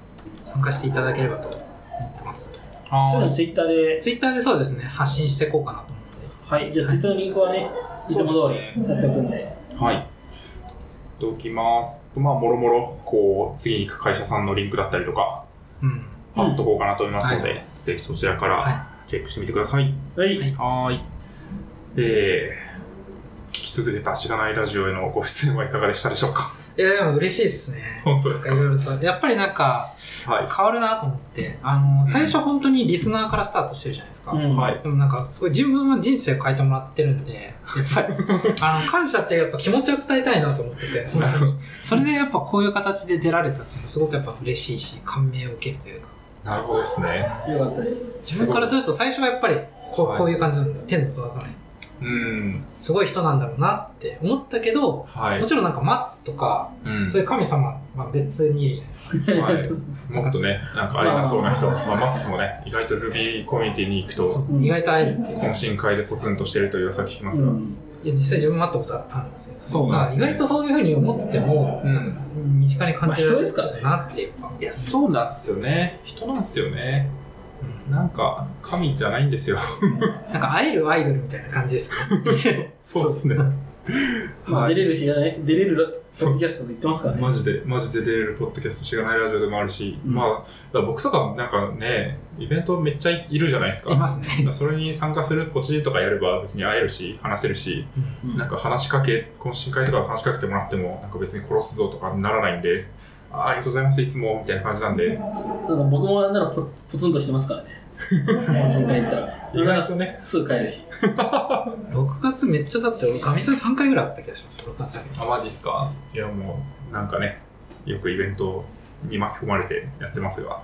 参加していただければと思ってます。あそういうーのツイッターで、ツイッターでそうですね、発信していこうかなと思って。はい。じゃあツイッターのリンクはね、いつも通りやっておくんで。はい。やっておきます。まあ、もろもろ、こう、次に行く会社さんのリンクだったりとか、うん。うん貼っとこうかなと思いますので、はいぜひそちらかはいらチェックしてみてください。はい。はいはーい。えー、聞き続けたしがないラジオへのご出演はいかがでしたでしょうかいや、でも嬉しいですね。本当でなんすかかいろいろと。やっぱりなんか、はい。変わるなと思って、あの、最初本当にリスナーからスタートしてるじゃないですか。うんはい。でもなんか、すごい自分は人生を変えてもらってるんで、やっぱ *laughs* り、あの、感謝ってやっぱ気持ちを伝えたいなと思ってて、なるほどそれでやっぱこういう形で出られたっていうのはすごくやっぱ嬉しいし、感銘を受けるというか、なるほどですね。よかったです。自分からすると最初はやっぱりこう,、はいこういう感じなんだよ、手の届かない。うん。すごい人なんだろうなって思ったけど、はいも。ちろんなんかマッツとか、うんそういう神様、まあ、別にいるじゃないですか。はい、 *laughs* もっとね、なんかありなそうな人、まあ、マックスもね、意外と Ruby コミュニティに行くと、そう意外と会えるっていう。懇親会でポツンとしてるという噂聞きます *laughs* うが、ん。いや実際自分も会ったことあるんですよ。そうなんですねだから意外とそういうふうに思ってても、うんなんか身近に感じられるまあ人ですからねなっていうか。いや、そうなんですよね。人なんですよね。うんなんか、神じゃないん *laughs* ですよ。なんか会えるアイドルみたいな感じですかそうですね。まあ、はい出れるし、出れるポッドキャストと言ってますからね。マジで、マジで出れるポッドキャスト、しがないラジオでもあるし、うんまあ、だから僕とかなんかね、イベントめっちゃいるじゃないですか。いますだかね。らそれに参加するポチとかやれば別に会えるし、話せるし、うんなんか話しかけ、懇親会とか話しかけてもらっても、なんか別に殺すぞとかならないんで、あありがとうございます、いつも、みたいな感じなんで、なんか僕もなんならポポツンとしてます *laughs* からね。懇親会行ったら。意外とね。すぐ帰るし。 6月めっちゃだって俺、かみさん3回ぐらいあった気がします。6月だけど。あ、マジっすかいや、もう、なんかね、よくイベントに巻き込まれてやってますが、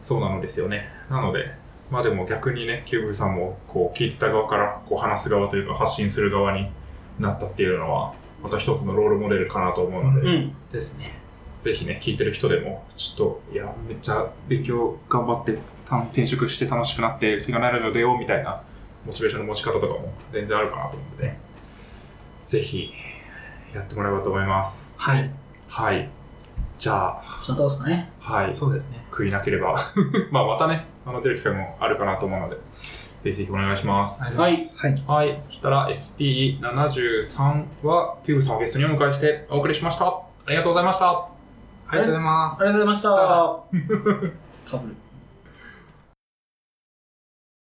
そうなのですよね。なので、まあでも逆にね、キューブさんも、こう、聞いてた側から、こう、話す側というか、発信する側になったっていうのは、また一つのロールモデルかなと思うので、うん。ですね。ぜひね、聞いてる人でも、ちょっと、いや、めっちゃ勉強頑張って、た転職して楽しくなって、セガナイラジオ出ようみたいな、モチベーションの持ち方とかも全然あるかなと思うんでね、ぜひ、やってもらえばと思います。はい。はい。じゃあ、ちゃんとですかね。はい。そうですね。悔いなければ、 *laughs* まあまたね、あの出る機会もあるかなと思うので、ぜひぜひお願いします。はい。はい。はい。そしたら SP73 は、キューブさんをゲストにお迎えしてお送りしました。ありがとうございました。ありがとうございます。ありがとうございました。かぶる。